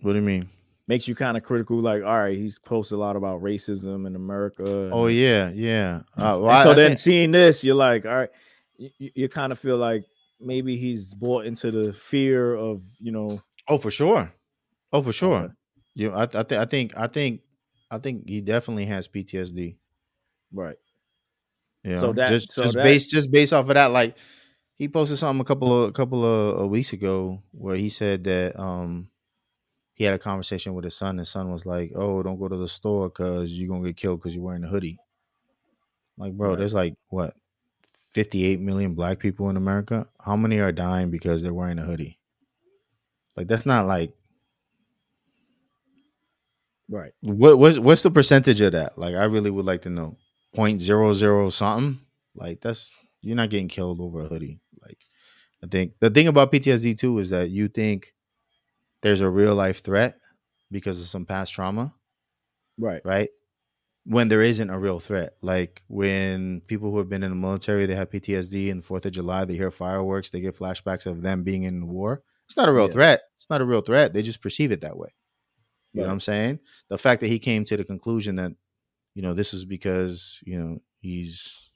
Speaker 7: what do you mean?
Speaker 1: makes you kind of critical? Like, all right, he's posted a lot about racism in America. and-
Speaker 7: Oh yeah, yeah. Uh,
Speaker 1: And
Speaker 7: well, I-
Speaker 1: so
Speaker 7: I
Speaker 1: then
Speaker 7: think-
Speaker 1: seeing this, you're like, all right, you, you kind of feel like maybe he's bought into the fear of you know
Speaker 7: Oh, for sure. Oh, for sure.
Speaker 1: Okay.
Speaker 7: You know, I, I, th- I think, I think, I think he definitely has PTSD.
Speaker 1: right.
Speaker 7: Yeah.
Speaker 1: So that-
Speaker 7: just
Speaker 1: so
Speaker 7: just
Speaker 1: that-
Speaker 7: based just based off of that, like he posted something a couple of a couple of uh, weeks ago where he said that um he had a conversation with his son. His son was like, "Oh, don't go to the store because you're gonna get killed because you're wearing a hoodie." Like, bro,
Speaker 1: Right.
Speaker 7: there's like what 58 million black people in America. How many are dying because they're wearing a hoodie? Like, that's not like
Speaker 1: Right.
Speaker 7: What what's what's the percentage of that? Like I really would like to know. Point zero zero something. Like that's you're not getting killed over a hoodie. Like I think the thing about PTSD too is that you think there's a real life threat because of some past trauma,
Speaker 1: Right.
Speaker 7: right? When there isn't a real threat. Like when people who have been in the military, they have PTSD and Fourth of July, they hear fireworks, they get flashbacks of them being in war. It's not a real
Speaker 1: Yeah.
Speaker 7: threat. It's not a real threat. They just perceive it that way. You know
Speaker 1: Right.
Speaker 7: what I'm saying? The fact that he came to the conclusion that, you know, this is because, you know, he's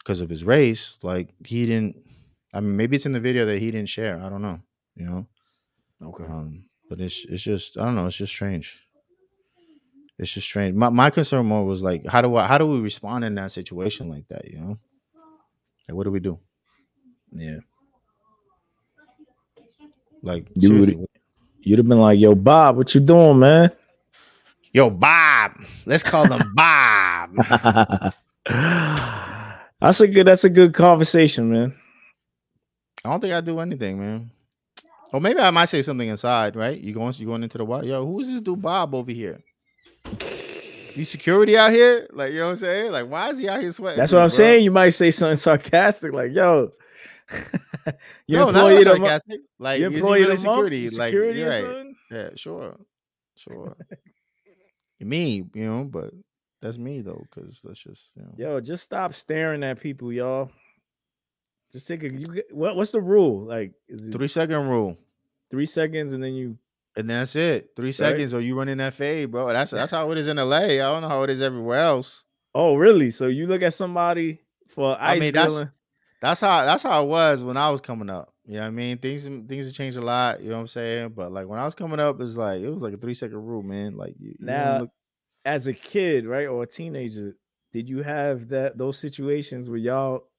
Speaker 7: because of his race, like he didn't I mean maybe it's in the video that he didn't share. I don't know. You know?
Speaker 1: Okay.
Speaker 7: Um, but it's it's just I don't know, it's just strange. It's just strange. My my concern more was like how do I how do we respond in that situation like that, you know? Like what do we do?
Speaker 1: Yeah.
Speaker 7: Like
Speaker 1: You would-
Speaker 7: seriously,
Speaker 1: You'd have been like, yo, Bob, what you doing, man?
Speaker 7: yo, Bob, let's call him Bob.
Speaker 1: that's a good that's a good conversation, man.
Speaker 7: I don't think I do anything, man. Or maybe I might say something inside, right? You going you going into the wild. Yo, who's this dude Bob over here? You security out here? Like, you know what I'm saying? Like, why is he out here sweating?
Speaker 1: That's
Speaker 7: me,
Speaker 1: what I'm
Speaker 7: bro?
Speaker 1: saying. You might say something sarcastic, like, yo,
Speaker 7: No,
Speaker 1: your
Speaker 7: not
Speaker 1: employee, the, mo-
Speaker 7: sarcastic. Like,
Speaker 1: your
Speaker 7: is he
Speaker 1: employee
Speaker 7: really
Speaker 1: of the month?
Speaker 7: security? Like,
Speaker 1: security
Speaker 7: you're
Speaker 1: or
Speaker 7: right.
Speaker 1: something?
Speaker 7: Yeah, sure. Sure. me, you know, but that's me though, because that's just, you know.
Speaker 1: Yo, just stop staring at people, y'all. Just take a you get, what, what's the rule? Like is it
Speaker 7: Three second rule.
Speaker 1: three seconds and then you
Speaker 7: and that's it. Three seconds, or you running that fade, bro. That's that's how it is in LA. I don't know how it is everywhere else.
Speaker 1: Oh, really? So you look at somebody for
Speaker 7: I
Speaker 1: ice
Speaker 7: mean, that's-
Speaker 1: drilling?
Speaker 7: That's how that's how it was when I was coming up. You know what I mean? Things things have changed a lot. You know what I'm saying? But like when I was coming up, it's like it was like a three second rule, man. Like you, you wanna
Speaker 1: Now-
Speaker 7: look-
Speaker 1: as a kid, right, or a teenager, did you have that those situations where y'all?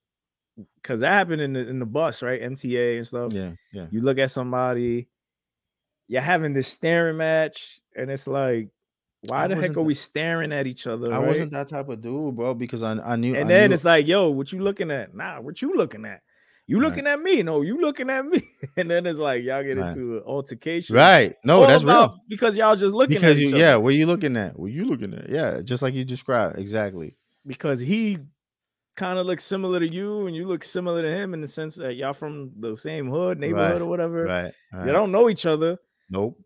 Speaker 1: Because that happened in the in the bus, right? MTA and stuff.
Speaker 7: yeah, yeah.
Speaker 1: You look at somebody, you're having this staring match, and it's like, why
Speaker 7: I
Speaker 1: the heck
Speaker 7: wasn't
Speaker 1: are
Speaker 7: th-
Speaker 1: we staring at each other?
Speaker 7: I
Speaker 1: right?
Speaker 7: wasn't that type of dude, bro, because I I knew.
Speaker 1: And
Speaker 7: I
Speaker 1: then
Speaker 7: knew-
Speaker 1: it's like, yo, what you looking at? Nah, what you looking at? You
Speaker 7: Right.
Speaker 1: looking at me? No, you looking at me? And then it's like y'all get
Speaker 7: Right.
Speaker 1: into an altercation,
Speaker 7: right. No,
Speaker 1: All
Speaker 7: that's
Speaker 1: about-
Speaker 7: real.
Speaker 1: because y'all just looking
Speaker 7: Because
Speaker 1: at each
Speaker 7: you,
Speaker 1: other. Mm-hmm.
Speaker 7: yeah, what you looking at? What you looking at? Yeah, just like you described, exactly.
Speaker 1: because he kind of looks similar to you and you look similar to him in the sense that y'all from the same hood, neighborhood
Speaker 7: Right,
Speaker 1: or whatever.
Speaker 7: Right. right.
Speaker 1: You don't know each other,
Speaker 7: Nope.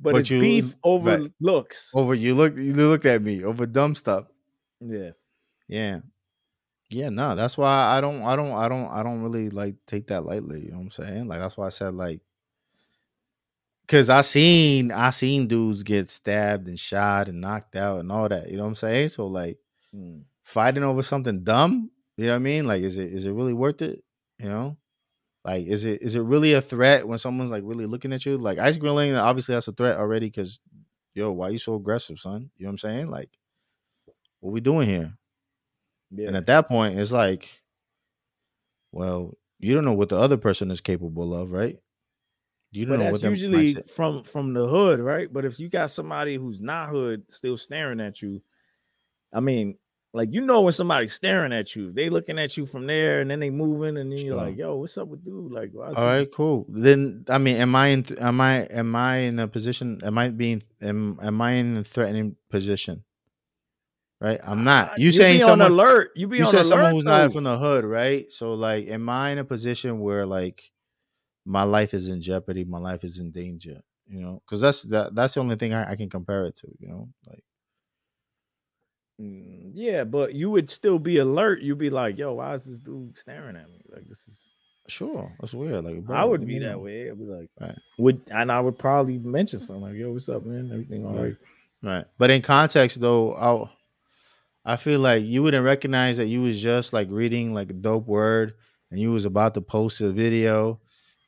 Speaker 1: but,
Speaker 7: But
Speaker 1: it's
Speaker 7: you-
Speaker 1: beef over
Speaker 7: right.
Speaker 1: looks.
Speaker 7: Over you look you looked at me over dumb stuff.
Speaker 1: Yeah.
Speaker 7: Yeah. Yeah, no, that's why I don't I don't I don't I don't really like take that lightly, you know what I'm saying? Like that's why I said like cuz I seen I seen dudes get stabbed and shot and knocked out and all that, you know what I'm saying? So like
Speaker 1: Mm.
Speaker 7: fighting over something dumb, you know what I mean? Like is it is it really worth it, you know? Like is it is it really a threat when someone's like really looking at you? Like ice grilling, obviously that's a threat already cuz yo, why you so aggressive, son? You know what I'm saying? Like what we doing here?
Speaker 1: Yeah.
Speaker 7: And at that point, it's like, well, you don't know what the other person is capable of, right? You don't
Speaker 1: but
Speaker 7: know
Speaker 1: that's
Speaker 7: what their
Speaker 1: usually
Speaker 7: mindset-
Speaker 1: from from the hood, right? But if you got somebody who's not hood still staring at you, I mean, like you know when somebody's staring at you, if they looking at you from there and then they moving and then you're
Speaker 7: Sure.
Speaker 1: like, yo, what's up with dude? Like, why is
Speaker 7: All
Speaker 1: he-
Speaker 7: right, cool. Then I mean, am I in? th- Am I? Am I in a position? Am I being? Am Am I in a threatening position? Right, I'm
Speaker 1: Ah,
Speaker 7: not. You,
Speaker 1: be
Speaker 7: saying
Speaker 1: on
Speaker 7: someone?
Speaker 1: alert? You be
Speaker 7: you
Speaker 1: on
Speaker 7: said
Speaker 1: alert,
Speaker 7: someone who's
Speaker 1: though.
Speaker 7: not from the hood, right? So like, am I in a position where like my life is in jeopardy, my life is in danger? You know, because that's that, that's the only thing I, I can compare it to. You know, like
Speaker 1: Mm, Yeah, but you would still be alert. You'd be like, "Yo, why is this dude staring at me? Like this is."
Speaker 7: sure, that's weird. Like
Speaker 1: I
Speaker 7: bro,
Speaker 1: would
Speaker 7: leave
Speaker 1: be
Speaker 7: me
Speaker 1: that
Speaker 7: alone.
Speaker 1: way. I'd be like,
Speaker 7: Right.
Speaker 1: "Would," and I would probably mention something like, "Yo, what's up, man? Everything all right?"
Speaker 7: Right. But in context though, I I feel like you wouldn't recognize that you was just like reading like a dope word and you was about to post a video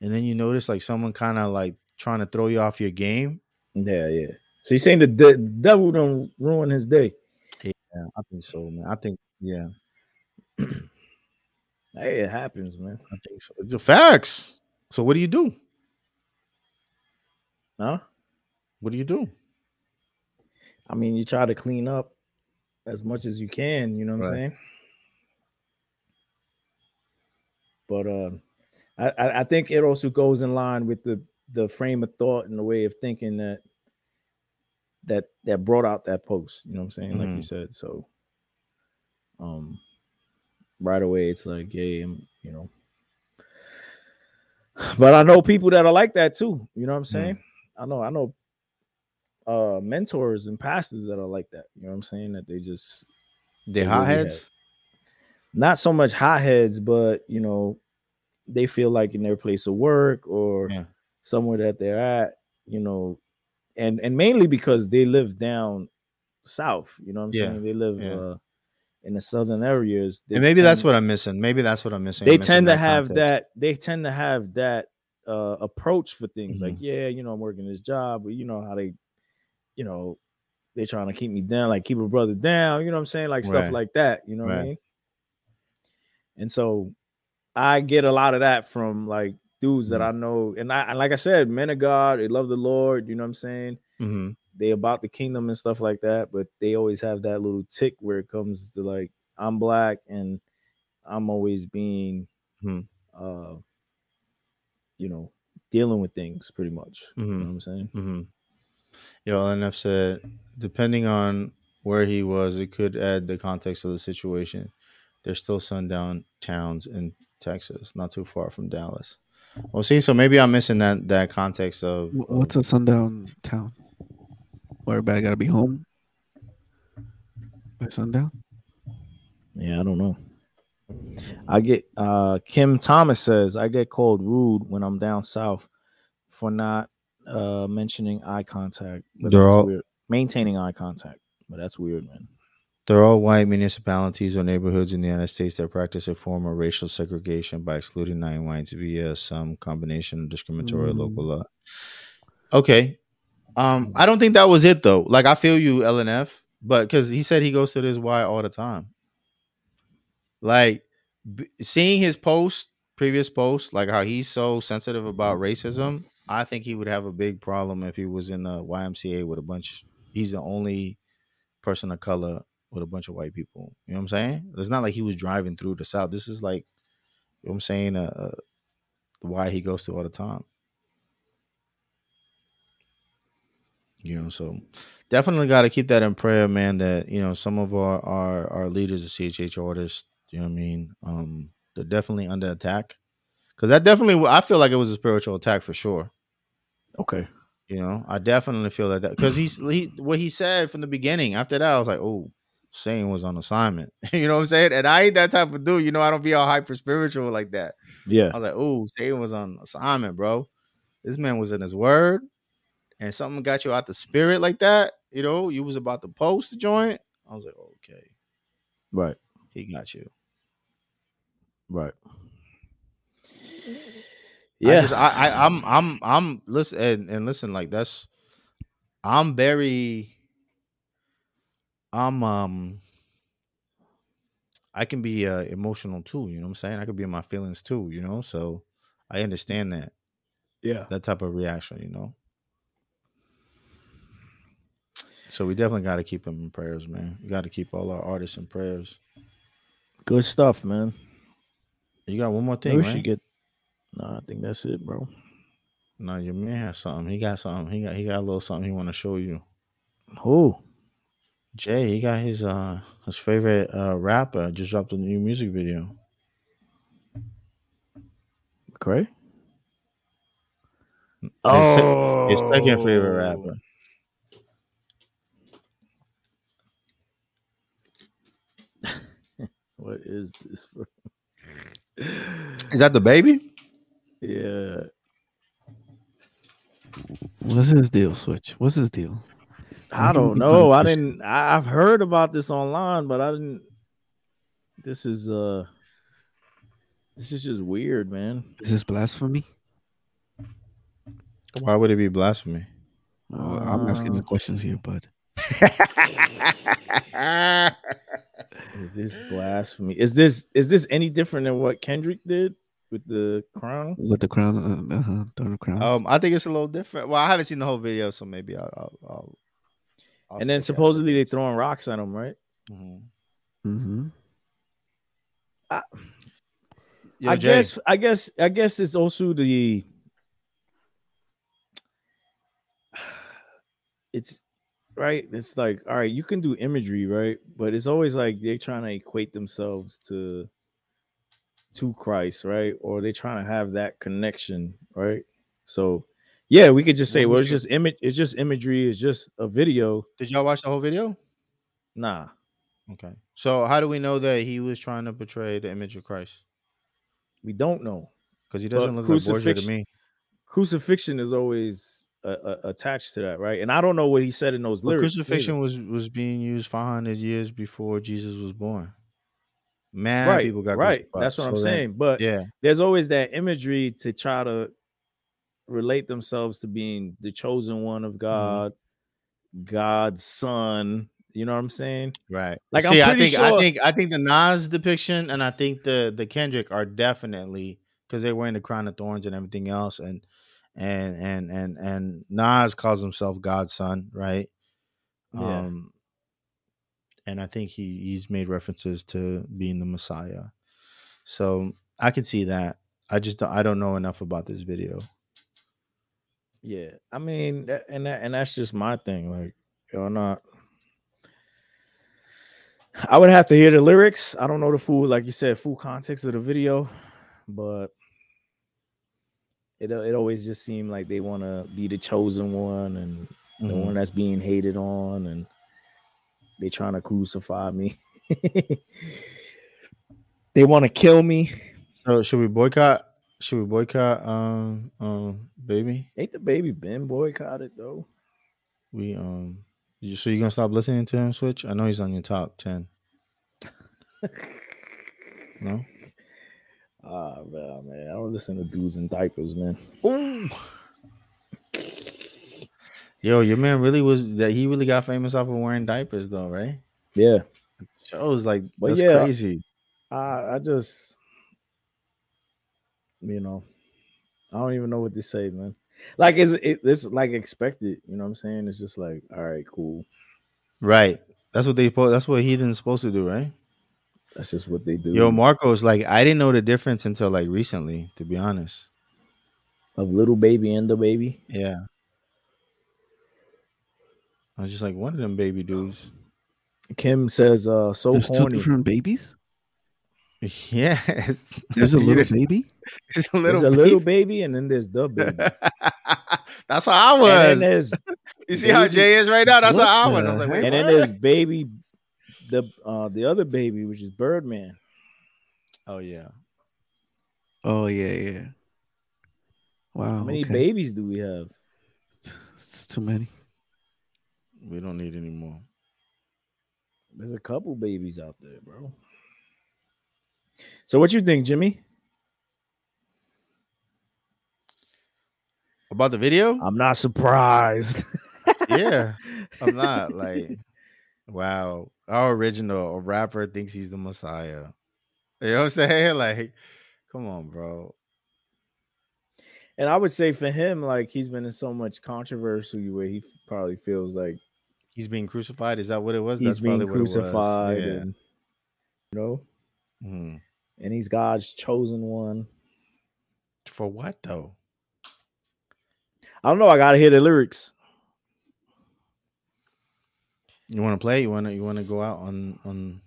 Speaker 7: and then you notice like someone kind of like trying to throw you off your game.
Speaker 1: Yeah, yeah. So you're saying the de- devil don't ruin his day?
Speaker 7: Yeah, I think so, man. I think yeah,
Speaker 1: Hey, it happens, man.
Speaker 7: I think so. The facts. So what do you do?
Speaker 1: Huh?
Speaker 7: What do you do?
Speaker 1: I mean, you try to clean up as much as you can, you know what I'm
Speaker 7: Right.
Speaker 1: saying? But um I, I- I think it also goes in line with the the frame of thought and the way of thinking that that that brought out that post, you know what I'm saying? Like you
Speaker 7: Mhm.
Speaker 1: said. So um right away it's like, yeah, I'm, you know. But I know people that are like that too, you know what I'm
Speaker 7: Mm.
Speaker 1: saying? I know I know uh mentors and pastors that are like that. You know what I'm saying? That they just
Speaker 7: They
Speaker 1: really
Speaker 7: hotheads?
Speaker 1: not so much hotheads, but you know, they feel like in their place of work or
Speaker 7: Yeah.
Speaker 1: somewhere that they're at, you know, and and mainly because they live down south. You know what I'm
Speaker 7: Yeah,
Speaker 1: saying? They live
Speaker 7: yeah.
Speaker 1: uh in the southern areas. They
Speaker 7: And maybe that's
Speaker 1: tend-
Speaker 7: what I'm missing. Maybe that's what I'm missing.
Speaker 1: they
Speaker 7: I'm missing
Speaker 1: tend to have
Speaker 7: context.
Speaker 1: that they tend to have that uh approach for things like
Speaker 7: Mhm.
Speaker 1: yeah you know i'm working this job but you know how they you know they trying to keep me down like keep a brother down you know what i'm saying like stuff
Speaker 7: Right.
Speaker 1: like that you know what i
Speaker 7: Right.
Speaker 1: mean and so i get a lot of that from like dudes that
Speaker 7: Mhm.
Speaker 1: i know and i and like i said men of god they love the lord you know what i'm saying
Speaker 7: Mhm.
Speaker 1: they about the kingdom and stuff like that, but they always have that little tick where it comes to like I'm black and I'm always being
Speaker 7: Hmm.
Speaker 1: uh you know dealing with things pretty much. You know
Speaker 7: Mhm.
Speaker 1: what I'm saying?
Speaker 7: Mm-hmm. Yo, LNF said, depending on where he was, it could add the context of the situation. There's still sundown towns in Texas, not too far from Dallas. Well, see, so maybe I'm missing that that context of,
Speaker 8: Wh-
Speaker 7: of-
Speaker 8: What's a sundown town? Where everybody gotta be home by sundown.
Speaker 1: Yeah, I don't know. I get uh Kim Thomas says I get called rude when I'm down south for not uh mentioning eye contact. but
Speaker 7: They're
Speaker 1: that's
Speaker 7: all-
Speaker 1: weird. maintaining eye contact, but that's weird, man.
Speaker 7: They're all white municipalities or neighborhoods in the United States that practice a form of racial segregation by excluding non whites via some combination of discriminatory local law. Okay. Um, I don't think that was it though. Like I feel you, LNF, but because he said he goes to this Y all the time. Like b- seeing his post, previous post, like how he's so sensitive about racism, I think he would have a big problem if he was in the YMCA with a bunch. He's the only person of color with a bunch of white people. You know what I'm saying? It's not like he was driving through the South. This is like, you know what I'm saying? Uh, uh, why he goes to all the time. You know, so definitely got to keep that in prayer, man. That you know, some of our our our leaders, the CHH artists, you know what I mean. Um, they're definitely under attack because that definitely, I feel like it was a spiritual attack for sure.
Speaker 1: Okay.
Speaker 7: You know, I definitely feel like that because he's he, what he said from the beginning. After that, I was like, oh, Shane was on assignment. you know what I'm saying? And I ain't that type of dude. You know, I don't be all hyper spiritual like that.
Speaker 1: Yeah.
Speaker 7: I was like, oh, Shane was on assignment, bro. This man was in his word, and something got you out the spirit like that. You know, you was about to post the joint. I was like, okay,
Speaker 1: Right.
Speaker 7: he got you.
Speaker 1: Right.
Speaker 7: Yeah, I
Speaker 1: Yeah.
Speaker 7: just, I, I, I'm, I'm, I'm. Listen and, and listen. Like that's, I'm very, I'm, um, I can be uh, emotional too. You know what I'm saying? I could be in my feelings too. You know, so I understand that
Speaker 1: yeah.
Speaker 7: that type of reaction. You know, so we definitely got to keep them in prayers, man. We got to keep all our artists in prayers.
Speaker 1: Good stuff, man.
Speaker 7: You got one more
Speaker 1: Maybe
Speaker 7: thing,
Speaker 1: we
Speaker 7: right?
Speaker 1: should get. Nah, I think that's it, bro.
Speaker 7: no, your man has something. He got something. He got he got a little something he want to show you.
Speaker 1: Oh,
Speaker 7: Jay, he got his uh his favorite uh rapper just dropped a new music video.
Speaker 1: Cray.
Speaker 7: His sec- his second favorite rapper.
Speaker 1: What is this? For?
Speaker 7: Is that the baby?
Speaker 1: Yeah.
Speaker 8: What's his deal, Switch? What's his deal?
Speaker 1: I
Speaker 8: Why do we
Speaker 1: don't
Speaker 8: keep on
Speaker 1: know. I
Speaker 8: pushing-
Speaker 1: didn't. I, I've heard about this online, but I didn't. This is uh. This is just weird, man.
Speaker 8: Is this blasphemy?
Speaker 7: Why would it be blasphemy?
Speaker 8: Oh, I'm asking the questions here, bud.
Speaker 1: Is this blasphemy? Is this is this any different than what Kendrick did with the crown?
Speaker 8: With the crown, uh, uh-huh, throwing the crown.
Speaker 7: um, I think it's a little different. Well, I haven't seen the whole video, so maybe I'll. I'll, I'll, I'll
Speaker 1: And then
Speaker 7: stick at
Speaker 1: supposedly they
Speaker 7: it.
Speaker 1: throwing rocks at him, right?
Speaker 7: Mhm.
Speaker 8: hmm
Speaker 7: Yo,
Speaker 1: I
Speaker 7: Jay,
Speaker 1: guess I guess I guess it's also the it's right. It's like all right, you can do imagery, right? But it's always like they're trying to equate themselves to to Christ, right? Or they're trying to have that connection, right? So yeah, we could just say,
Speaker 7: Well,
Speaker 1: well, it's
Speaker 7: who's your-
Speaker 1: just image, it's just imagery, it's just a video.
Speaker 7: did y'all watch the whole video?
Speaker 1: Nah,
Speaker 7: Okay. So how do we know that he was trying to portray the image of Christ?
Speaker 1: we don't know.
Speaker 7: Because he
Speaker 1: Well,
Speaker 7: doesn't look like Borgia to
Speaker 1: crucifixion-
Speaker 7: me.
Speaker 1: Crucifixion is always uh, uh, attached to that, right? And I don't know what he said in those
Speaker 7: Well,
Speaker 1: lyrics. either.
Speaker 7: crucifixion was was being used 500 years before Jesus was born. Mad
Speaker 1: right,
Speaker 7: people got
Speaker 1: right.
Speaker 7: crucified.
Speaker 1: That's what I'm
Speaker 7: So then-
Speaker 1: saying. But
Speaker 7: yeah,
Speaker 1: there's always that imagery to try to relate themselves to being the chosen one
Speaker 7: Mm-hmm.
Speaker 1: of God, God's son. You know what I'm saying?
Speaker 7: right.
Speaker 1: Like, I'm
Speaker 7: See, I
Speaker 1: pretty
Speaker 7: think I
Speaker 1: sure-
Speaker 7: think I think the Nas depiction and I think the the Kendrick are definitely because they were in the crown of thorns and everything else, and and and and and Nas calls himself God's son, right?
Speaker 1: Yeah.
Speaker 7: Um, and I think he he's made references to being the Messiah, so I can see that. I just don't, I don't know enough about this video.
Speaker 1: Yeah. I mean, that, and that, and that's just my thing. Like, y'all not. I would have to hear the lyrics. I don't know the full, like you said, full context of the video, but it it always just seemed like they want to be the chosen one and the
Speaker 7: Mhm.
Speaker 1: one that's being hated on and they trying to crucify me they want to kill me
Speaker 7: So should we boycott Should we boycott um um baby?
Speaker 1: Ain't the baby been boycotted though?
Speaker 7: We um you, so you gonna stop listening to him switch? I know he's on your top ten. no?
Speaker 1: Ah, well, man, I don't listen to dudes in diapers, man.
Speaker 7: Yo, your man really was that he really got famous off of wearing diapers though, right?
Speaker 1: Yeah,
Speaker 7: Shows like
Speaker 1: But
Speaker 7: that's
Speaker 1: yeah.
Speaker 7: crazy.
Speaker 1: I I just you know I don't even know what to say, man. Like it's it, it's like expected, you know what I'm saying? It's just like, all right, cool.
Speaker 7: Right. That's what they po- that's what heathen's supposed to do, right?
Speaker 1: That's just what they do.
Speaker 7: Yo, Marcos, like I didn't know the difference until like recently, to be honest.
Speaker 1: of little baby and the baby.
Speaker 7: Yeah. I was just like one of them baby dudes.
Speaker 1: Kim says, uh, so
Speaker 8: There's two
Speaker 1: horny.
Speaker 8: different babies.
Speaker 7: Yes.
Speaker 8: There's a
Speaker 7: You
Speaker 8: little
Speaker 7: didn't-
Speaker 8: baby.
Speaker 7: There's a
Speaker 1: there's
Speaker 7: little,
Speaker 1: a little baby and then there's the baby. And
Speaker 7: That's how I
Speaker 1: then
Speaker 7: was.
Speaker 1: there's
Speaker 7: You see how
Speaker 1: baby-
Speaker 7: Jay is right now? That's
Speaker 8: What
Speaker 7: how I was. I
Speaker 8: the
Speaker 7: was like, wait,
Speaker 1: and then
Speaker 7: what?
Speaker 1: there's baby the uh the other baby, which is Birdman.
Speaker 7: oh yeah.
Speaker 8: Oh yeah, yeah. Wow.
Speaker 1: How many
Speaker 8: okay.
Speaker 1: babies do we have?
Speaker 8: It's too many.
Speaker 7: We don't need any more.
Speaker 1: There's a couple babies out there, bro. So what you think, Jimmy?
Speaker 7: About the video?
Speaker 1: I'm not surprised.
Speaker 7: yeah. I'm not like wow. Our original a rapper thinks he's the messiah. You know what I'm saying? Like, come on, bro.
Speaker 1: And I would say for him, like he's been in so much controversy where he probably feels like
Speaker 7: He's being crucified. Is that what it was?
Speaker 1: he's being
Speaker 7: probably what it was.
Speaker 1: crucified,
Speaker 7: Yeah.
Speaker 1: and, you know,
Speaker 7: Mhm.
Speaker 1: and he's God's chosen one.
Speaker 7: For what though?
Speaker 1: I don't know. I gotta hear the lyrics.
Speaker 7: You want to play? You want to? You want to go out on on?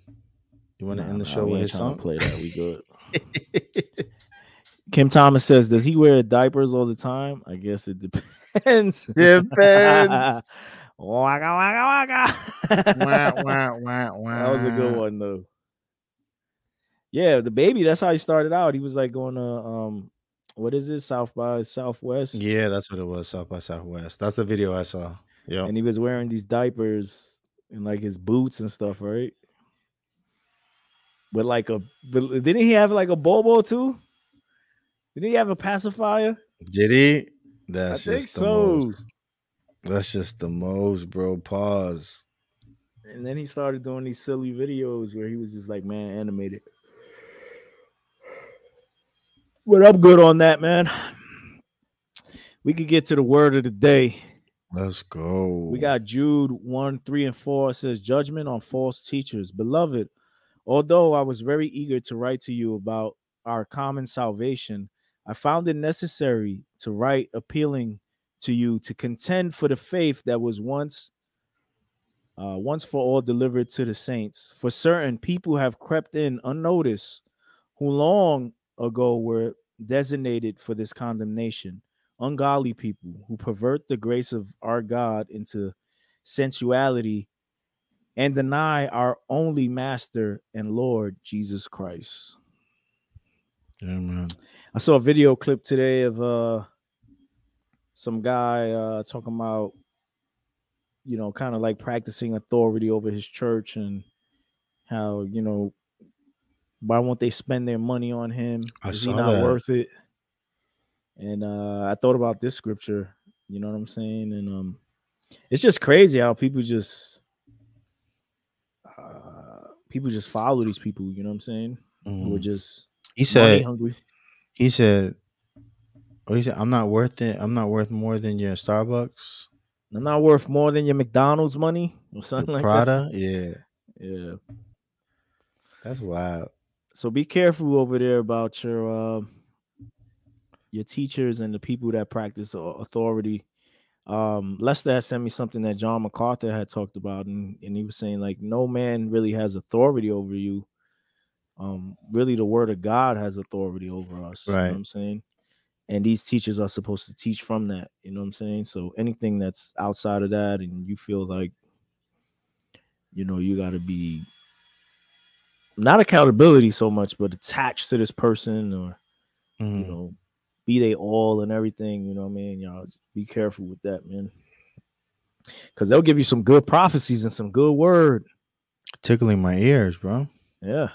Speaker 7: You want to
Speaker 1: Nah,
Speaker 7: end the
Speaker 1: nah,
Speaker 7: show
Speaker 1: we
Speaker 7: with
Speaker 1: ain't
Speaker 7: his
Speaker 1: tryna
Speaker 7: song?
Speaker 1: Play that. We good. Kim Thomas says, "Does he wear diapers all the time?" I guess it depends.
Speaker 7: Depends.
Speaker 1: waka waka waka.
Speaker 7: Wah, wah, wah,
Speaker 1: That was a good
Speaker 7: wah.
Speaker 1: one though. Yeah, the baby. That's how he started out. He was like going to um, what is it? South by Southwest.
Speaker 7: Yeah, that's what it was. South by Southwest. That's the video I saw. Yeah.
Speaker 1: And he was wearing these diapers and like his boots and stuff, right? But like a but didn't he have like a bobo too? Didn't he have a pacifier?
Speaker 7: Did he? That's
Speaker 1: I think
Speaker 7: just the
Speaker 1: so.
Speaker 7: most. That's just the most, bro. Pause.
Speaker 1: And then he started doing these silly videos where he was just like, man, animated. But I'm good on that, man. We could get to the word of the day.
Speaker 7: Let's go.
Speaker 1: We got Jude 1, 3, and 4 It says, Judgment on false teachers. Beloved, although I was very eager to write to you about our common salvation, I found it necessary to write appealing to you to contend for the faith that was once uh, once for all delivered to the saints. For certain people have crept in unnoticed who long ago were designated for this condemnation ungodly people who pervert the grace of our God into sensuality and deny our only master and Lord Jesus Christ.
Speaker 7: Yeah, man.
Speaker 1: I saw a video clip today of uh some guy uh talking about you know kind of like practicing authority over his church and how you know why won't they spend their money on him?
Speaker 7: I
Speaker 1: Is he
Speaker 7: saw
Speaker 1: not
Speaker 7: that.
Speaker 1: worth it? And uh I thought about this scripture, you know what I'm saying? And um it's just crazy how people just uh people just follow these people, you know what I'm saying? Who are
Speaker 7: Mhm.
Speaker 1: just
Speaker 7: He
Speaker 1: money
Speaker 7: said.
Speaker 1: hungry.
Speaker 7: He said. Oh, he said, "I'm not worth it. I'm not worth more than your Starbucks,
Speaker 1: I'm not worth more than your McDonald's money or
Speaker 7: your
Speaker 1: something like
Speaker 7: Prada." Yeah,
Speaker 1: that. Yeah.
Speaker 7: that's wild.
Speaker 1: So be careful over there about your uh, your teachers and the people that practice au- authority. Um, Lester had sent me something that John MacArthur had talked about, and, and he was saying like no man really has authority over you. Um, really, the Word of God has authority over us. You know
Speaker 7: Right.
Speaker 1: what I'm saying, and these teachers are supposed to teach from that. You know what I'm saying. So anything that's outside of that, and you feel like you know you got to be not accountability so much, but attached to this person or you
Speaker 7: Mhm.
Speaker 1: know be they all and everything. You know what I mean? Y'all be careful with that, man. Cause they'll give you some good prophecies and some good word.
Speaker 7: Tickling my ears, bro.
Speaker 1: Yeah.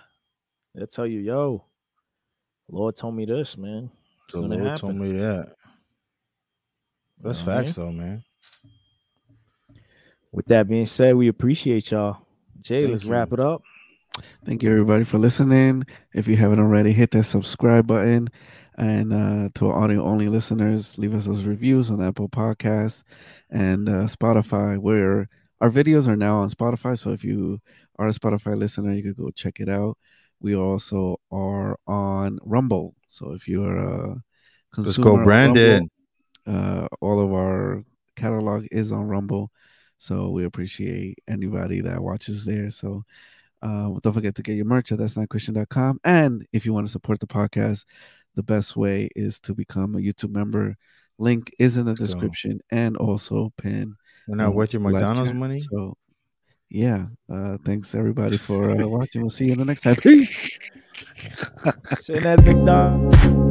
Speaker 1: They'll tell you, yo, Lord told me this, man. It's
Speaker 7: The
Speaker 1: gonna
Speaker 7: Lord told
Speaker 1: happen.
Speaker 7: me that. That's
Speaker 1: You know what I
Speaker 7: facts, though, man.
Speaker 1: With that being said, we appreciate y'all. Jay,
Speaker 7: Thank
Speaker 1: let's
Speaker 7: you.
Speaker 1: wrap it up.
Speaker 8: Thank you everybody for listening. If you haven't already, hit that subscribe button. And uh, to our audio only listeners, leave us those reviews on Apple Podcasts and uh, Spotify, where our videos are now on Spotify. So if you are a Spotify listener, you could go check it out. We also are on Rumble. So if you are a
Speaker 7: Let's
Speaker 8: consumer,
Speaker 7: go,
Speaker 8: of
Speaker 7: Brandon.
Speaker 8: Rumble, uh, all of our catalog is on Rumble. So we appreciate anybody that watches there. So um, don't forget to get your merch at that's not Christian.com. And if you want to support the podcast, the best way is to become a YouTube member. Link is in the
Speaker 7: Let's go.
Speaker 8: description and also pin.
Speaker 7: We're not
Speaker 8: um,
Speaker 7: worth your
Speaker 8: live
Speaker 7: McDonald's
Speaker 8: chat.
Speaker 7: money.
Speaker 8: So, yeah. Uh, thanks everybody for uh, watching. We'll see you in the next time. Peace.
Speaker 1: Sitting at McDonald's.